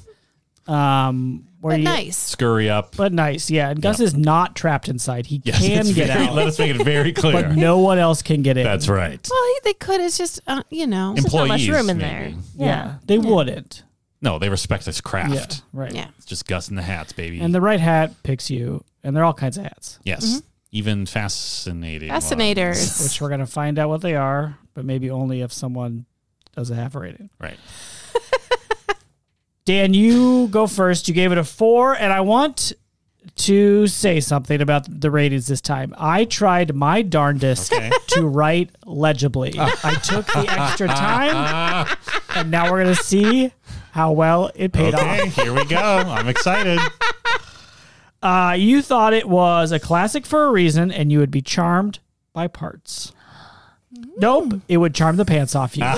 Um where
But
you
nice.
Scurry up.
but nice, yeah. And Gus is not trapped inside. He
Yes,
can
it's
get
very-
out.
Let us make it very clear.
But no one else can get in.
That's right.
Well, he, they could. It's just uh, you know.
Imp-
There's not much
Employees,
room in
maybe.
Yeah.
there. Yeah.
They wouldn't.
No, they respect this craft.
Yeah. Right.
yeah.
It's just Gus and the hats, baby.
And the Mm-hmm. right hat picks you. And they're all kinds of hats.
yes. Even fascinating. ones.
Fascinators.
Which we're gonna find out what they are, but maybe only if someone does a half rating.
Right.
Dan, you go first. You gave it a four, and I want to say something about the ratings this time. I tried my darndest
Okay. Oh.
to write legibly. I took the extra time, and now we're going to see how well it paid
Okay, here we go. I'm excited.
off. Uh, you thought it was a classic for a reason, and you would be charmed by parts. Nope, it would charm the pants off you.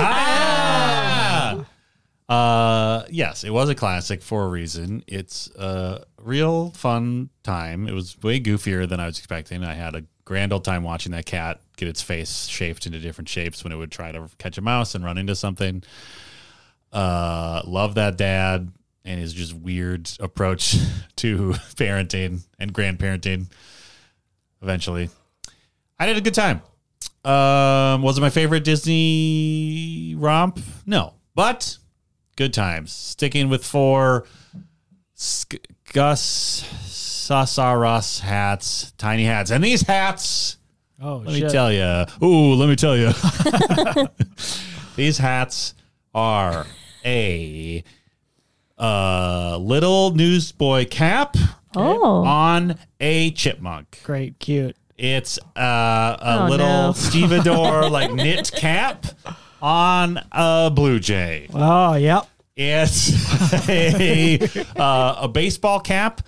Ah! Uh, yes, it was a classic for a reason. It's a real fun time. It was way goofier than I was expecting. I had a grand old time watching that cat get its face shaped into different shapes when it would try to catch a mouse and run into something. Uh, love that dad and his just weird approach to parenting and grandparenting eventually. I had a good time. Um, was it my favorite Disney romp? No, but good times. Sticking with four Sk- Gus Sasaras hats, tiny hats, and these hats.
Oh,
Let me
shit.
tell you. Ooh, let me tell you. These hats are a uh, little newsboy cap
Oh,
on a chipmunk.
Great, cute.
It's uh, a
Oh,
little
no.
stevedore like knit cap on a blue jay.
Oh, yep.
It's a uh, a baseball cap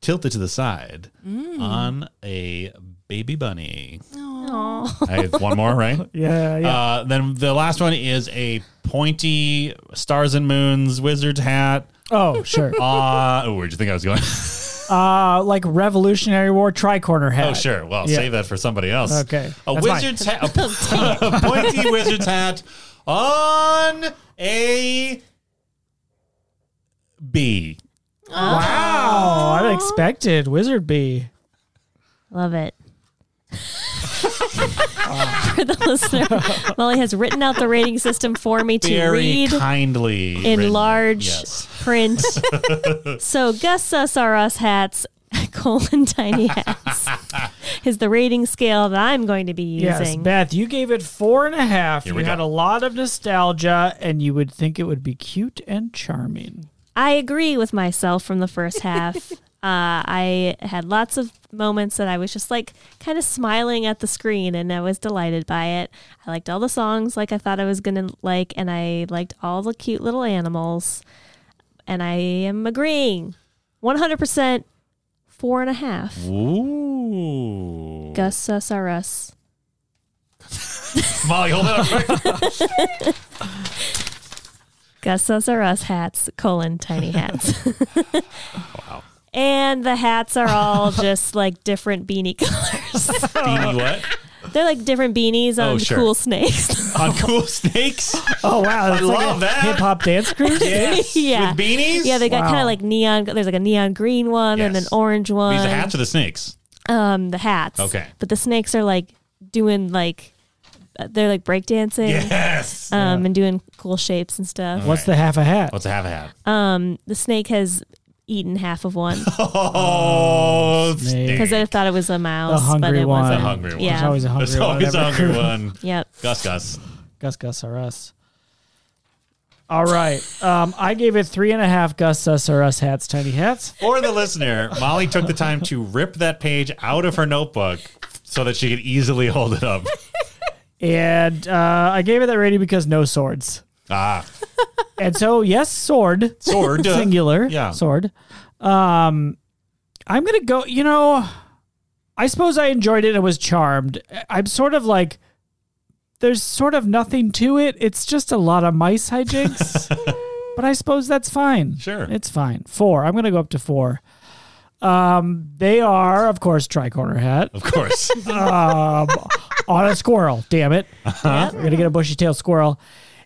tilted to the side
Mm.
on a baby bunny.
Aw.
I have one more, right?
Yeah, yeah.
Uh, then the last one is a pointy stars and moons wizard's hat.
oh, sure.
Uh, oh, where'd you think I was going?
Uh, like Revolutionary War tricorner hat.
Oh, sure. Well,
Yeah.
save that for somebody else.
Okay.
A
That's mine.
wizard's hat, a, a pointy wizard's hat on a bee.
Wow, unexpected Oh, wizard bee.
love it. for the listener, Molly has written out the rating system for me to
Very
read
kindly.
in
written.
large
Yes.
print. so Gus Sus are us hats, colon tiny hats is the rating scale that I'm going to be
Yes,
using.
Beth, you gave it four and a half.
Here
you
we go.
had a lot of nostalgia, and you would think it would be cute and charming.
I agree with myself from the first half. uh, I had lots of moments that I was just like kind of smiling at the screen and I was delighted by it. I liked all the songs like I thought I was going to like, and I liked all the cute little animals. And I am agreeing 100% four and a half.
Ooh.
Gus us are us.
Molly, hold it up.
Gus us are us hats, colon, tiny hats. And the hats are all just like different beanie colors.
Beanie what?
They're like different beanies on
Oh, sure.
cool snakes.
On cool snakes?
Oh wow, that's like
love
a
that.
hip hop dance cruise.
Yes.
Yeah.
With beanies?
yeah, they got
Wow.
kind of like neon. There's like a neon green one and an
Yes.
orange one.
These are hats or the snakes?
Um, the hats.
Okay.
But the snakes are like doing like they're like breakdancing.
Yes.
Um, and doing cool shapes and stuff.
Uh-huh.
What's the half a hat?
Let's have a hat.
Um, the snake has eaten half of one
Oh,
snake.
because I
snake.
thought it was a mouse, but
hungry
it
one.
wasn't.
The
hungry one.
There's
Yeah.
always a hungry
There's
one.
always
every
a hungry
cruise.
one.
yep.
Gus, Gus.
Gus Gus or us. All right, um, I gave it three and a half Gus Gus or us hats, tiny hats.
For the listener, Molly took the time to rip that page out of her notebook so that she could easily hold it up.
And uh, I gave it that rating because no swords.
Ah,
And so, yes, sword,
sword.
singular,
Yeah.
sword. Um, I'm gonna go. You know, I suppose I enjoyed it. and was charmed. I- I'm sort of like, there's sort of nothing to it. It's just a lot of mice hijinks. but I suppose that's fine.
Sure.
it's fine. Four. I'm gonna go up to four. Um, they are, of course, tricorner hat
Of course.
um, on a squirrel. Damn it! We're gonna get a bushy tailed squirrel,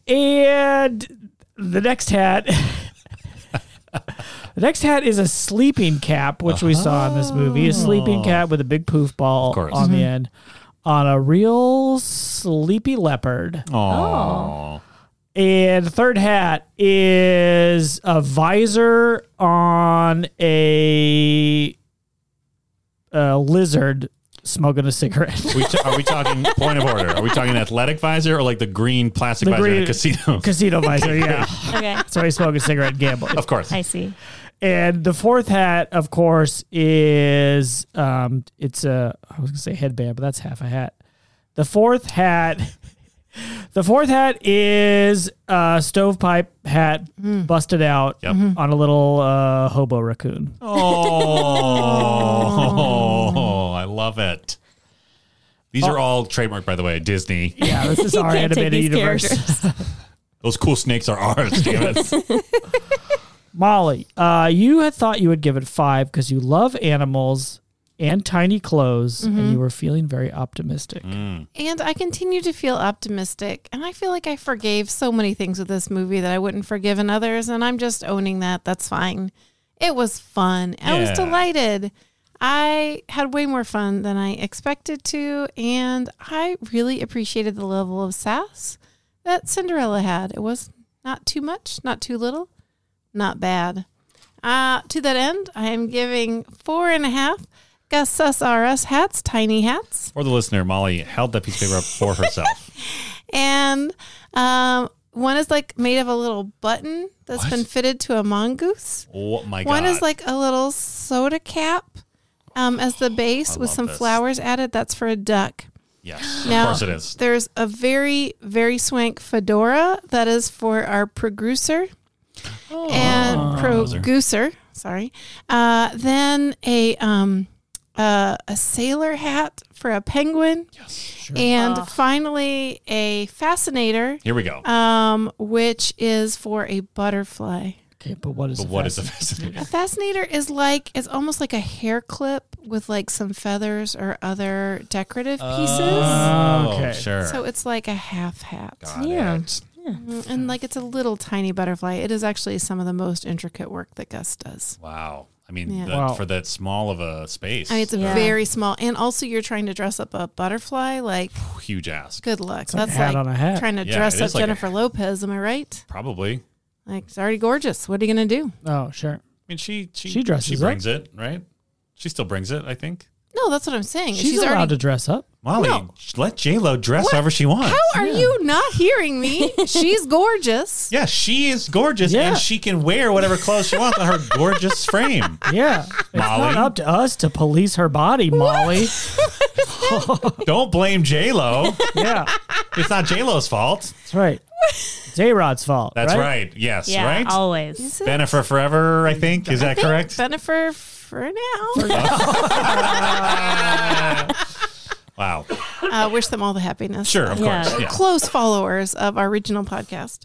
and the next hat. the next hat is a sleeping cap, which we saw in this movie. A sleeping cap with a big poof ball
course.
on the end, on a real sleepy leopard. Oh.
Aww.
And the third hat is a visor on a, a lizard smoking a cigarette.
We t- are we talking point of order? Are we talking athletic visor or like the green plastic
The
visor in
green-
a casino?
Casino visor, yeah.
Okay.
So he's smoking a cigarette and gambling.
Of course.
I see.
And the fourth hat, of course, is um, it's a I was gonna say headband, but that's half a hat. The fourth hat, the fourth hat is a stovepipe hat
Mm.
busted out
Yep.
Mm-hmm.
Mhm.
on a little uh, hobo raccoon.
Oh, I love it. These are all trademarked, by the way, Disney.
Yeah, this is our
Can't take
animated
these
universe.
characters.
Those cool snakes are ours, damn it.
Molly, uh, you had thought you would give it five because you love animals and tiny clothes, and
Mm-hmm.
you were feeling very optimistic.
Mm.
And I continue to feel optimistic. And I feel like I forgave so many things with this movie that I wouldn't forgive in others. And I'm just owning that. That's fine. It was fun. I was
Yeah.
delighted. I had way more fun than I expected to. And I really appreciated the level of sass that Cinderella had. It was not too much, not too little, not bad. Uh, to that end, I am giving four and a half Gus Sus RS hats, tiny hats.
For the listener, Molly held that piece of paper up for herself.
And um, one is like made of a little button that's
What?
been fitted to a mongoose.
Oh my
One
god!
is like a little soda cap um, as the base
I
with
love
some
this.
flowers added. That's for a duck.
yes,
Now,
of course it is.
There's a very, very swank fedora that is for our producer
Oh. Ah.
and producer. Sorry. Uh, then a um, uh, a sailor hat for a penguin, and finally a fascinator,
Here we go.
um, which is for a butterfly.
Okay, but what is
but
a
what is a
fascinator?
fascinator?
A fascinator is like it's almost like a hair clip with like some feathers or other decorative
Ah.
pieces.
Okay.
sure.
Oh, So it's like a half hat.
Got
Yeah.
it.
Mm, And like it's a little tiny butterfly. It is actually some of the most intricate work that Gus does.
Wow. I mean,
Yeah.
that,
Wow.
for that small of a space,
I mean, it's a
Yeah.
very small, and also you're trying to dress up a butterfly. Like,
huge ask.
good luck.
like a
That's
hat
like
on a hat.
trying to
Yeah,
dress
it
up
is like a-
Jennifer Lopez. Am I right?
Probably. I
Like, it's already gorgeous. What are you gonna do?
Oh, sure.
mean, she she
She dresses
she
up.
brings it right. She still brings it, I think.
No, that's what I'm saying.
She's, allowed
already.
to dress up.
Molly,
No.
let J Lo dress
What?
however she wants.
How are you not hearing me? She's gorgeous.
Yeah, she is gorgeous,
Yeah.
and she can wear whatever clothes she wants on her gorgeous frame.
Yeah. it's
Molly.
not up to us to police her body, Molly.
Don't blame J Lo.
yeah,
It's not J Lo's fault.
that's right. It's A-Rod's fault.
That's
right.
right. Yes,
Yeah,
right.
always.
Is it?
Bennifer forever, I think. Is that correct?
Bennifer for now.
Wow.
uh, wish them all the happiness.
Sure, of
Yeah.
course. Yeah.
Close followers of our regional podcast.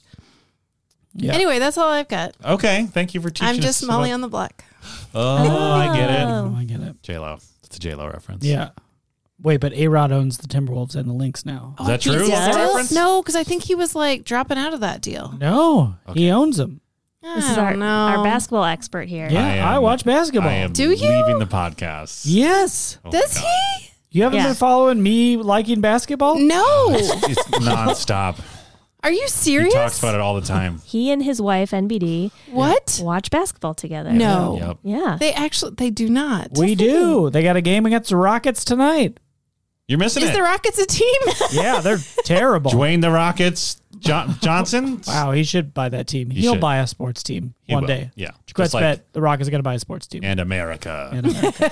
Yeah.
Anyway, that's all I've got.
Okay. Thank you for teaching.
I'm just
us
Molly
about-
on the block.
Oh, I get it.
Oh.
Oh, I get it.
J Lo. It's a J Lo reference.
Yeah. Wait, but A-Rod owns the Timberwolves and the Lynx now.
Oh.
Is that true?
Is that
Still?
reference?
No, because I think he was like dropping out of that deal.
No, he owns them.
This
I
is
don't
our,
know.
our basketball expert here.
Yeah, I,
am-
watch basketball.
I am
Do you?
leaving the podcast.
yes.
Oh my
Does
God.
he?
You haven't
Yeah.
been following me liking
Oh.
basketball?
No.
It's nonstop.
Are you
He
serious?
talks about it all the time.
He and his wife, NBD,
What?
watch basketball together.
No.
Yep.
Yeah.
They actually they do not.
We do. They got a game against the Rockets tonight.
You're missing
Is
it.
the Rockets a team?
Yeah, they're terrible.
Dwayne the Rockets John- Johnson.
Wow, he should buy that team.
He
He will
should.
buy a sports team
He
one
will.
day.
Yeah.
Quest
Just like-
bet the Rockets are going to buy a sports team.
And America.
in America.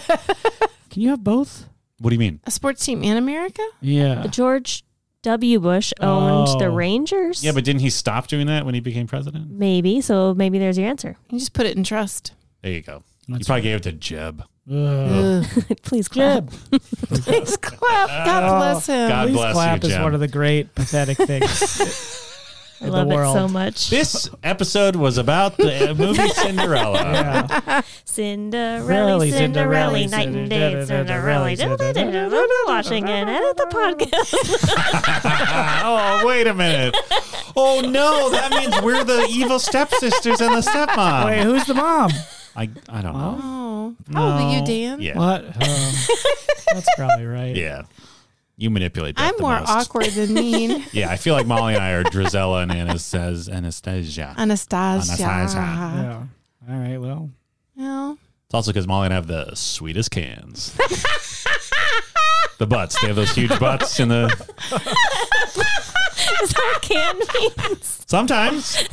Can you have both?
what do you mean?
a sports team in America?
Yeah.
George W. Bush owned the
Ah. Oh.
Rangers.
Yeah, but didn't he stop doing that when he became president?
maybe. So maybe there's your answer.
You just put it in trust.
There you go. you
That's
probably gave it to Jeb.
Ugh.
Please clap.
Jeb,
Just clap. God bless him.
Oh, God
please
bless
clap
you,
is
Jeb.
one of the great pathetic things.
I
in
love
the
it
world.
so much.
This episode was about the uh, movie Cinderella.
Yeah.
Cinderella,
Really,
Cinderella,
Cinderella,
night and
Cinderella, Cinderella,
day, Cinderella, Cinderella, Washington, edit the podcast.
oh, wait a minute. Oh no, that means we're the evil stepsisters and the stepmom.
Wait, who's the mom?
I I don't know.
Oh, probably you,
No.
Dan.
Yeah.
What? Um, that's probably right.
Yeah. You manipulate that
I'm
the
more
most.
awkward than mean.
Yeah, I feel like Molly and I are Drizella and Anastas- Anastasia.
Anastasia.
Anastasia.
Yeah. All right. Well,
Well,
It's also because Molly and I have the sweetest cans. the butts. They have those huge butts in the.
Is that what can means?
Sometimes.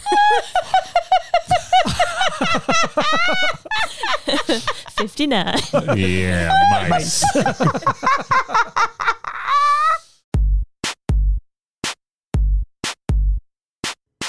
Fifty-nine.
Yeah, mice.